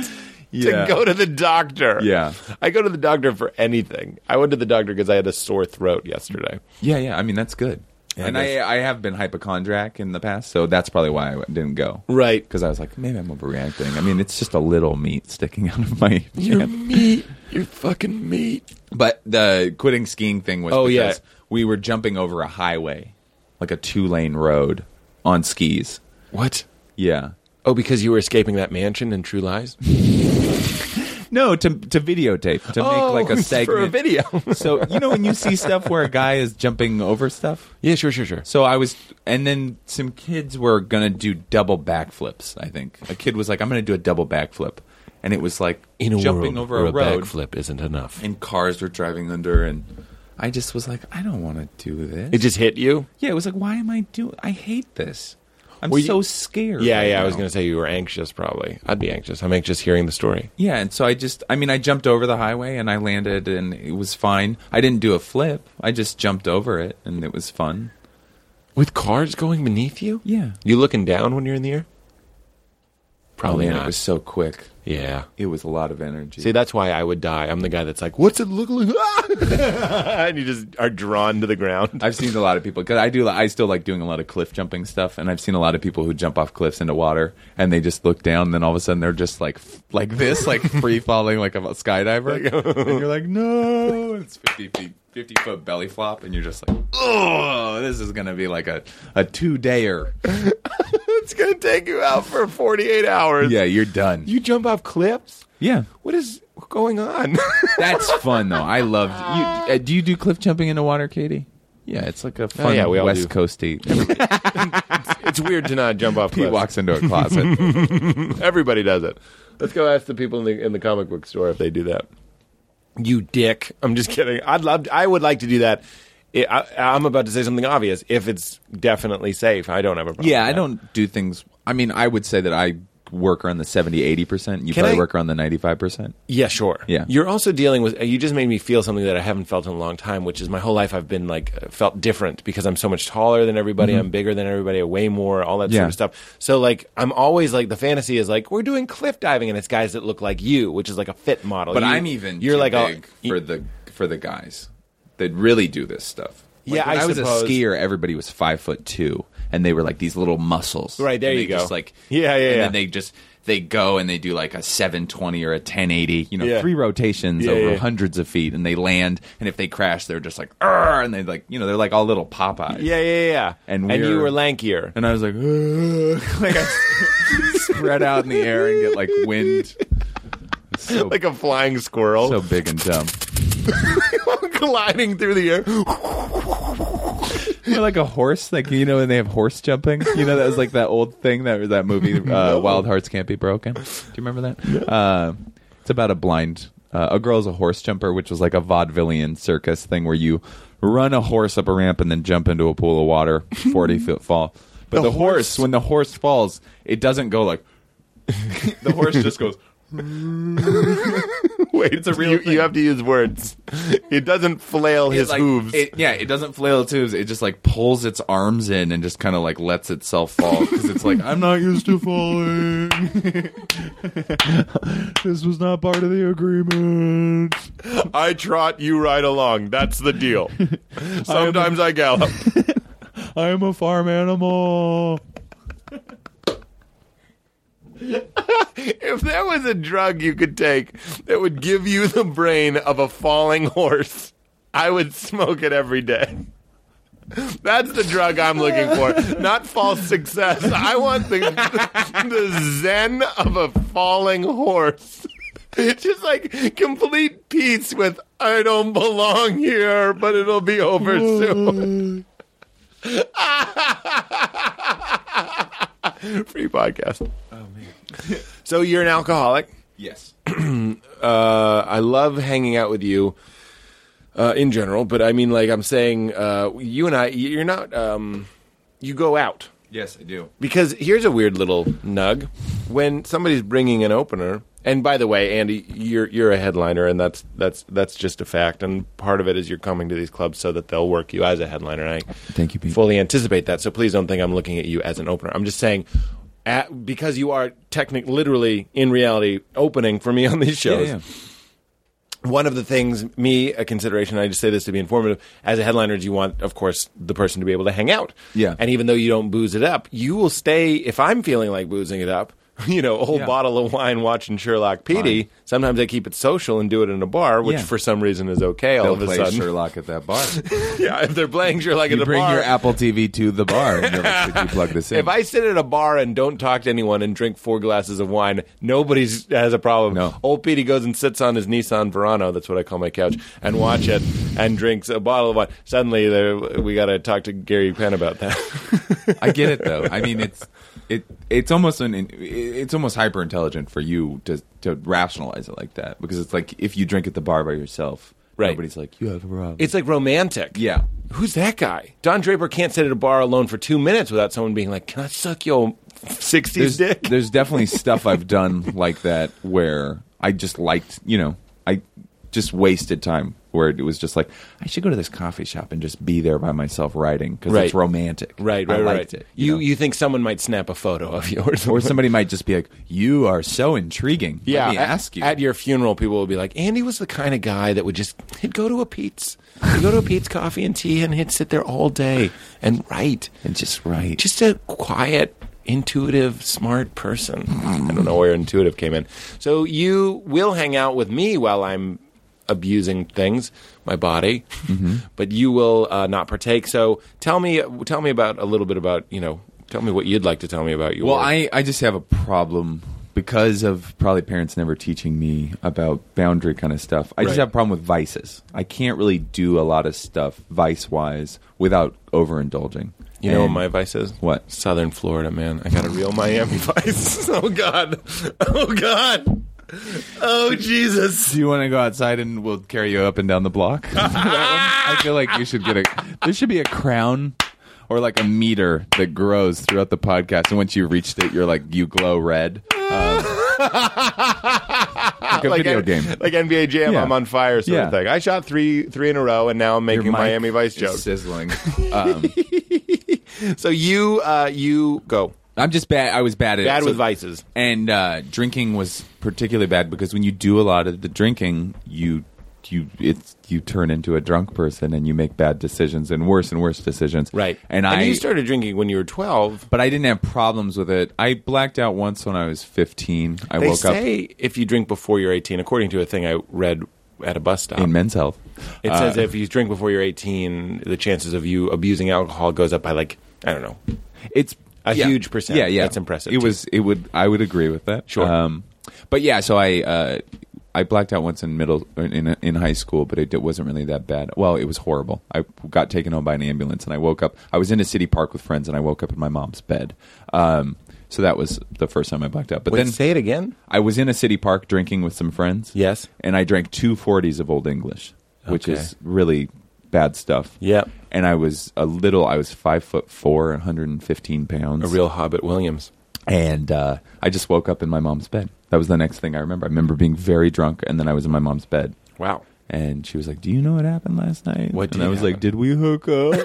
S5: Yeah.
S3: to go to the doctor.
S5: Yeah.
S3: I go to the doctor for anything. I went to the doctor because I had a sore throat yesterday.
S5: yeah, yeah. I mean, that's good. and I, I have been hypochondriac in the past, so that's probably why I didn't go.
S3: Right.
S5: Because I was like, maybe I'm overreacting. I mean, it's just a little meat sticking out of my hand.
S3: meat. Your fucking meat.
S5: But the quitting skiing thing was
S3: Oh, yeah.
S5: because we were jumping over a highway, like a two lane road on skis.
S3: What?
S5: Yeah.
S3: Oh, because you were escaping that mansion in True Lies?
S5: No, to to videotape to
S3: Oh,
S5: make like
S3: for
S5: a
S3: a
S5: segment
S3: video.
S5: so you know when you see stuff where a guy is jumping over stuff.
S3: yeah, sure, sure, sure.
S5: So I was, and then some kids were gonna do double backflips. I think a kid was like, "I'm gonna do a double backflip," and it was like
S3: In a
S5: jumping
S3: world
S5: over
S3: where
S5: a, road,
S3: backflip isn't enough.
S5: and cars were driving under, and I just was like, "I don't want to do this."
S3: It just hit you?
S5: yeah, it was like, "Why am I doing? I hate this. I'm
S3: Were you-
S5: so scared."
S3: Yeah,
S5: right
S3: yeah. I
S5: now."
S3: was going to say you were anxious, probably. I'd be anxious. I'm anxious hearing the story.
S5: Yeah, and so I just, I mean, I jumped over the highway and I landed and it was fine. I didn't do a flip. I just jumped over it and it was fun. Oh,
S3: With cars going beneath you?
S5: Yeah.
S3: You looking down when you're in the air? Probably
S5: and
S3: not.
S5: it was so quick.
S3: yeah.
S5: It was a lot of energy.
S3: See, that's why I would die. I'm the guy that's like, what's it look like? Ah!
S7: and you just are drawn to the ground.
S5: I've seen a lot of people because I do. I still like doing a lot of cliff jumping stuff, and I've seen a lot of people who jump off cliffs into water, and they just look down, and then all of a sudden they're just like f- like this, like free falling, like a skydiver, and you're like, no, it's fifty feet, fifty foot belly flop, and you're just like, oh, this is gonna be like a a two dayer.
S7: It's gonna take you out for 48 hours.
S5: Yeah, you're done.
S3: You jump off cliffs?
S5: yeah,
S3: What is going on?
S5: that's fun though. I loved. You, uh, do you do cliff jumping into water, Katie? Yeah, it's like a fun
S3: Oh, yeah, we all
S5: West
S3: do.
S5: Coasty.
S3: it's weird to not jump off
S5: He
S3: cliffs.
S5: walks into a closet.
S7: Everybody does it.
S3: Let's go ask the people in the in the comic book store if they do that. You dick! I'm just kidding. I'd love. I would like to do that. I, I, am about to say something obvious. If it's definitely safe, I don't have a problem.
S5: Yeah,
S3: with
S5: I
S3: that.
S5: don't do things. I mean, I would say that I work around the 70, 80%. You
S3: Can
S5: probably
S3: I-
S5: work around the 95%.
S3: Yeah, sure.
S5: Yeah.
S3: You're also dealing with. You just made me feel something that I haven't felt in a long time, which is my whole life I've been like uh, felt different because I'm so much taller than everybody. I'm bigger than everybody. I weigh more. All that
S5: Mm-hmm. Yeah.
S3: sort of stuff. So like, I'm always like the fantasy is like we're doing cliff diving and it's guys that look like you, which is like a fit model.
S5: But
S3: You-
S5: I'm even
S3: You're
S5: too
S3: like
S5: big
S3: a,
S5: for the for the guys that really do this stuff. Like,
S3: Yeah,
S5: when
S3: I
S5: was
S3: suppose.
S5: a skier. Everybody was five foot two, and they were like these little muscles.
S3: Right, there
S5: And
S3: you
S5: they
S3: go.
S5: Just like
S3: Yeah, yeah,
S5: And
S3: yeah.
S5: then they just they go and they do like a seven twenty or a ten eighty. You know,
S3: Yeah.
S5: three rotations
S3: Yeah,
S5: over
S3: yeah.
S5: hundreds of feet, and they land. And if they crash, they're just like, "Arr," and they like you know they're like all little Popeyes.
S3: Yeah, yeah, yeah.
S5: And
S3: you
S5: we're-
S3: were lankier.
S5: And I was like, "Ugh." like I spread out in the air and get like wind. So,
S7: Like oh. a flying squirrel
S5: so big and dumb.
S7: gliding through the air.
S5: You're like a horse, like you know, when they have horse jumping. You know, that was like that old thing that that movie, uh, Wild Hearts Can't Be Broken. Do you remember that? Uh, it's about a blind, uh, a girl's a horse jumper, which was like a vaudevillian circus thing where you run a horse up a ramp and then jump into a pool of water, forty foot fall. But the, horse, when the horse falls, it doesn't go like. the horse just goes.
S7: Wait, it's
S5: a real
S7: you,
S5: thing.
S7: you have to use words. It doesn't flail his
S5: It, like,
S7: hooves.
S5: It, yeah, it doesn't flail its hooves. It just like pulls its arms in and just kind of like lets itself fall because it's like I'm not used to falling. this was not part of the agreement.
S7: I trot, you ride along. That's the deal. Sometimes I gallop.
S5: I am a farm animal.
S7: If there was a drug you could take that would give you the brain of a falling horse, I would smoke it every day. That's the drug I'm looking for, not false success. I want the the zen of a falling horse. Just like complete peace with I don't belong here, but it'll be over soon. Free podcast.
S3: So you're an alcoholic.
S5: Yes.
S3: Uh, I love hanging out with you uh, in general, but I mean, like, I'm saying, uh, you and I, you're not, um, you go out.
S5: Yes, I do.
S3: Because here's a weird little nug. When somebody's bringing an opener, and by the way, Andy, you're you're a headliner, and that's that's that's just a fact. And part of it is you're coming to these clubs so that they'll work you as a headliner. And I
S5: Thank you, Pete.
S3: fully anticipate that. So please don't think I'm looking at you as an opener. I'm just saying. At, because you are technic literally in reality opening for me on these
S5: Yeah,
S3: shows,
S5: yeah.
S7: one of the things, me, a consideration, I just say this to be informative, as a headliner, you want, of course, the person to be able to hang out.
S5: Yeah.
S7: And even though you don't booze it up, you will stay, if I'm feeling like boozing it up, you know, a whole
S5: Yeah.
S7: bottle of wine watching Sherlock Petey. Sometimes I keep it social and do it in a bar, which
S5: Yeah.
S7: for some reason is okay all
S5: They'll
S7: of a
S5: play
S7: sudden.
S5: Sherlock at that bar.
S7: Yeah, if they're playing Sherlock at
S5: you
S7: a
S5: bring
S7: bar.
S5: your Apple TV to the bar. And you're like, Could you plug this in?
S7: if I sit at a bar and don't talk to anyone and drink four glasses of wine, nobody has a problem.
S5: No.
S7: Old Petey goes and sits on his Nissan Verano, that's what I call my couch, and watch it and drinks a bottle of wine. Suddenly, there, we got to talk to Gary Penn about that.
S5: I get it though. I mean, it's it it's almost an it's almost hyper intelligent for you to to rationalize it like that because it's like if you drink at the bar by yourself,
S7: Right.
S5: Nobody's like you have a problem.
S7: it's like romantic.
S5: yeah,
S7: Who's that guy? Don Draper can't sit at a bar alone for two minutes without someone being like, Can I suck your 60s
S5: there's
S7: dick?
S5: there's definitely stuff I've done like that where I just liked you know I just wasted time where it was just like I should go to this coffee shop and just be there by myself writing because
S7: Right.
S5: it's romantic.
S7: Right, right,
S5: I
S7: right.
S5: liked it.
S7: you,
S5: know?
S7: you, think someone might snap a photo of you or something.
S5: or somebody might just be like, "You are so intriguing."
S7: Yeah,
S5: Let me
S7: at,
S5: ask you.
S7: at your funeral, people will be like, "Andy was the kind of guy that would just he'd go to a Pete's, he'd go to a Pete's coffee and tea, and he'd sit there all day and write.
S5: and just right.
S7: Just a quiet, intuitive, smart person. I don't know where intuitive came in. So you will hang out with me while I'm abusing things, my body,
S5: Mm-hmm.
S7: but you will uh, not partake. So tell me, tell me about a little bit about you know, tell me what you'd like to tell me about your
S5: Well,
S7: work.
S5: I, I just have a problem because of probably parents never teaching me about boundary kind of stuff. I just
S7: Right.
S5: have a problem with vices. I can't really do a lot of stuff vice wise without overindulging.
S7: You know what
S5: And-
S7: my vice is?
S5: What?
S7: Southern Florida, man. I got a real Miami vice. Oh God. Oh God. Oh Jesus.
S5: Do you want to go outside and we'll carry you up and down the block? That one? I feel like you should get a. There should be a crown or like a meter that grows throughout the podcast, and once you reached it, you're like you glow red. Um, like a video game.
S7: Like NBA Jam,
S5: Yeah.
S7: I'm on fire sort of
S5: Yeah.
S7: thing. I shot three three in a row and now I'm
S5: Your
S7: making
S5: mic
S7: Miami Vice
S5: is
S7: jokes.
S5: Sizzling.
S7: So you uh you go.
S5: I'm just bad. I was bad at
S7: Bad
S5: it.
S7: with vices.
S5: and uh, drinking was particularly bad because when you do a lot of the drinking, you you it's you turn into a drunk person and you make bad decisions and worse and worse decisions. And, I
S7: you started drinking when you were twelve.
S5: but I didn't have problems with it. I blacked out once when I was 15. I
S7: They
S5: woke up
S7: say if you drink before you're eighteen, according to a thing I read at a bus stop.
S5: in uh, Men's Health.
S7: It says if you drink before you're 18, the chances of you abusing alcohol goes up by like I don't know.
S5: It's
S7: A
S5: yeah.
S7: huge percent.
S5: Yeah, yeah,
S7: That's impressive,
S5: It
S7: too.
S5: was. It would. I would agree with that.
S7: Sure.
S5: Um, but yeah, so I uh, I blacked out once in middle in in high school, but it, wasn't really that bad. Well, it was horrible. I got taken home by an ambulance, and I woke up. I was in a city park with friends, and I woke up in my mom's bed. Um, so that was the first time I blacked out. But then
S7: say it again.
S5: I was in a city park drinking with some friends.
S7: Yes.
S5: And I drank two forties of Old English, which
S7: Okay.
S5: is really bad stuff.
S7: Yep.
S5: And I was a little, I was five foot four, 115 pounds.
S7: A real Hobbit Williams.
S5: and uh, I just woke up in my mom's bed. That was the next thing I remember. I remember being very drunk, and then I was in my mom's bed.
S7: Wow.
S5: And she was like, "Do you know what happened last night?"
S7: What
S5: and
S7: did
S5: I was
S7: happen?
S5: like, "Did we hook up?"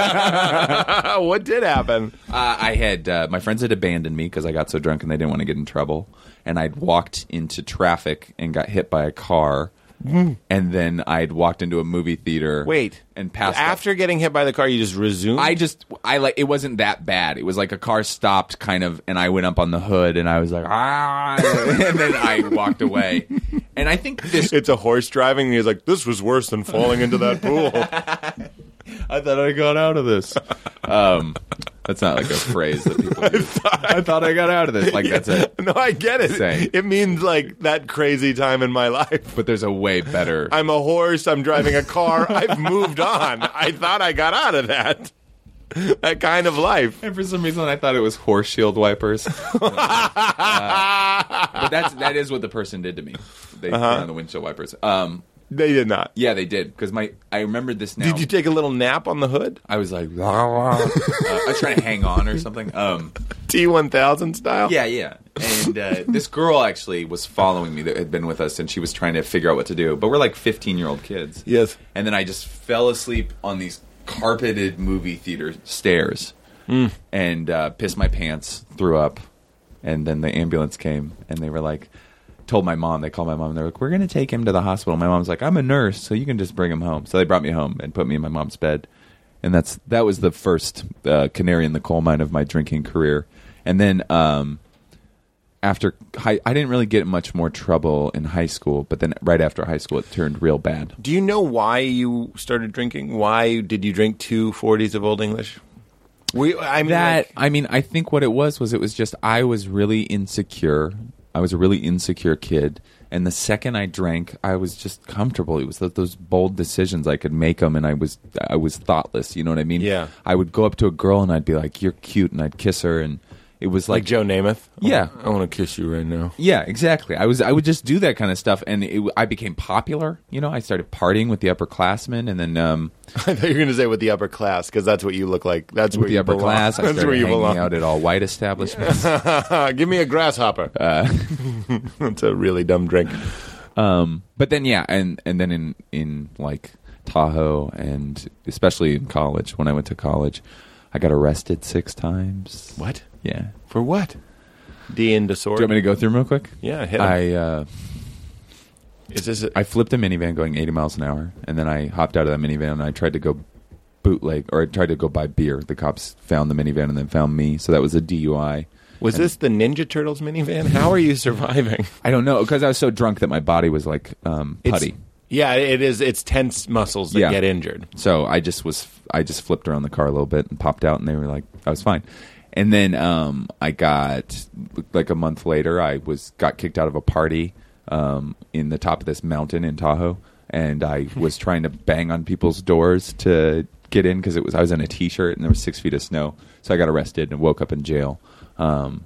S7: Oh, what did happen?
S5: Uh, I had uh, my friends had abandoned me because I got so drunk and they didn't want to get in trouble, and I'd walked into traffic and got hit by a car, and then I'd walked into a movie theater.
S7: Wait.
S5: and passed out.
S7: After getting hit by the car, you just resumed.
S5: I just I like it wasn't that bad. It was like a car stopped kind of and I went up on the hood and I was like ah and then I walked away. And I think this
S7: it's a horse driving. And he's like, this was worse than falling into that pool.
S5: I thought I got out of this. Um that's not like a phrase that people use. I thought I, got out of this. Like that's it.
S7: no, I get it.
S5: Same.
S7: It means like that crazy time in my life.
S5: But there's a way better.
S7: I'm a horse. I'm driving a car. I've moved on. I thought I got out of that. That kind of life.
S5: and for some reason I thought it was horse shield wipers. Uh, but that's that is what the person did to me. They
S7: Uh-huh.
S5: put on the windshield wipers. Um
S7: They did not.
S5: yeah, they did because my I remembered this now.
S7: Did you take a little nap on the hood?
S5: I was like, "Rah, rah." Uh, I was trying to hang on or something. Um,
S7: T1000 style?
S5: yeah, yeah. And uh, this girl actually was following me that had been with us, and she was trying to figure out what to do. But we're like 15 year old kids.
S7: Yes.
S5: And then I just fell asleep on these carpeted movie theater stairs and uh, pissed my pants, threw up, and then the ambulance came, and they were like, told my mom. They called my mom. and They're like, "We're going to take him to the hospital." My mom's like, "I'm a nurse, so you can just bring him home." So they brought me home and put me in my mom's bed, and that's that was the first uh, canary in the coal mine of my drinking career. And then um, after high, I didn't really get in much more trouble in high school, but then right after high school, it turned real bad.
S7: Do you know why you started drinking? Why did you drink two forties of Old English? We, I mean,
S5: that
S7: like-
S5: I mean, I think what it was was it was just I was really insecure. I was a really insecure kid, and the second I drank, I was just comfortable. It was th- those bold decisions I could make them, and I was I was thoughtless. You know what I mean?
S7: Yeah.
S5: I would go up to a girl and I'd be like, "You're cute," and I'd kiss her, and it was
S7: like
S5: like,
S7: Joe Namath.
S5: Yeah.
S7: I want to kiss you right now.
S5: yeah, exactly. I was I would just do that kind of stuff, and it, I became popular. You know, I started partying with the upperclassmen, and then um,
S7: I thought you were going to say with the upper class because that's what you look like. That's where
S5: with the
S7: you
S5: upper
S7: belong.
S5: class, I
S7: that's
S5: started
S7: where you
S5: hanging
S7: belong.
S5: out at all white establishments.
S7: Give me a grasshopper.
S5: Uh,
S7: that's a really dumb drink.
S5: Um, but then yeah, and and then in in like Tahoe and especially in college when I went to college, I got arrested six times.
S7: What
S5: Yeah.
S7: for? What? D and
S5: Do you want me
S7: disorder.
S5: to go through them real quick?
S7: Yeah, hit 'em.
S5: I uh,
S7: Is this? A,
S5: I flipped a minivan going 80 miles an hour, and then I hopped out of that minivan and I tried to go bootleg or I tried to go buy beer. The cops found the minivan and then found me, so that was a DUI.
S7: was this the Ninja Turtles minivan? How are you surviving?
S5: I don't know because I was so drunk that my body was like um,
S7: It's-
S5: putty.
S7: Yeah, it is. It's tense muscles that
S5: Yeah.
S7: get injured.
S5: So I just was I just flipped around the car a little bit and popped out, and they were like, I was fine. And then um, I got like a month later, I was got kicked out of a party um, in the top of this mountain in Tahoe, and I was trying to bang on people's doors to get in because it was I was in a t-shirt and there was six feet of snow, so I got arrested and woke up in jail. Um,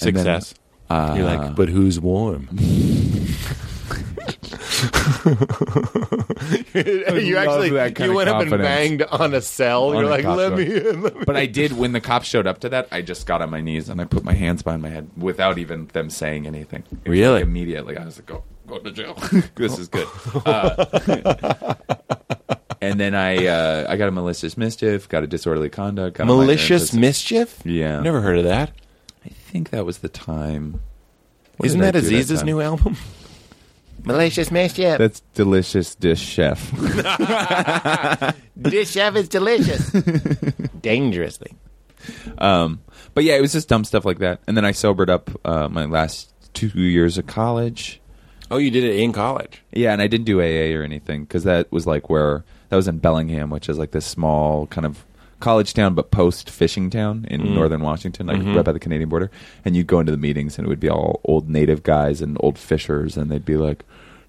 S5: and then-
S7: Success. You're like, but who's warm? you
S5: love
S7: actually
S5: that kind
S7: you
S5: of
S7: went up and
S5: confidence.
S7: banged on a cell.
S5: On
S7: You're
S5: a
S7: like,
S5: cop
S7: let
S5: truck.
S7: me in. Let me.
S5: But I did when the cops showed up to that. I just got on my knees and I put my hands behind my head without even them saying anything. It was,
S7: Really?
S5: like, immediately, I was like, "Go, go to jail. this is good." Uh, and then I, uh, I got a malicious mischief, got a disorderly conduct, got a minor
S7: Malicious
S5: implici-
S7: mischief?
S5: Yeah.
S7: never heard of that.
S5: I think that was the time. What
S7: Isn't
S5: did I
S7: that
S5: do
S7: Aziz's
S5: time?
S7: new album? Malicious mischief.
S5: That's delicious dish chef.
S7: Dish chef is delicious. Dangerously.
S5: Um, but yeah, it was just dumb stuff like that. And then I sobered up uh, my last two years of college.
S7: Oh, you did it in college.
S5: Yeah, and I didn't do AA or anything because that was like where that was in Bellingham, which is like this small kind of college town, but post fishing town in
S7: Mm.
S5: northern Washington, like
S7: Mm-hmm.
S5: right by the Canadian border. And you'd go into the meetings, and it would be all old Native guys and old fishers, and they'd be like,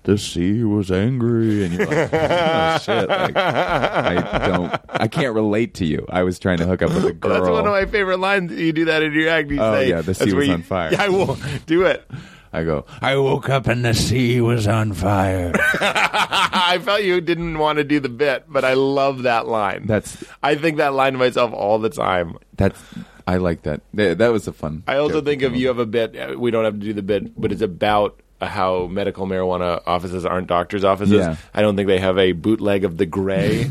S5: "The sea was angry," and you're like, "Oh shit!" Like, I don't, I can't relate to you. I was trying to hook up with a girl.
S7: That's one of my favorite lines. You do that in your act. You
S5: Oh,
S7: say,
S5: yeah, the sea
S7: that's
S5: was
S7: where you-
S5: on fire.
S7: Yeah, I will do it.
S5: I go, I woke up and the sea was on fire.
S7: I felt you didn't want to do the bit, but I love that line.
S5: That's
S7: I think that line to myself all the time.
S5: that's. I like that. That that was a fun.
S7: I also
S5: joke
S7: think
S5: to
S7: of
S5: come up
S7: you have a bit. uh, We don't have to do the bit, but it's about how medical marijuana offices aren't doctors' offices.
S5: Yeah.
S7: I don't think they have a bootleg of the Gray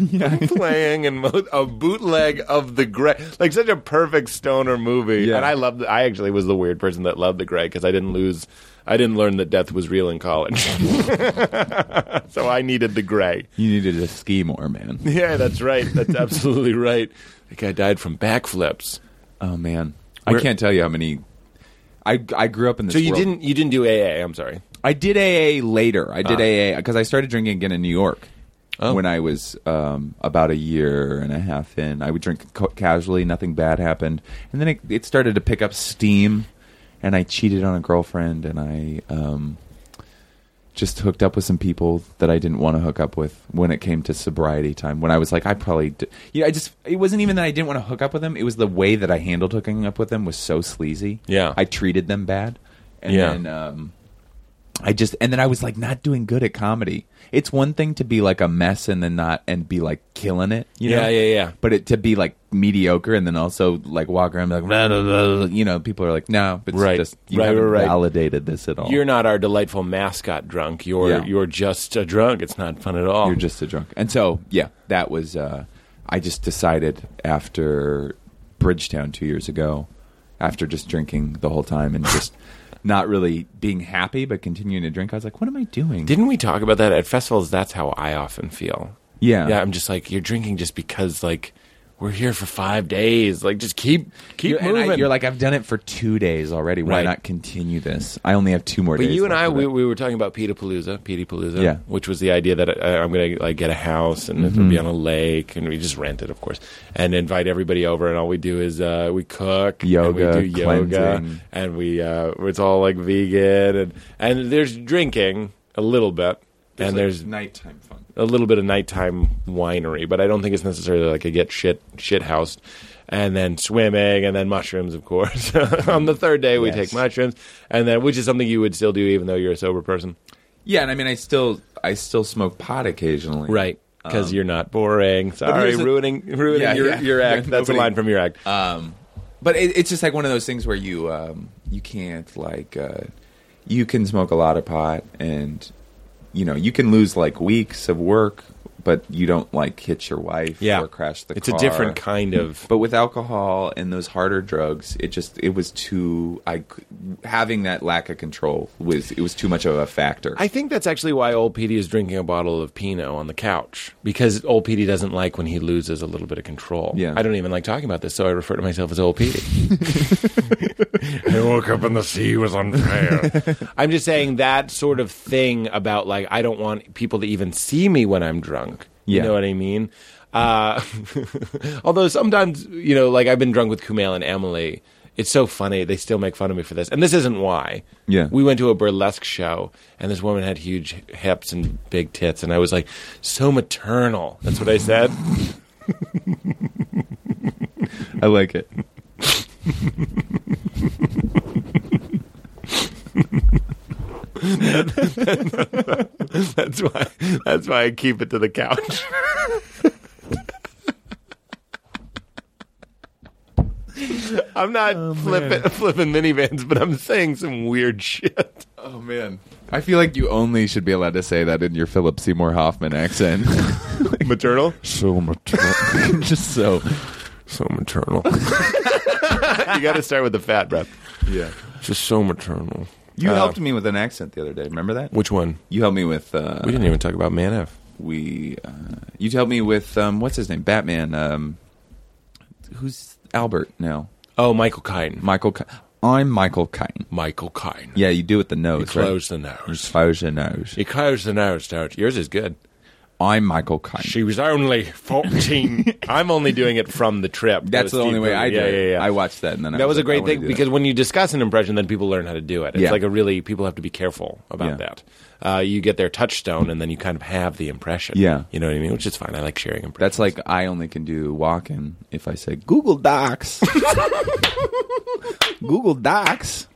S7: playing and mo- a bootleg of the Gray, like such a perfect stoner movie.
S5: Yeah.
S7: And I love. I actually was the weird person that loved the Gray because I didn't lose. I didn't learn that death was real in college, so I needed the Gray.
S5: You needed to ski more, man.
S7: Yeah, that's right. That's absolutely right. The guy died from backflips.
S5: Oh man,
S7: Where-
S5: I can't tell you how many. I I grew up in this.
S7: So you
S5: world.
S7: didn't you didn't do AA? I'm sorry.
S5: I did AA later. I
S7: Ah.
S5: did AA because I started drinking again in New York
S7: Oh.
S5: when I was um, about a year and a half in. I would drink ca- casually, nothing bad happened, and then it, it started to pick up steam, and I cheated on a girlfriend, and I um, just hooked up with some people that I didn't want to hook up with when it came to sobriety time. When I was like, I probably, d-. you know, I just it wasn't even that I didn't want to hook up with them. It was the way that I handled hooking up with them was so sleazy.
S7: Yeah.
S5: I treated them bad, and
S7: Yeah.
S5: then. Um, I just and then I was like not doing good at comedy. It's one thing to be like a mess and then not and be like killing it, you know?
S7: Yeah, yeah, yeah.
S5: But it to be like mediocre and then also like walk around like blah, blah, blah, blah, you know, people are like, no, it's
S7: Right.
S5: just you
S7: Right,
S5: haven't
S7: right, right.
S5: validated this at all.
S7: You're not our delightful mascot drunk. You're
S5: Yeah.
S7: you're just a drunk. It's not fun at all.
S5: You're just a drunk. And so yeah, that was uh I just decided after Bridgetown two years ago, after just drinking the whole time and just not really being happy, but continuing to drink. I was like, what am I doing?
S7: Didn't we talk about that at festivals? That's how I often feel.
S5: Yeah.
S7: yeah. I'm just like you're drinking just because like we're here for five days. Like just keep keep
S5: you, and I-
S7: moving.
S5: you're like, I've done it for two days already. Why
S7: Right.
S5: not continue this? I only have two more
S7: But
S5: days.
S7: you and
S5: left
S7: I,
S5: of
S7: we,
S5: it.
S7: we were talking about Pita Palooza, Petey Palooza,
S5: Yeah.
S7: which was the idea that I, I'm going to like get a house and it
S5: Mm-hmm.
S7: would be on a lake, and we just rent it, of course, and invite everybody over, and all we do is uh, we cook,
S5: Yoga,
S7: and we do yoga,
S5: cleansing.
S7: and we uh, it's all like vegan, and and there's drinking a little bit, and there's
S5: nighttime fun.
S7: a little bit of nighttime winery, but I don't think it's necessarily like a get shit shit housed. And then swimming, and then mushrooms, of course. On the third day, we
S5: Yes.
S7: take mushrooms, and then which is something you would still do even though you're a sober person,
S5: Yeah, and I mean, I still I still smoke pot occasionally.
S7: Because
S5: Um,
S7: you're not boring. Sorry,
S5: here's the-
S7: ruining ruining
S5: Yeah,
S7: your,
S5: yeah.
S7: your act. That's a
S5: Nobody-
S7: line from your act.
S5: Um, but it, it's just like one of those things where you um, you can't like uh, you can smoke a lot of pot and you know you can lose like weeks of work, but you don't like hit your wife
S7: yeah,
S5: or crash the.
S7: It's
S5: car.
S7: a different kind of.
S5: But with alcohol and those harder drugs, it just it was too I c- having that lack of control was it was too much of a factor.
S7: I think that's actually why old Petey is drinking a bottle of Pinot on the couch because old Petey doesn't like when he loses a little bit of control.
S5: Yeah.
S7: I don't even like talking about this, so I refer to myself as old Petey.
S6: I woke up and the sea was unfair.
S7: I'm just saying that sort of thing about like I don't want people to even see me when I'm drunk.
S5: Yeah.
S7: You know what I mean? Uh, although sometimes you know, like I've been drunk with Kumail and Emily. It's so funny. They still make fun of me for this, and this isn't why.
S5: Yeah.
S7: we went to a burlesque show, and this woman had huge hips and big tits, and I was like, so maternal. That's what I said.
S5: I like it.
S6: that's why. That's why I keep it to the couch. I'm not flipping flipping minivans, but I'm saying some weird shit.
S5: Oh man, I feel like you only should be allowed to say that in your Philip Seymour Hoffman accent.
S6: Maternal.
S7: So maternal.
S5: just so
S7: so maternal.
S6: You got to start with the fat breath.
S5: yeah. Uh,
S7: Just so maternal.
S5: You helped me with an accent the other day. Remember that?
S7: Which one?
S5: You helped me with. Uh,
S7: We didn't even talk about Manf.
S5: we uh, you helped me with um, what's his name? Batman. Um, who's Albert now?
S7: Oh, Michael Kine.
S5: Michael. Ki- I'm Michael Caine.
S7: Michael Kine.
S5: Yeah, you do with the nose. right?
S7: Close the nose.
S5: Close your nose.
S7: It closed the nose, Tarot. Yours is good.
S5: I'm Michael Caine.
S7: She was only 14. I'm only doing it from the trip. That was
S5: That's the
S7: Steve
S5: only way
S7: Irwin.
S5: I did.
S7: yeah,
S5: it.
S7: Yeah, yeah,
S5: I watched that and then I
S7: That was a
S5: like, I
S7: great
S5: wanna
S7: thing
S5: do
S7: because
S5: that.
S7: when you discuss an impression, then people learn how to do it. It's
S5: Yeah.
S7: like a really, people have to be careful about
S5: Yeah.
S7: that. Uh, you get their touchstone and then you kind of have the impression.
S5: Yeah.
S7: You know what I mean? Which is fine. I like sharing impressions.
S5: That's like I only can do walking if I say Google Docs. Google Docs.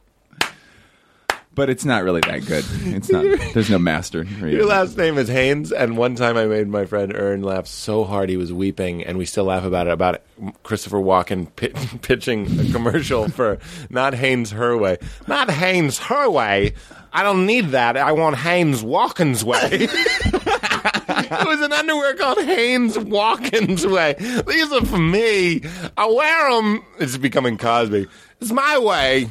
S5: But it's not really that good. It's not. There's no master.
S6: Your last name is Haynes, and one time I made my friend Ern laugh so hard he was weeping, and we still laugh about it. About Christopher Walken pit, pitching a commercial for not Haynes her way, not Haynes her way. I don't need that. I want Haynes Walken's way. it was an underwear called Haynes Walken's way. These are for me. I wear them. It's becoming Cosby. It's my way.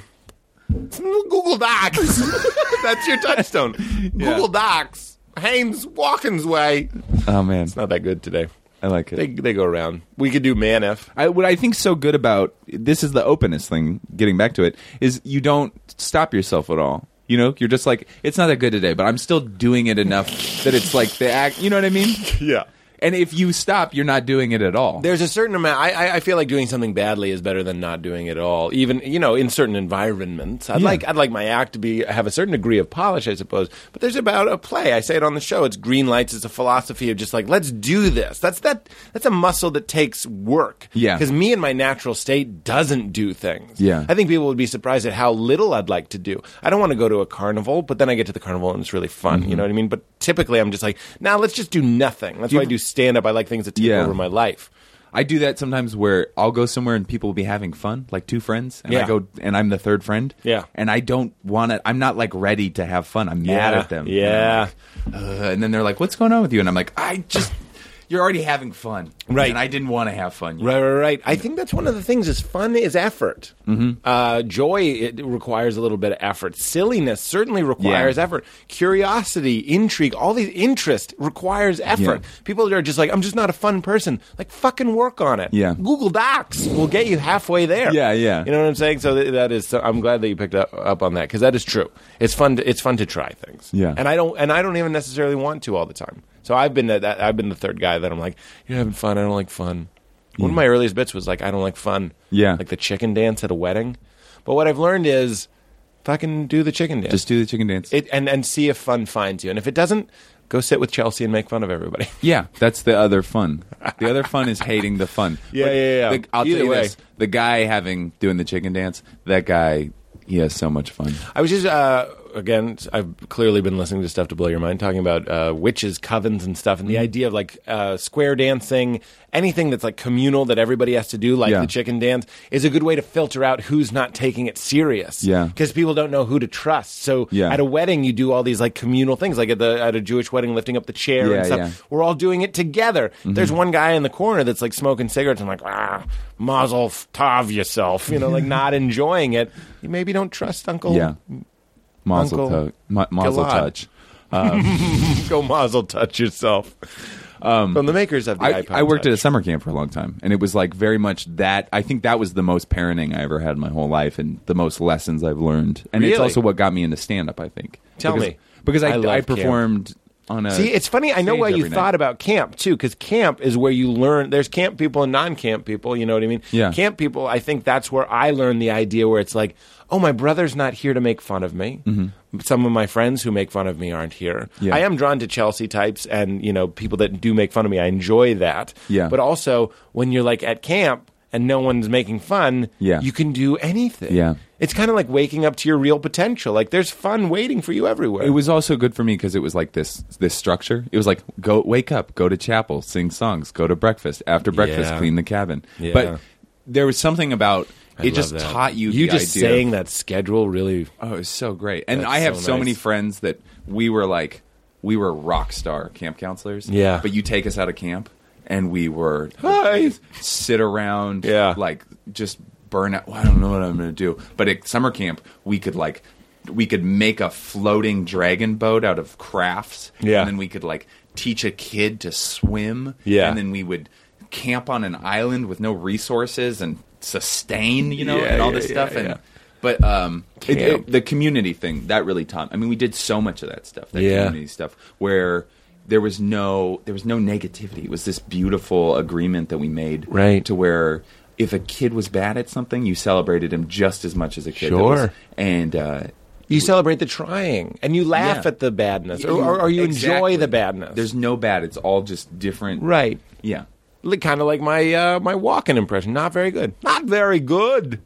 S6: It's Google Docs. That's your touchstone. Google Docs. Haynes Walkins way.
S5: Oh man,
S7: not that good today.
S5: I like
S7: They,
S5: it.
S7: they go around. We could do Manf.
S5: I, what I think's so good about this is the openness thing. Getting back to it is you don't stop yourself at all. You know, you're just like it's not that good today, but I'm still doing it enough that it's like the act. You know what I mean?
S6: Yeah.
S5: And if you stop, you're not doing it at all.
S7: There's a certain amount. I, I, I feel like doing something badly is better than not doing it at all. Even you know, in certain environments, I'd like I'd like my act to be have a certain degree of polish, I suppose. But there's about a play. I say it on the show. It's green lights. It's a philosophy of just like let's do this. That's that. That's a muscle that takes work.
S5: Yeah.
S7: Because me in my natural state doesn't do things.
S5: Yeah.
S7: I think people would be surprised at how little I'd like to do. I don't want to go to a carnival, but then I get to the carnival and it's really fun.
S5: Mm-hmm.
S7: You know what I mean? But typically, I'm just like, now let's just do nothing. That's why I do stand up. I like things that take
S5: Yeah.
S7: over my life.
S5: I do that sometimes where I'll go somewhere and people will be having fun, like two friends, and I
S7: Yeah.
S5: go and I'm the third friend.
S7: Yeah.
S5: And I don't want to, I'm not like ready to have fun. I'm mad at them.
S7: Yeah.
S5: And, I'm like, "Ugh," and then they're like, what's going on with you? And I'm like, I just, You're already having fun,
S7: Right.
S5: And I didn't want to have fun. yet.
S7: Right, right, right. I think that's one of the things is fun is effort.
S5: Mm-hmm.
S7: Uh, joy it requires a little bit of effort. Silliness certainly requires
S5: Yeah.
S7: effort. Curiosity, intrigue, all these interest requires effort.
S5: Yeah.
S7: People that are just like, I'm just not a fun person. Like, fucking work on it.
S5: Yeah.
S7: Google Docs will get you halfway there.
S5: Yeah, yeah.
S7: You know what I'm saying? So th- that is. So I'm glad that you picked up, up on that because that is true. It's fun. To, it's fun to try things.
S5: Yeah.
S7: And I don't. And I don't even necessarily want to all the time. So I've been that. I've been the third guy that I'm like, you're having fun. I don't like fun. One of my earliest bits was like, I don't like fun.
S5: Yeah.
S7: Like the chicken dance at a wedding. But what I've learned is, fucking do the chicken dance.
S5: Just do the chicken dance.
S7: it and and see if fun finds you. And if it doesn't, go sit with Chelsea and make fun of everybody.
S5: Yeah, that's the other fun. The other fun is hating the fun.
S7: Yeah, yeah, yeah.
S5: The, I'll
S7: Either
S5: tell you
S7: way.
S5: this: the guy having doing the chicken dance, that guy, he has so much fun.
S7: I was just uh, again. I've clearly been listening to stuff to blow your mind, talking about uh, witches, covens, and stuff, and
S5: Mm-hmm.
S7: the idea of like uh, square dancing, anything that's like communal that everybody has to do, like
S5: Yeah.
S7: the chicken dance, is a good way to filter out who's not taking it serious.
S5: Yeah.
S7: because people don't know who to trust. So
S5: Yeah.
S7: at a wedding, you do all these like communal things, like at the at a Jewish wedding, lifting up the chair
S5: Yeah,
S7: and stuff.
S5: yeah. Mm-hmm.
S7: We're all doing it together. There's one guy in the corner that's like smoking cigarettes. I'm like, ah, mazel tov yourself, you know, like not enjoying it. You maybe don't trust Uncle.
S5: Yeah, mazel
S7: Uncle
S5: touch. Ma- mazel
S7: Gilad.
S5: touch.
S7: go mazel touch yourself. Um, From the makers of the
S5: I,
S7: iPod.
S5: I worked at a
S7: Touch.
S5: summer camp for a long time, and it was like very much that. I think that was the most parenting I ever had in my whole life, and the most lessons I've learned. And it's
S7: Really?
S5: also what got me into stand up. I think.
S7: Tell
S5: Because-
S7: me.
S5: because
S7: I
S5: I,
S7: love
S5: I,
S7: camp.
S5: performed on a.
S7: See, it's funny. I know
S5: stage
S7: why you
S5: every night.
S7: thought about camp too, because camp is where you learn. There's camp people and non-camp people. You know what I mean?
S5: Yeah.
S7: Camp people. I think that's where I learned the idea where it's like, oh, my brother's not here to make fun of me.
S5: Mm-hmm.
S7: Some of my friends who make fun of me aren't here.
S5: Yeah.
S7: I am drawn to Chelsea types and you know people that do make fun of me. I enjoy that.
S5: Yeah.
S7: But also when you're like at camp and no one's making fun,
S5: Yeah.
S7: you can do anything.
S5: Yeah.
S7: It's kind of like waking up to your real potential. Like there's fun waiting for you everywhere.
S5: It was also good for me because it was like this this structure. It was like go wake up, go to chapel, sing songs, go to breakfast. After breakfast,
S7: Yeah.
S5: clean the cabin.
S7: Yeah.
S5: But there was something about it
S7: I love
S5: just
S7: that.
S5: taught you.
S7: You
S5: the
S7: just
S5: idea of-
S7: saying that schedule really.
S5: Oh, it's so great. And
S7: That's
S5: I have
S7: so
S5: so,
S7: nice.
S5: many friends that we were like, we were rock star camp counselors.
S7: Yeah.
S5: But you take us out of camp and we were
S7: Hi.
S5: sit around,
S7: Yeah.
S5: like just burn out. Well, I don't know what I'm going to do. But at summer camp, we could like, we could make a floating dragon boat out of crafts.
S7: Yeah.
S5: And then we could like teach a kid to swim.
S7: Yeah.
S5: And then we would camp on an island with no resources and sustain, you know,
S7: Yeah,
S5: and all
S7: yeah,
S5: this
S7: yeah,
S5: stuff. and
S7: yeah.
S5: but um, it, it-
S7: Camp.
S5: the community thing that really taught. I mean, we did so much of that stuff, that
S7: Yeah.
S5: community stuff, where there was no there was no negativity. It was this beautiful agreement that we made,
S7: Right.
S5: To where if a kid was bad at something, you celebrated him just as much as a kid. that
S7: Sure.
S5: was- and uh,
S7: You celebrate the trying and you laugh
S5: Yeah.
S7: at the badness, or, or, or you
S5: Exactly.
S7: enjoy the badness.
S5: There's no bad. It's all just different.
S7: right,
S5: Yeah.
S7: kind of like my uh, my walking impression. Not very good. Not very good.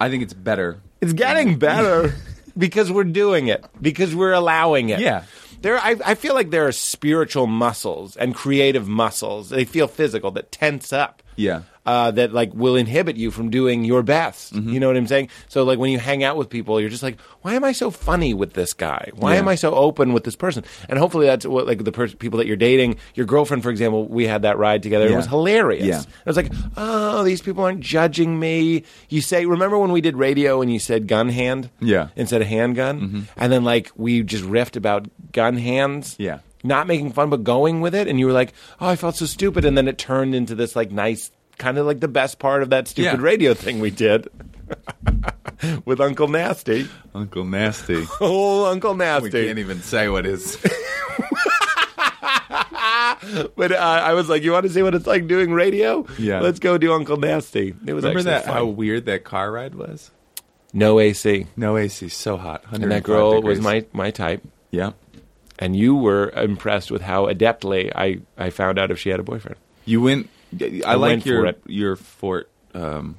S5: I think it's better.
S7: It's getting better because we're doing it, because we're allowing it.
S5: Yeah.
S7: There, I, I feel like there are spiritual muscles and creative muscles. They feel physical that tense up.
S5: Yeah.
S7: Uh, that like will inhibit you from doing your best.
S5: Mm-hmm.
S7: You know what I'm saying? So like when you hang out with people, you're just like, why am I so funny with this guy? Why
S5: Yeah.
S7: am I so open with this person? And hopefully that's what like the pers- people that you're dating, your girlfriend, for example. We had that ride together. It
S5: Yeah.
S7: was hilarious.
S5: Yeah.
S7: I was like, oh, these people aren't judging me. You say, remember when we did radio and you said gun hand?
S5: Yeah. Mm-hmm.
S7: Instead of handgun? And then, like, we just riffed about gun hands.
S5: Yeah.
S7: Not making fun, but going with it. And you were like, oh, I felt so stupid. And then it turned into this, like, nice, kind of like the best part of that stupid
S5: Yeah.
S7: radio thing we did with Uncle Nasty.
S5: Uncle Nasty.
S7: Oh, Uncle Nasty.
S5: we can't even say what is.
S7: But uh, I was like, you want to see what it's like doing radio?
S5: Yeah.
S7: Let's go do Uncle Nasty. It was
S5: Remember
S7: actually
S5: that
S7: fun.
S5: how weird that car ride was.
S7: No AC.
S5: No AC, so hot.
S7: And that girl was my, my type.
S5: yeah.
S7: and you were impressed with how adeptly I, I found out if she had a boyfriend.
S5: You went. I like
S7: went for
S5: your
S7: it.
S5: your fort um,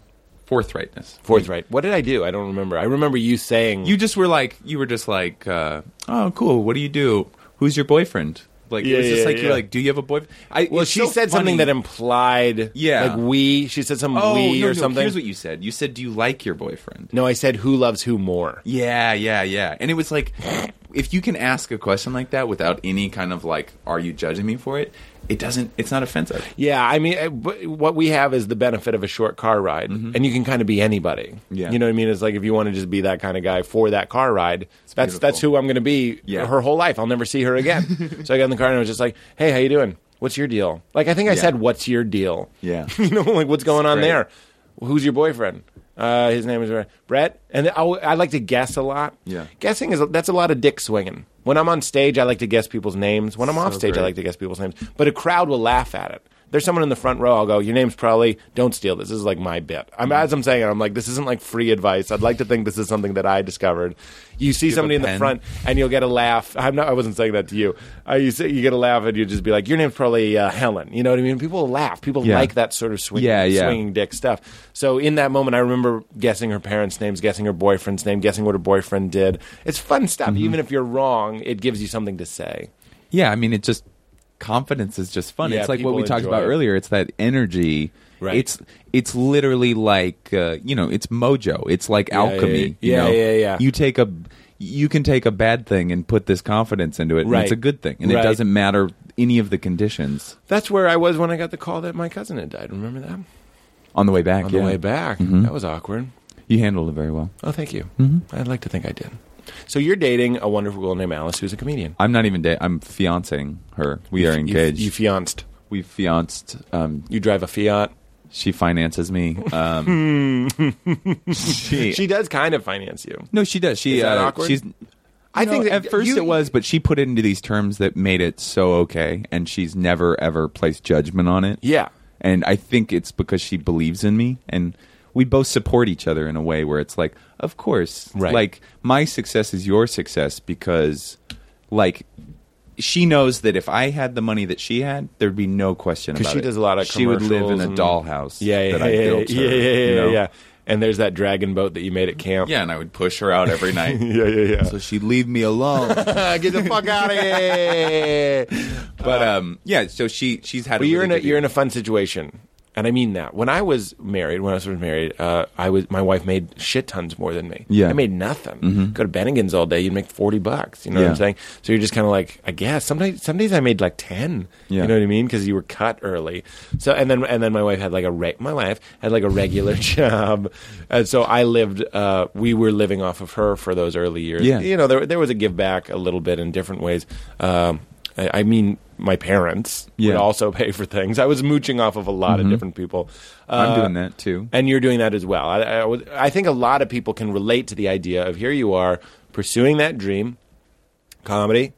S5: forthrightness.
S7: Forthright. What did I do? I don't remember. I remember you saying
S5: You just were like you were just like uh, oh cool. What do you do? Who's your boyfriend? Like
S7: Yeah,
S5: it was just
S7: yeah,
S5: like
S7: yeah.
S5: you're like do you have a boyfriend? I,
S7: Well,
S5: it's
S7: she
S5: so
S7: said
S5: funny.
S7: something that implied
S5: Yeah.
S7: like we. She said some
S5: oh
S7: we
S5: no,
S7: or
S5: no,
S7: something.
S5: Here's what you said. You said do you like your boyfriend?
S7: no, I said who loves who more.
S5: Yeah, yeah, yeah. And it was like, if you can ask a question like that without any kind of like, are you judging me for it? it doesn't. It's not offensive.
S7: Yeah, I mean, uh, but what we have is the benefit of a short car ride, and you can kind of be anybody.
S5: Yeah.
S7: you know what I mean. It's like if you want to just be that kind of guy for that car ride, that's that's who I'm going to be.
S5: Yeah.
S7: her whole life, I'll never see her again. so I got in the car and I was just like, "Hey, how you doing? What's your deal?" Like I think I
S5: Yeah.
S7: said, "What's your deal?"
S5: Yeah.
S7: you know, like what's going on
S5: great.
S7: there? Who's your boyfriend? Uh, his name is Brett, and I, I like to guess a lot.
S5: Yeah.
S7: guessing is that's a lot of dick swinging. When I'm on stage, I like to guess people's names. When I'm off stage, I
S5: great.
S7: like to guess people's names. But a crowd will laugh at it. There's someone in the front row. I'll go, "Your name's probably. Don't steal this. This is like my bit." I'm
S5: Mm-hmm.
S7: as I'm saying it. I'm like, "This isn't like free advice. I'd like to think this is something that I discovered." You see somebody
S5: a
S7: in the
S5: pen?
S7: front, and you'll get a laugh. I'm not. I wasn't saying that to you. Uh, you say, you get a laugh, and you just be like, "Your name's probably uh, Helen." You know what I mean? People will laugh. People
S5: Yeah.
S7: like that sort of swing,
S5: Yeah, yeah.
S7: swinging dick stuff. So in that moment, I remember guessing her parents' names, guessing her boyfriend's name, guessing what her boyfriend did. It's fun stuff. Even if you're wrong, it gives you something to say.
S5: Yeah, I mean, it just confidence is just fun.
S7: Yeah,
S5: it's like what
S7: people
S5: we talked
S7: enjoy
S5: about
S7: it.
S5: earlier. It's that energy.
S7: Right.
S5: It's it's literally like uh, you know, it's mojo. It's like alchemy. you
S7: yeah, yeah.
S5: know?
S7: Yeah, yeah, yeah.
S5: You take a you can take a bad thing and put this confidence into it, and
S7: Right.
S5: it's a good thing, and
S7: Right.
S5: it doesn't matter any of the conditions
S7: That's where I was when I got the call that my cousin had died. Remember that
S5: on the way back.
S7: on
S5: yeah,
S7: the way back? That was awkward.
S5: you handled it very well.
S7: Oh, thank you. I'd like to think I did. So you're dating a wonderful girl named Alice, who's a comedian.
S5: I'm not even. Da- I'm fiancing her. We are
S7: You-
S5: engaged.
S7: You, fianced.
S5: we fianced. Um,
S7: You drive a Fiat.
S5: she finances me. Um, she,
S7: She does kind of finance you.
S5: No, she does. She
S7: Is that
S5: uh,
S7: awkward?
S5: she's.
S7: I
S5: No,
S7: think that
S5: at first
S7: you-
S5: it was, but she put it into these terms that made it so okay, and she's never ever placed judgment on it.
S7: Yeah.
S5: and I think it's because she believes in me, and we both support each other in a way where it's like, of course,
S7: Right.
S5: like my success is your success because, like. She knows that if I had the money that she had, there'd be no question about
S7: she
S5: it.
S7: does a lot of
S5: She would live in
S7: commercials
S5: a
S7: and-
S5: dollhouse.
S7: Yeah, yeah,
S5: that I
S7: yeah, yeah,
S5: built her,
S7: yeah, yeah, yeah,
S5: you know?
S7: yeah. And there's that dragon boat that you made at camp.
S5: Yeah, and I would push her out every night,
S7: yeah, yeah, yeah.
S5: so she'd leave me alone.
S7: Get the fuck out of here.
S5: But um, yeah. So she she's had.
S7: But
S5: a
S7: you're in
S5: really
S7: a
S5: good
S7: you're in
S5: year.
S7: a fun situation, and I mean that. When I was married, when I was married, uh, I was my wife made shit tons more than me.
S5: Yeah. Mm-hmm.
S7: I made nothing. Go to Bennigan's all day, you'd make forty bucks. You know what I'm
S5: Yeah.
S7: saying? So you're just kind of like, I guess. Some days, some days I made like ten.
S5: Yeah.
S7: You know what I mean? Because you were cut early. So and then and then my wife had like a re- my wife had like a regular job, and so I lived. Uh, we were living off of her for those early years.
S5: Yeah.
S7: You know, there there was a give back a little bit in different ways. Um, I, I mean, my parents would
S5: Yeah.
S7: also also pay for things. I was mooching off of a lot of different people. Uh,
S5: I'm doing that, too.
S7: and you're doing that as well. I, I, was- I think a lot of people can relate to the idea of here you are pursuing that dream, comedy,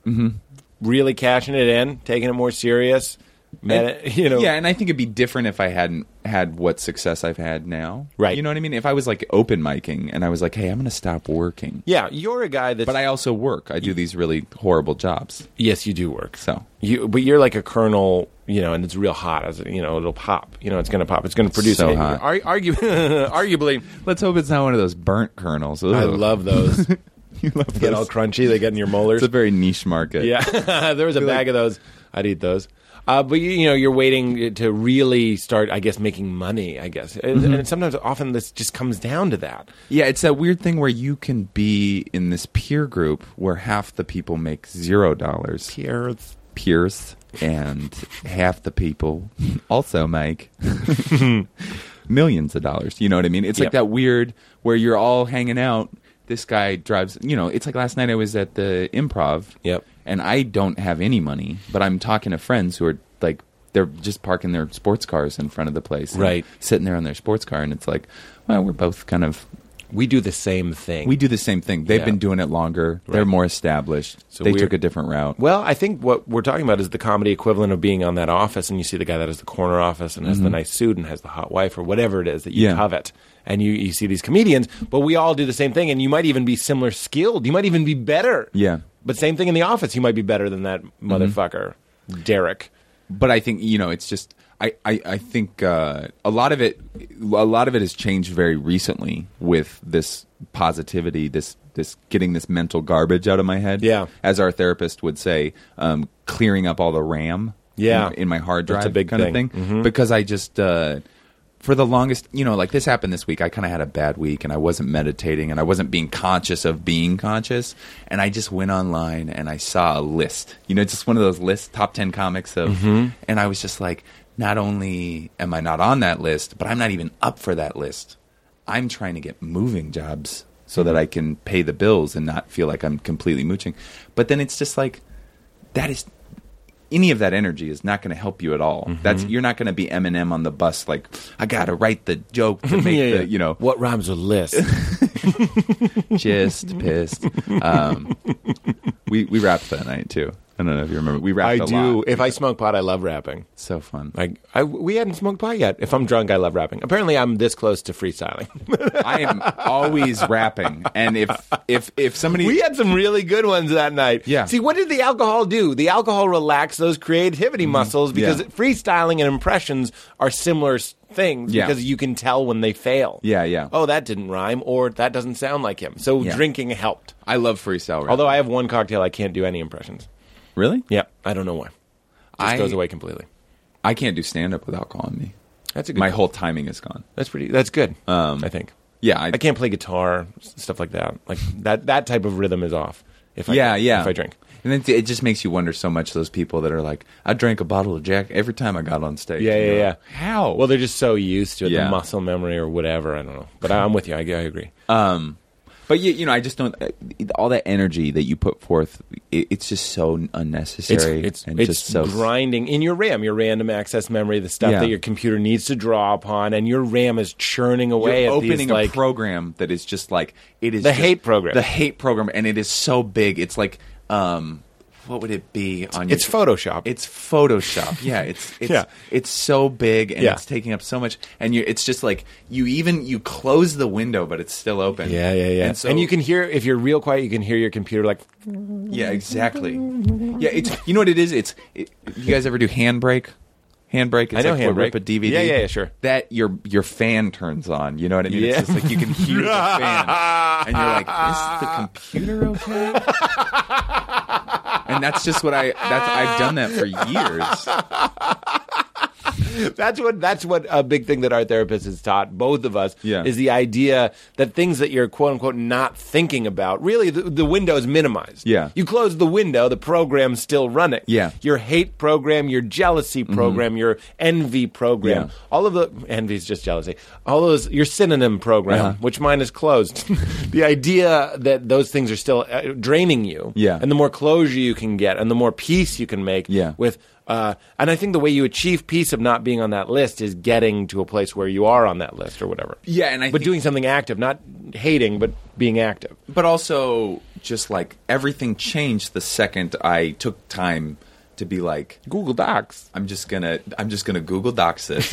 S7: really cashing it in, taking it more serious. Meta, you know,
S5: yeah, and I think it'd be different if I hadn't had what success I've had now.
S7: Right.
S5: You know what I mean? If I was like open micing and I was like, hey, I'm going to stop working,
S7: yeah. You're a guy that's
S5: but I also work. I do these really horrible jobs.
S7: yes, you do work.
S5: So
S7: You, but you're like a colonel, you know, and it's real hot. As you know, it'll pop. You know, it's gonna pop. It's gonna produce.
S5: So
S7: Hey,
S5: hot.
S7: Ar- argue, arguably,
S5: let's hope it's not one of those burnt kernels. Ugh.
S7: I love those.
S5: you love
S7: get
S5: those.
S7: all crunchy. They get in your molars.
S5: It's a very niche market.
S7: Yeah, there was a
S5: Be like-
S7: bag of those. I'd eat those. Uh, but you, you know, you're waiting eh, to really start, I guess, making money. I guess, and,
S5: Mm-hmm.
S7: and sometimes, often, this just comes down to that.
S5: Yeah, it's that weird thing where you can be in this peer group where half the people make zero dollars.
S7: Peers.
S5: Pierce and half the people also make millions of dollars. You know what I mean? It's
S7: Yep.
S5: like that weird where you're all hanging out. This guy drives, you know, it's like last night I was at the improv.
S7: Yep.
S5: And I don't have any money, but I'm talking to friends who are like, they're just parking their sports cars in front of the place. and
S7: Right.
S5: Sitting there on their sports car. And it's like, well, we're both kind of
S7: We do the same thing.
S5: we do the same thing. They've
S7: Yeah.
S5: been doing it longer. They're more established. they
S7: we're-
S5: took a different route.
S7: Well, I think what we're talking about is the comedy equivalent of being on that office, and you see the guy that has the corner office and has the nice suit and has the hot wife or whatever it is that you
S5: Mm-hmm. Yeah.
S7: covet. And you, you see these comedians, but we all do the same thing, and you might even be similar skilled. You might even be better.
S5: Yeah. Mm-hmm.
S7: But same thing in the office. You might be better than that motherfucker, Derek.
S5: but I think you know it's just I I, I think uh, a lot of it a lot of it has changed very recently with this positivity this this getting this mental garbage out of my head
S7: Yeah.
S5: as our therapist would say um, clearing up all the RAM
S7: Yeah.
S5: in, in my hard drive
S7: That's a big
S5: kind
S7: thing. Mm-hmm.
S5: of thing because I just uh, for the longest, you know, like this happened this week. I kind of had a bad week and I wasn't meditating and I wasn't being conscious of being conscious. And I just went online and I saw a list, you know, just one of those lists, top 10 comics of, and I was just like, not only am I not on that list, but I'm not even up for that list. I'm trying to get moving jobs so that I can pay the bills and not feel like I'm completely mooching. But then it's just like, that is any of that energy is not going to help you at all.
S3: Mm-hmm.
S5: That's you're not going to be Eminem on the bus like I got to write the joke to make the you know
S3: What rhymes with list?
S5: just pissed. Um, we we rapped that night too. I don't know if you remember. We
S3: I
S5: rapped. a
S3: do.
S5: Lot.
S3: If I smoke pot, I love rapping.
S5: So fun.
S3: Like I, we hadn't smoked pot yet. If I'm drunk, I love rapping. Apparently, I'm this close to freestyling.
S5: I am always rapping, and if if if somebody
S3: we had some really good ones that night.
S5: Yeah.
S3: See, what did the alcohol do? The alcohol relaxed those creativity muscles because
S5: Mm-hmm. Yeah.
S3: freestyling and impressions are similar s- things
S5: Yeah.
S3: because you can tell when they fail.
S5: Yeah, yeah.
S3: Oh, that didn't rhyme, or that doesn't sound like him. So
S5: Yeah.
S3: drinking helped.
S5: I love freestyle. Rap.
S3: Although I have one cocktail, I can't do any impressions.
S5: really,
S3: Yeah, I don't know why. Just
S5: I
S3: goes away completely.
S5: I can't do stand up with alcohol in me.
S3: That's a good.
S5: My whole timing is gone.
S3: that's pretty. That's good.
S5: Um,
S3: I think.
S5: Yeah, I,
S3: I can't play guitar, s- stuff like that. Like that that type of rhythm is off. If I
S5: yeah, yeah.
S3: If I drink,
S5: and then it just makes you wonder so much. Those people that are like, I drank a bottle of Jack every time I got on stage.
S3: yeah,
S5: And
S3: yeah,
S5: you're
S3: yeah.
S5: like, How?
S3: Well, they're just so used to it,
S5: Yeah.
S3: the muscle memory or whatever. I don't know, but I, I'm with you. I, I agree.
S5: But you, you know, I just don't. uh, All that energy that you put forth, it, it's just so
S3: it's
S5: unnecessary.
S3: it's,
S5: and
S3: it's
S5: just so
S3: grinding in your RAM, your random access memory, the stuff
S5: Yeah.
S3: that your computer needs to draw upon, and your RAM is churning away
S5: You're
S3: at
S5: opening
S3: these
S5: a
S3: like
S5: program that is just like it is
S3: The
S5: just-
S3: hate program.
S5: The hate program, and it is so big. It's like, um, what would it be on?
S3: it's
S5: your,
S3: Photoshop.
S5: It's Photoshop. Yeah, it's it's
S3: Yeah.
S5: it's so big and
S3: Yeah.
S5: it's taking up so much, and you it's just like you even you close the window, but it's still open.
S3: yeah, yeah, yeah.
S5: And, so,
S3: and you can hear if you're real quiet, you can hear your computer like
S5: Yeah, exactly. Yeah, it's you know what it is. It's it, you guys ever do handbrake? Handbrake. It's
S3: I know
S5: like we'll
S3: Handbrake.
S5: rip a DVD.
S3: Yeah, yeah, yeah, sure.
S5: That your your fan turns on. You know what I mean?
S3: Yeah.
S5: It's just like you can hear the fan, and you're like, is the computer okay? and that's just what I. That's I've done that for years.
S3: That's what that's what a big thing that our therapist has taught both of us
S5: Yeah.
S3: is the idea that things that you're quote unquote not thinking about really the, the window is minimized.
S5: Yeah.
S3: you close the window, the program's still running.
S5: Yeah. Mm-hmm.
S3: your hate program, your jealousy program, your envy program,
S5: Yeah.
S3: all of the envy is just jealousy. All those your synonym program,
S5: Uh-huh.
S3: which mine is closed. the idea that those things are still uh, draining you.
S5: Yeah.
S3: and the more closure you can get, and the more peace you can make
S5: Yeah.
S3: with uh, and i think the way you achieve peace of not being on that list is getting to a place where you are on that list or whatever
S5: Yeah, and I
S3: but
S5: think-
S3: doing something active not hating but being active
S5: But also, just like everything changed the second I took time to be like,
S3: google docs
S5: I'm just gonna I'm just gonna Google Docs this.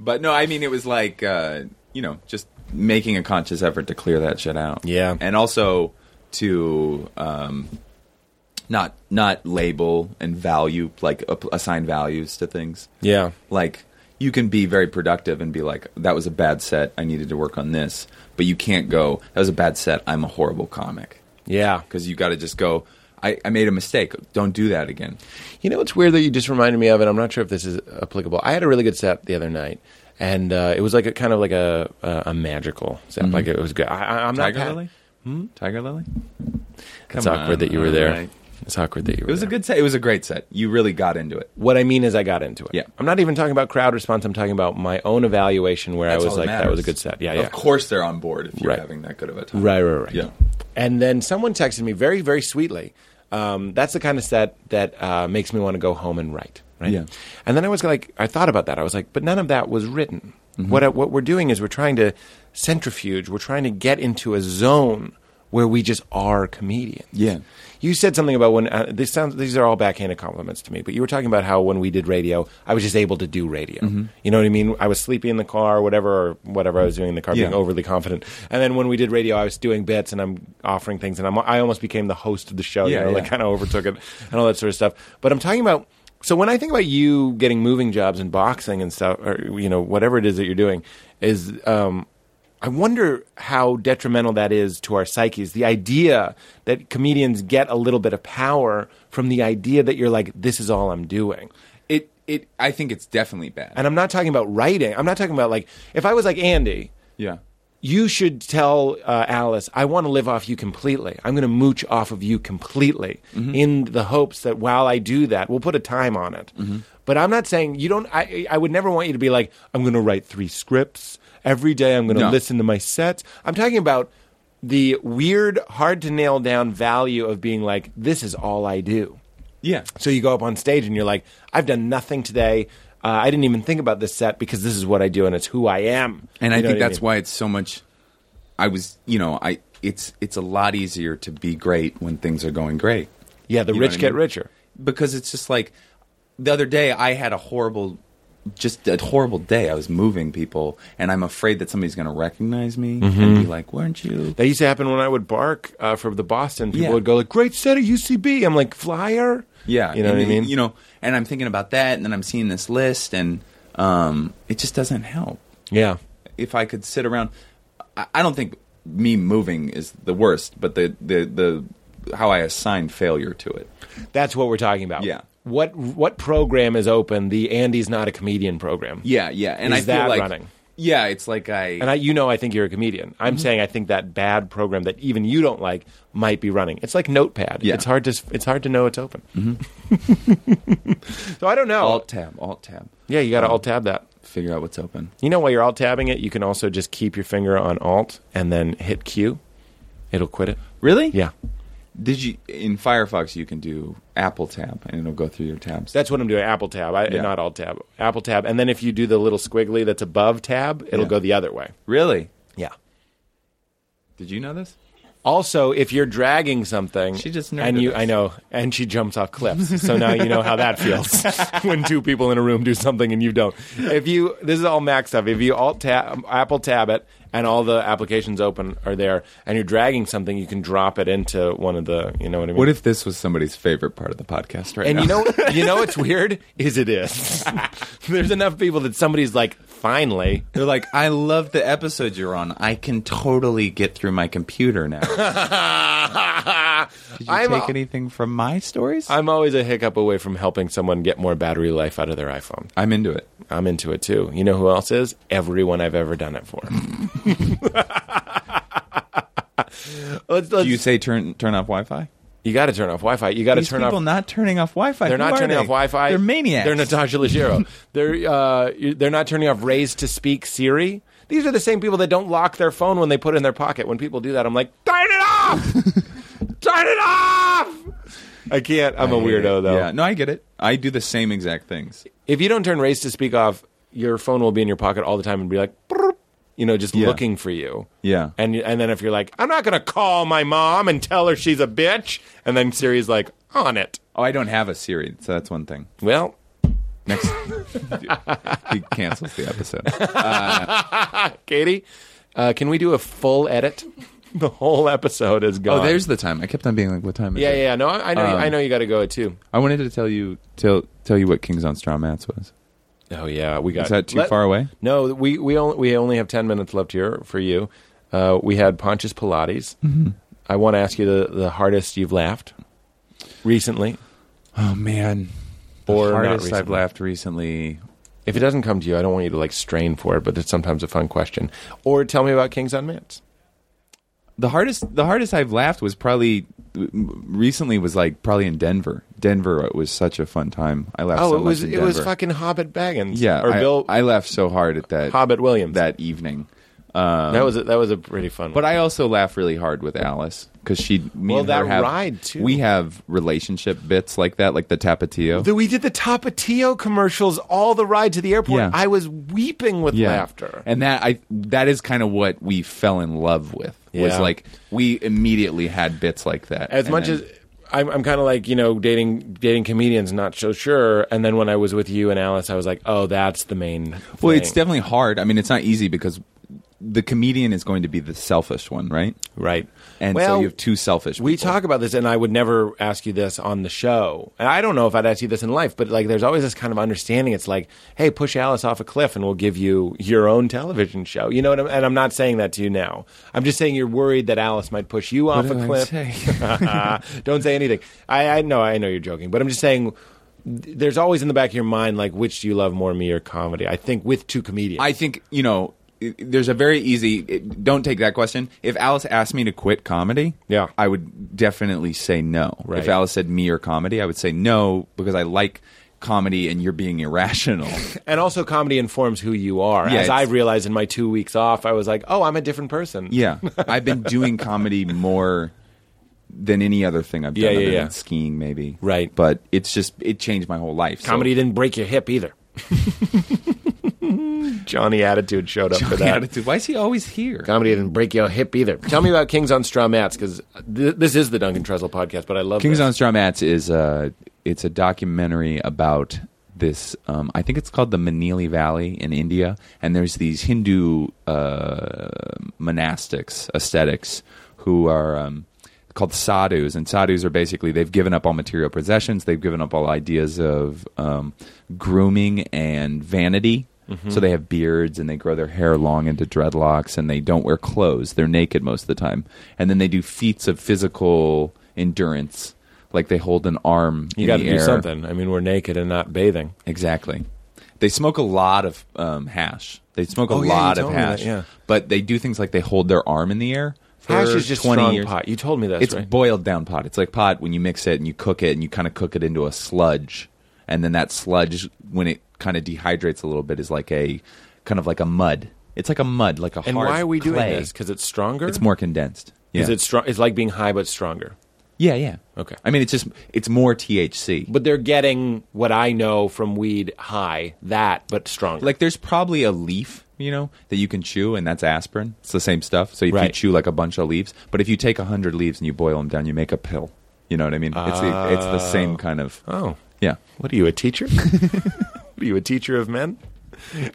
S5: but no, I mean it was like uh, you know just making a conscious effort to clear that shit out.
S3: Yeah.
S5: and also to um, not not label and value like a- assign values to things.
S3: yeah
S5: Like you can be very productive and be like that was a bad set. I needed to work on this, but you can't go that was a bad set. I'm a horrible comic
S3: yeah
S5: because you got to just go. I, I made a mistake. Don't do that again.
S3: You know what's weird that you just reminded me of, and I'm not sure if this is applicable. I had a really good set the other night, and uh, it was like a kind of like a a, a magical set. Like it was good. I, I, I'm not
S5: Tiger
S3: pat-
S5: Lily? Hmm? Tiger Lily?
S3: It's
S5: Come
S3: awkward
S5: on,
S3: that you were there.
S5: alright.
S3: It's awkward that you were.
S5: It was a
S3: there.
S5: good set. It was a great set. You really got into it.
S3: What I mean is, I got into it.
S5: Yeah.
S3: I'm not even talking about crowd response. I'm talking about my own evaluation where
S5: That's
S3: I was
S5: all
S3: like, that
S5: matters.
S3: was a good set. Yeah, yeah.
S5: Of course they're on board if you're
S3: Right.
S5: having that good of a time.
S3: Right, right, right.
S5: Yeah.
S3: And then someone texted me very, very sweetly. Um, that's the kind of set that uh, makes me want to go home and write. Right.
S5: Yeah.
S3: And then I was like, I thought about that. I was like, but none of that was written.
S5: Mm-hmm.
S3: What I, what we're doing is we're trying to centrifuge. We're trying to get into a zone where we just are comedians.
S5: Yeah.
S3: You said something about when uh, this sounds. These are all backhanded compliments to me, but you were talking about how when we did radio, I was just able to do radio.
S5: Mm-hmm.
S3: You know what I mean? I was sleepy in the car, or whatever, or whatever I was doing in the car, being
S5: Yeah.
S3: overly confident. And then when we did radio, I was doing bits and I'm offering things, and I'm I almost became the host of the show.
S5: Yeah,
S3: you know, like
S5: yeah.
S3: kind of overtook it and all that sort of stuff. But I'm talking about. So when I think about you getting moving jobs in boxing and stuff, or you know whatever it is that you're doing, is um, I wonder how detrimental that is to our psyches. The idea that comedians get a little bit of power from the idea that you're like, this is all I'm doing.
S5: It it. I think it's definitely bad.
S3: And I'm not talking about writing. I'm not talking about like if I was like Andy,
S5: yeah.
S3: you should tell uh, Alice, I want to live off you completely. I'm going to mooch off of you completely
S5: Mm-hmm.
S3: in the hopes that while I do that, we'll put a time on it.
S5: Mm-hmm.
S3: But I'm not saying you don't, I, I would never want you to be like, I'm going to write three scripts. Every day I'm going to
S5: No.
S3: listen to my sets. I'm talking about the weird, hard to nail down value of being like, this is all I do.
S5: Yeah.
S3: So you go up on stage and you're like, I've done nothing today. Uh, I didn't even think about this set because this is what I do and it's who I am.
S5: And I
S3: You know
S5: think
S3: what
S5: that's
S3: mean?
S5: why it's so much. I was, you know, I it's it's a lot easier to be great when things are going great.
S3: Yeah, the
S5: You know
S3: rich
S5: what I
S3: get
S5: mean?
S3: richer.
S5: because it's just like the other day I had a horrible just a horrible day. I was moving people and I'm afraid that somebody's going to recognize me
S3: Mm-hmm.
S5: and be like, "Weren't you?"
S3: That used to happen when I would bark uh, for the Boston. People
S5: Yeah.
S3: would go like, "Great set at UCB." I'm like, "Flyer."
S5: Yeah,
S3: you know
S5: and,
S3: what I mean.
S5: You know, and I'm thinking about that and then I'm seeing this list and um it just doesn't help.
S3: yeah,
S5: If I could sit around I, I don't think me moving is the worst, but the the the how I assign failure to it.
S3: that's what we're talking about.
S5: Yeah.
S3: What what program is open? The Andy's not a comedian program.
S5: Yeah, yeah, and
S3: Is
S5: I feel
S3: that
S5: like
S3: running?
S5: yeah, it's like I
S3: And I, you know, I think you're a comedian. I'm
S5: Mm-hmm.
S3: saying I think that bad program that even you don't like might be running. It's like Notepad.
S5: Yeah.
S3: It's hard to s- it's hard to know it's open. so I don't know.
S5: Mm-hmm. alt um, tab, alt tab,
S3: yeah, you got to alt tab that.
S5: figure out what's open.
S3: You know, while you're alt tabbing it, you can also just keep your finger on alt and then hit Q. It'll quit it.
S5: Really?
S3: Yeah.
S5: Did you in Firefox you can do Apple tab and it'll go through your tabs.
S3: That's what I'm doing. Apple tab, I,
S5: Yeah.
S3: not alt tab. Apple tab, and then if you do the little squiggly that's above tab, it'll
S5: Yeah.
S3: go the other way.
S5: really?
S3: Yeah.
S5: Did you know this?
S3: Also, if you're dragging something,
S5: She just nerded
S3: and you,
S5: us.
S3: I know, and she jumps off cliffs. So now you know how that feels when two people in a room do something and you don't. If you, this is all Mac stuff. If you alt tab, Apple tab it, and all the applications open are there, and you're dragging something, you can drop it into one of the, you know what I mean.
S5: What if this was somebody's favorite part of the podcast right
S3: And
S5: now?
S3: you know, you know what's weird is it is. There's enough people that somebody's like, finally,
S5: they're like, I love the episode you're on. I can totally get through my computer now. Did you
S3: I'm
S5: take
S3: a-
S5: anything from my stories?
S3: I'm always a hiccup away from helping someone get more battery life out of their iPhone.
S5: I'm into it.
S3: I'm into it too. You know who else is? Everyone I've ever done it for. let's, let's,
S5: Do you
S3: you
S5: say turn turn off Wi-Fi?
S3: got to turn off Wi-Fi. You got to
S5: These
S3: turn off.
S5: people not turning off Wi-Fi.
S3: they're
S5: Who
S3: not
S5: are
S3: turning
S5: they?
S3: off Wi-Fi.
S5: They're maniacs.
S3: They're Natasha Leggero. they're uh, you- they're not turning off Raise to Speak Siri. These are the same people that don't lock their phone when they put it in their pocket. When people do that, I'm like, turn it off, turn it off. I can't. I'm a weirdo though.
S5: Yeah. No, I get it. I do the same exact things.
S3: if you don't turn race to speak off, your phone will be in your pocket all the time and be like, "Brrr," you know, just
S5: Yeah.
S3: looking for you.
S5: Yeah.
S3: And and then if you're like, I'm not gonna call my mom and tell her she's a bitch, and then Siri's like, on it.
S5: Oh, I don't have a Siri, so that's one thing.
S3: Well,
S5: Next, he cancels the episode.
S3: Katie, uh, can we do a full edit? The whole episode is gone.
S5: Oh, there's the time. I kept on being like, "What time is
S3: yeah,
S5: it?"
S3: yeah. yeah. No, I, I know.
S5: Um,
S3: I know you got to go at two.
S5: I wanted to tell you tell tell you what Kings on Straw Mats was.
S3: Oh yeah, we got.
S5: Is that too
S3: Let-
S5: far away?
S3: No, we we only we only have ten minutes left here for you. Uh, we had Pontius Pilates. I want to ask you the, the hardest you've laughed recently.
S5: Oh man,
S3: Or
S5: the
S3: not
S5: hardest I've
S3: recently.
S5: laughed recently.
S3: If it doesn't come to you, I don't want you to like strain for it, but it's sometimes a fun question. Or tell me about Kings on Mats.
S5: The hardest the hardest I've laughed was probably recently was like probably in Denver. Denver it was such a fun time. I laughed.
S3: Oh,
S5: so
S3: it
S5: much
S3: was
S5: in
S3: it was
S5: Denver.
S3: fucking Hobbit Baggins.
S5: Yeah,
S3: or
S5: I,
S3: Bill
S5: I laughed so hard at that
S3: Hobbit Williams.
S5: that evening.
S3: that was a, that was a pretty fun.
S5: But
S3: one.
S5: I also laugh really hard with Alice because she, me
S3: Well,
S5: and her
S3: that
S5: have,
S3: ride, too.
S5: We have relationship bits like that, like the tapatio.
S3: The- we did the Tapatio commercials all the ride to the airport.
S5: Yeah.
S3: I was weeping with laughter.
S5: and that I that is kind of what we fell in love with. Was
S3: Yeah.
S5: like we immediately had bits like that.
S3: as
S5: And
S3: much
S5: then-
S3: as I'm, I'm kind of like you know dating dating comedians, not so sure. And then when I was with you and Alice, I was like, oh, that's the main.
S5: well,
S3: thing.
S5: it's definitely hard. I mean, it's not easy because the comedian is going to be the selfish one, right?
S3: right.
S5: And
S3: Well,
S5: so you have two selfish.
S3: We
S5: people.
S3: talk about this, and I would never ask you this on the show. And I don't know if I'd ask you this in life, but like, there's always this kind of understanding. It's like, hey, push Alice off a cliff, and we'll give you your own television show. You know what? I'm, and I'm not saying that to you now. I'm just saying you're worried that Alice might push you off
S5: do
S3: a
S5: I
S3: cliff.
S5: say?
S3: don't say anything. I, I know, I know you're joking, but I'm just saying there's always in the back of your mind like which do you love more, me or comedy? I think with two comedians.
S5: I think you know. i- There's a very easy. it- Don't take that question. If Alice asked me to quit comedy,
S3: Yeah.
S5: I would definitely say no.
S3: Right.
S5: If Alice said me or comedy, I would say no because I like comedy and you're being irrational.
S3: and also comedy informs who you are.
S5: Yeah,
S3: As I
S5: it's-
S3: realized in my two weeks off, I was like, oh, I'm a different person.
S5: yeah, I've been doing comedy more than any other thing I've done.
S3: Yeah, yeah,
S5: other
S3: yeah.
S5: than Skiing, maybe.
S3: Right.
S5: but it's just it changed my whole life. so-
S3: Comedy didn't break your hip either.
S8: Johnny attitude showed up for
S5: Yeah,
S8: that.
S5: attitude. Why is he always here?
S3: Comedy didn't break your hip either. Tell me about Kings on Straw Mats because th- this is the Duncan Trussell podcast, but I love
S5: Kings
S3: this.
S5: on Straw Mats is a it's a documentary about this. Um, I think it's called the Manili Valley in India, and there's these Hindu uh, monastics, ascetics, who are um, called sadhus, and sadhus are basically they've given up all material possessions, they've given up all ideas of um, grooming and vanity. So they have beards and they grow their hair long into dreadlocks and they don't wear clothes. They're naked most of the time. And then they do feats of physical endurance, like they hold an arm.
S3: You
S5: got
S3: got
S5: to
S3: to do something. I mean, we're naked and not bathing.
S5: Exactly. They smoke a lot of um, hash. They smoke a
S3: Oh, yeah, you
S5: lot of
S3: told me that,
S5: hash.
S3: yeah.
S5: But they do things like they hold their arm in the air. For
S3: Hash is just
S5: 20
S3: strong
S5: years.
S3: pot. You told me that.
S5: It's
S3: right?
S5: boiled down pot. It's like pot when you mix it and you cook it and you kind of cook it into a sludge, and then that sludge when it kind of dehydrates a little bit is like a kind of like a mud. It's like a mud, like a
S3: and
S5: hard
S3: why are we doing
S5: clay.
S3: this? Because it's stronger.
S5: It's more condensed. Yeah.
S3: Is it strong? It's like being high, but stronger.
S5: yeah, yeah.
S3: Okay.
S5: I mean, it's just it's more THC.
S3: But they're getting what I know from weed high, that but stronger.
S5: like there's probably a leaf you know that you can chew and that's aspirin it's the same stuff so if you
S3: Right.
S5: chew like a bunch of leaves but if you take 100 leaves and you boil them down you make a pill you know what i mean it's the, it's the same kind of
S8: Oh.
S5: yeah
S8: What are you, a teacher? are you a teacher of men?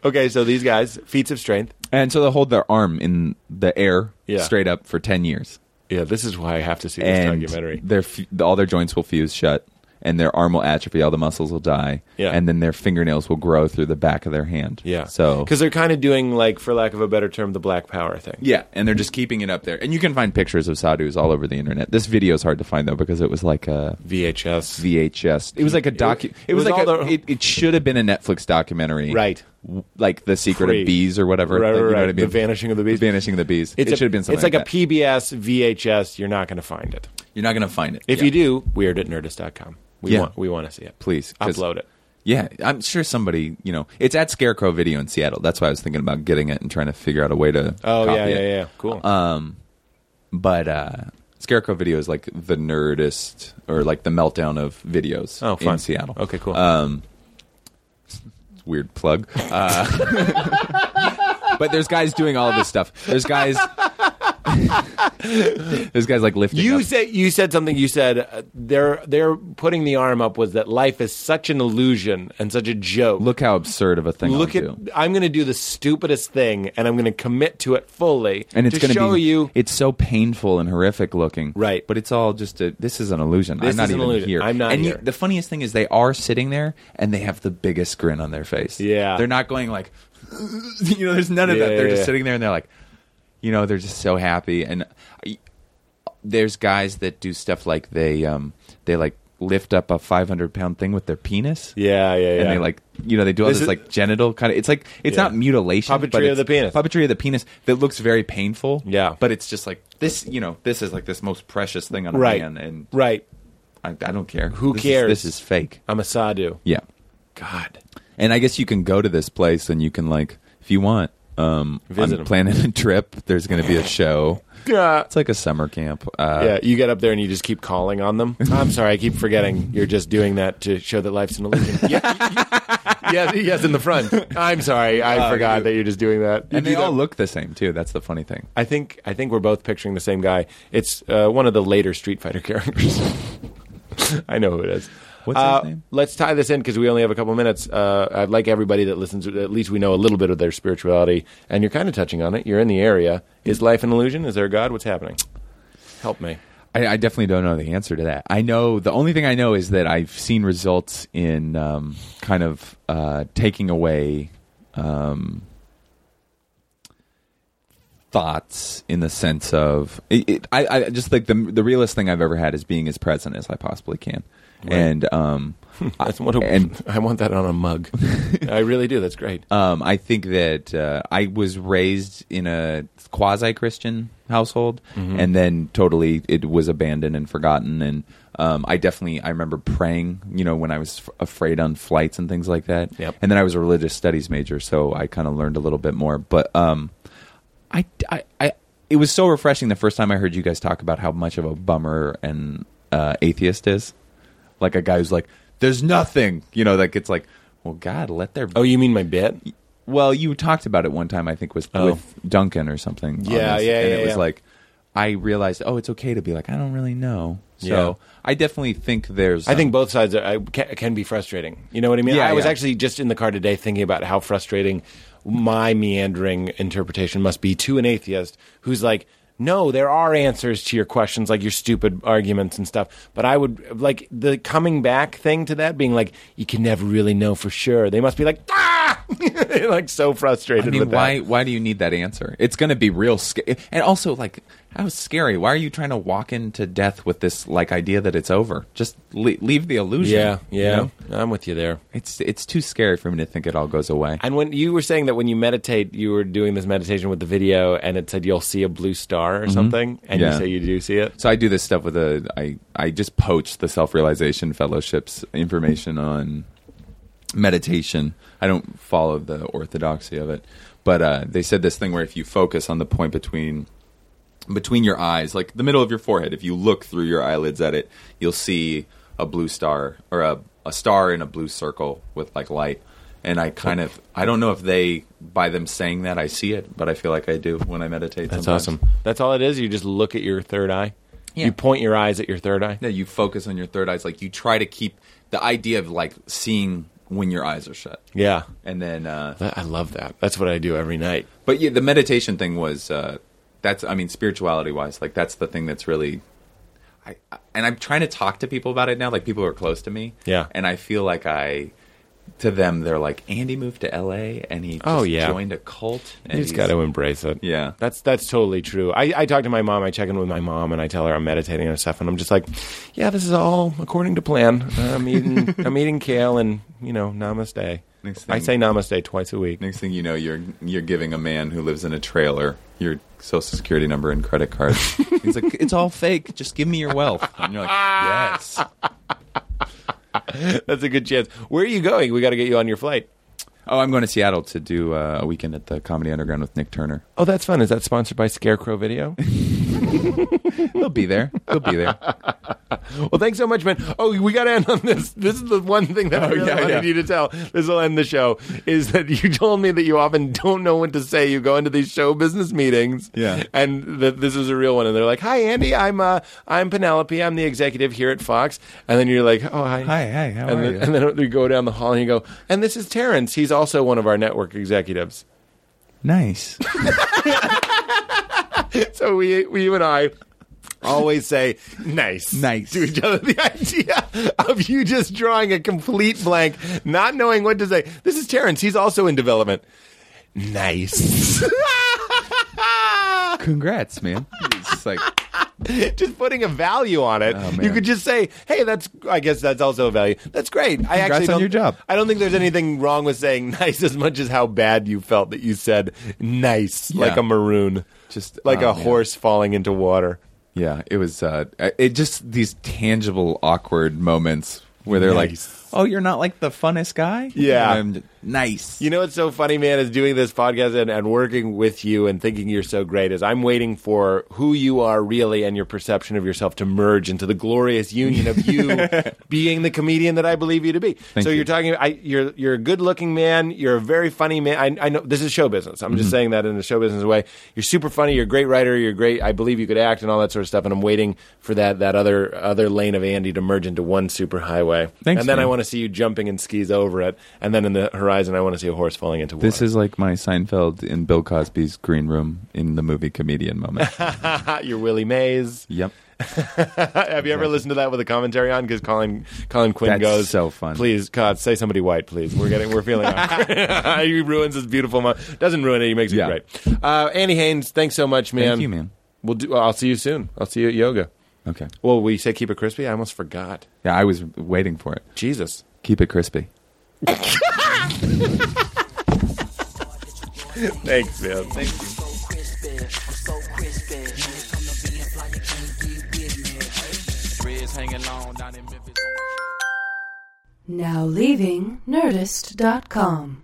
S8: Okay, so these guys, feats of strength.
S5: and so they hold their arm in the air
S8: Yeah.
S5: straight up for 10 years
S8: Yeah, this is why I have to see this
S5: and
S8: documentary.
S5: their f- all their joints will fuse shut and their arm will atrophy all the muscles will die
S8: Yeah.
S5: and then their fingernails will grow through the back of their hand
S3: yeah.
S5: so
S3: because they're kind of doing like, for lack of a better term, the black power thing.
S5: Yeah, and they're just keeping it up there. And you can find pictures of sadhus all over the internet. This video is hard to find though because it was like a
S3: VHS.
S5: VHS. It was like a docu. It, was,
S3: was
S5: like
S3: all
S5: a,
S3: the-
S5: it, it should have been a Netflix documentary,
S3: Right.
S5: W- Like the Secret
S3: Free.
S5: of Bees or whatever.
S3: Right,
S5: like, you know
S3: right,
S5: what I
S3: right.
S5: mean?
S3: The Vanishing of the Bees.
S5: The Vanishing of the Bees. it
S3: a-
S5: should have been something.
S3: It's like,
S5: like,
S3: a PBS VHS. You're not going to find it.
S5: that. You're not gonna find it
S3: If
S5: Yeah.
S3: you do, weird at nerdist.com. We
S5: Yeah.
S3: want we want to see it.
S5: Please, 'cause-
S3: upload it.
S5: Yeah, I'm sure somebody. You know, it's at Scarecrow Video in Seattle. That's why I was thinking about getting it and trying to figure out a way to.
S3: Oh
S5: copy
S3: yeah, yeah,
S5: it. Uh,
S3: yeah, Cool.
S5: but uh Scarecrow Video is like the nerdist or like the meltdown of videos
S3: oh, fun.
S5: in Seattle.
S3: Okay, cool.
S5: Weird plug. Uh, but there's guys doing all of this stuff. There's guys There's guys like lifting
S3: You
S5: up-
S3: said you said something. You said uh, they're they're putting the arm up was that life is such an illusion and such a joke.
S5: look how absurd of a thing
S3: Look
S5: I'll
S3: at
S5: do.
S3: I'm going to do the stupidest thing and I'm going to commit to it fully
S5: And it's
S3: to
S5: going to
S3: show
S5: be
S3: you
S5: it's so painful and horrific looking.
S3: Right.
S5: But it's all just a this is an illusion.
S3: This
S5: I'm not
S3: is an
S5: even
S3: illusion.
S5: here.
S3: I'm not
S5: and
S3: here.
S5: You, the funniest thing is they are sitting there and they have the biggest grin on their face.
S3: Yeah.
S5: They're not going like you know, there's none of
S3: Yeah,
S5: that. They're
S3: yeah,
S5: just
S3: yeah.
S5: sitting there and they're like you know, they're just so happy and I- there's guys that do stuff like they um they like lift up a 500 pound thing with their penis
S3: yeah, yeah, yeah.
S5: and they like you know they do all
S3: This
S5: this,
S3: is-
S5: like genital kind of it's like it's not mutilation
S3: Puppetry
S5: but it's
S3: of the penis.
S5: puppetry of the penis that looks very painful
S3: Yeah.
S5: but it's just like this you know this is like this most precious thing on a
S3: right
S5: man and
S3: right.
S5: I, I don't care
S3: Who
S5: This is-
S3: cares?
S5: this is fake
S3: I'm a sadhu.
S5: yeah
S3: God.
S5: and I guess you can go to this place and you can like if you want um
S3: Visit
S5: I'm
S3: 'em.
S5: planning a trip there's gonna be a show
S3: Yeah.
S5: it's like a summer camp uh
S3: Yeah, you get up there and you just keep calling on them. I'm sorry, I keep forgetting. You're just doing that to show that life's an illusion. yeah, yes, yes, in the front. I'm sorry, I forgot that you're just doing that. You
S5: Uh, and they
S3: do that-
S5: all look the same too that's the funny thing
S3: I think I think we're both picturing the same guy. It's uh, one of the later Street Fighter characters. I know who it is.
S5: What's his
S3: uh,
S5: name?
S3: Let's tie this in because we only have a couple minutes. Uh, I'd like everybody that listens, at least we know a little bit of their spirituality, and you're kind of touching on it. You're in the area. Is life an illusion? Is there a God? What's happening? Help me.
S5: I, I definitely don't know the answer to that. I know the only thing I know is that I've seen results in um, kind of uh, taking away um, thoughts in the sense of it, it, I, I just like the the realest thing I've ever had is being as present as I possibly can, and um,
S3: That's what a,
S5: and-
S3: I want that on a mug. I really do. That's great.
S5: um, I think that uh, I was raised in a quasi Christian household, and then totally it was abandoned and forgotten. And um, I definitely I remember praying, you know, when I was f- afraid on flights and things like that.
S3: Yep.
S5: And then I was a religious studies major, so I kind of learned a little bit more. But um, I, I, I, it was so refreshing the first time I heard you guys talk about how much of a bummer an uh, atheist is, like a guy who's like, "There's nothing," you know, like it's like. Well, God, let there
S3: Oh, you mean my bit?
S5: well, you talked about it one time, I think, was
S3: Oh.
S5: with Duncan or something. on
S3: Yeah,
S5: this,
S3: yeah,
S5: And
S3: yeah,
S5: it was
S3: yeah.
S5: like, I realized, oh, it's okay to be like, I don't really know. So
S3: Yeah.
S5: I definitely think there's.
S3: I think
S5: um,
S3: both sides are, I, can, can be frustrating. You know what I mean?
S5: Yeah,
S3: I was
S5: yeah.
S3: actually just in the car today thinking about how frustrating my meandering interpretation must be to an atheist who's like, no, there are answers to your questions, like your stupid arguments and stuff. But I would like the coming back thing to that being like, you can never really know for sure. They must be like, ah, like so frustrated
S5: I mean,
S3: with that.
S5: why why do you need that answer? It's going to be real scary, and also like how scary. Why are you trying to walk into death with this like idea that it's over? Just le- leave the illusion.
S3: Yeah,
S5: you
S3: yeah,
S5: know?
S3: I'm with you there.
S5: It's it's too scary for me to think it all goes away.
S3: And when you were saying that when you meditate, you were doing this meditation with the video, and it said you'll see a blue star or something, and you
S5: Mm-hmm. Yeah.
S3: say you do see it.
S5: So I do this stuff with a I I just poach the self realization fellowships information on meditation. I don't follow the orthodoxy of it, but uh, they said this thing where if you focus on the point between between your eyes, like the middle of your forehead, if you look through your eyelids at it, you'll see a blue star or a a star in a blue circle with like light. And I kind of I don't know if they by them saying that I see it, but I feel like I do when I meditate.
S3: That's
S5: sometimes.
S3: awesome. That's all it is. You just look at your third eye.
S5: Yeah.
S3: You point your eyes at your third eye.
S5: that you focus on your third eyes like you try to keep the idea of like seeing when your eyes are shut
S3: Yeah.
S5: and then uh
S3: That- I love that. That's what I do every night.
S5: but yeah the meditation thing was uh that's i mean spirituality wise like that's the thing that's really I, I and i'm trying to talk to people about it now like people who are close to me
S3: Yeah.
S5: and i feel like i to them they're like andy moved to la and he just
S3: Oh, yeah.
S5: joined a cult and
S3: You just got to embrace it.
S5: Yeah.
S3: that's that's totally true. I, I talk to my mom. I check in with my mom, and I tell her I'm meditating and stuff. And I'm just like, yeah, this is all according to plan. I'm eating, I'm eating kale, and you know, namaste.
S5: Next
S3: I
S5: thing-
S3: say namaste twice a week.
S5: next thing you know you're you're giving a man who lives in a trailer your social security number and credit card he's like it's all fake just give me your wealth and you're like yes
S3: That's a good chance. Where are you going? We got to get you on your flight.
S5: oh i'm going to seattle to do uh, a weekend at the comedy underground with nick turner
S3: Oh, that's fun. Is that sponsored by Scarecrow Video?
S5: he'll be there he'll be there
S3: well, thanks so much, man. Oh, we got to end on this. This is the one thing that I really
S5: yeah,
S3: wanted
S5: yeah.
S3: you to tell. This will end the show. Is that you told me that you often don't know what to say. You go into these show business meetings,
S5: Yeah.
S3: and that this is a real one. And they're like, "Hi, Andy. I'm uh, I'm Penelope. I'm the executive here at Fox." And then you're like, "Oh, hi,
S5: Hi, hi, how
S3: and
S5: are
S3: then,
S5: you?
S3: And then you go down the hall and you go, "And this is Terrence. He's also one of our network executives."
S5: nice
S3: So we, we you and I always say nice,
S5: Nice.
S3: to each other. The idea of you just drawing a complete blank, not knowing what to say. This is Terrence. He's also in development. Nice.
S5: congrats man it's just like
S3: just putting a value on it.
S5: Oh, man.
S3: you could just say, "Hey, that's." I guess that's also a value. That's great. I actually
S5: on
S3: don't,
S5: your job.
S3: I don't think there's anything wrong with saying nice as much as how bad you felt that you said nice, like
S5: Yeah.
S3: a maroon,
S5: Just-
S3: like
S5: oh,
S3: a
S5: man.
S3: horse falling into water.
S5: yeah it was uh it just these tangible awkward moments where they're
S3: Nice.
S5: like oh you're not like the funnest guy
S3: Yeah.
S5: And I'm- nice
S3: You know what's so funny, man, is doing this podcast and, and working with you and thinking you're so great is I'm waiting for who you are really and your perception of yourself to merge into the glorious union of you being the comedian that I believe you to be. so
S5: you.
S3: are talking I, you're you're a good looking man, you're a very funny man. I, I know this is show business. I'm
S5: Mm-hmm.
S3: just saying that in a show business way. You're super funny, you're a great writer, you're great I believe you could act and all that sort of stuff, and I'm waiting for that that other other lane of Andy to merge into one super highway.
S5: Thanks,
S3: and then I
S5: man.
S3: want to see you jumping and skis over it. And then in the horizon, I want to see a horse falling into water.
S5: This is like my Seinfeld in Bill Cosby's green room in the movie comedian moment.
S3: your Willie Mays.
S5: yep.
S3: Have you ever listened to that with a commentary on? Because Colin Colin Quinn
S5: That's
S3: goes
S5: so fun.
S3: Please, God, say somebody white, please. We're getting we're feeling. awkward." he ruins this beautiful. Mo- Doesn't ruin it. He makes it
S5: Yeah.
S3: great. Uh, Annie Haynes, thanks so much, man.
S5: Thank you, man.
S3: We'll do. I'll see you soon. I'll see you at yoga.
S5: Okay.
S3: Well, will you say keep it crispy? I almost forgot.
S5: Yeah, I was waiting for it.
S3: Jesus.
S5: Keep it crispy.
S3: Thanks, man.
S1: Now leaving Nerdist.com.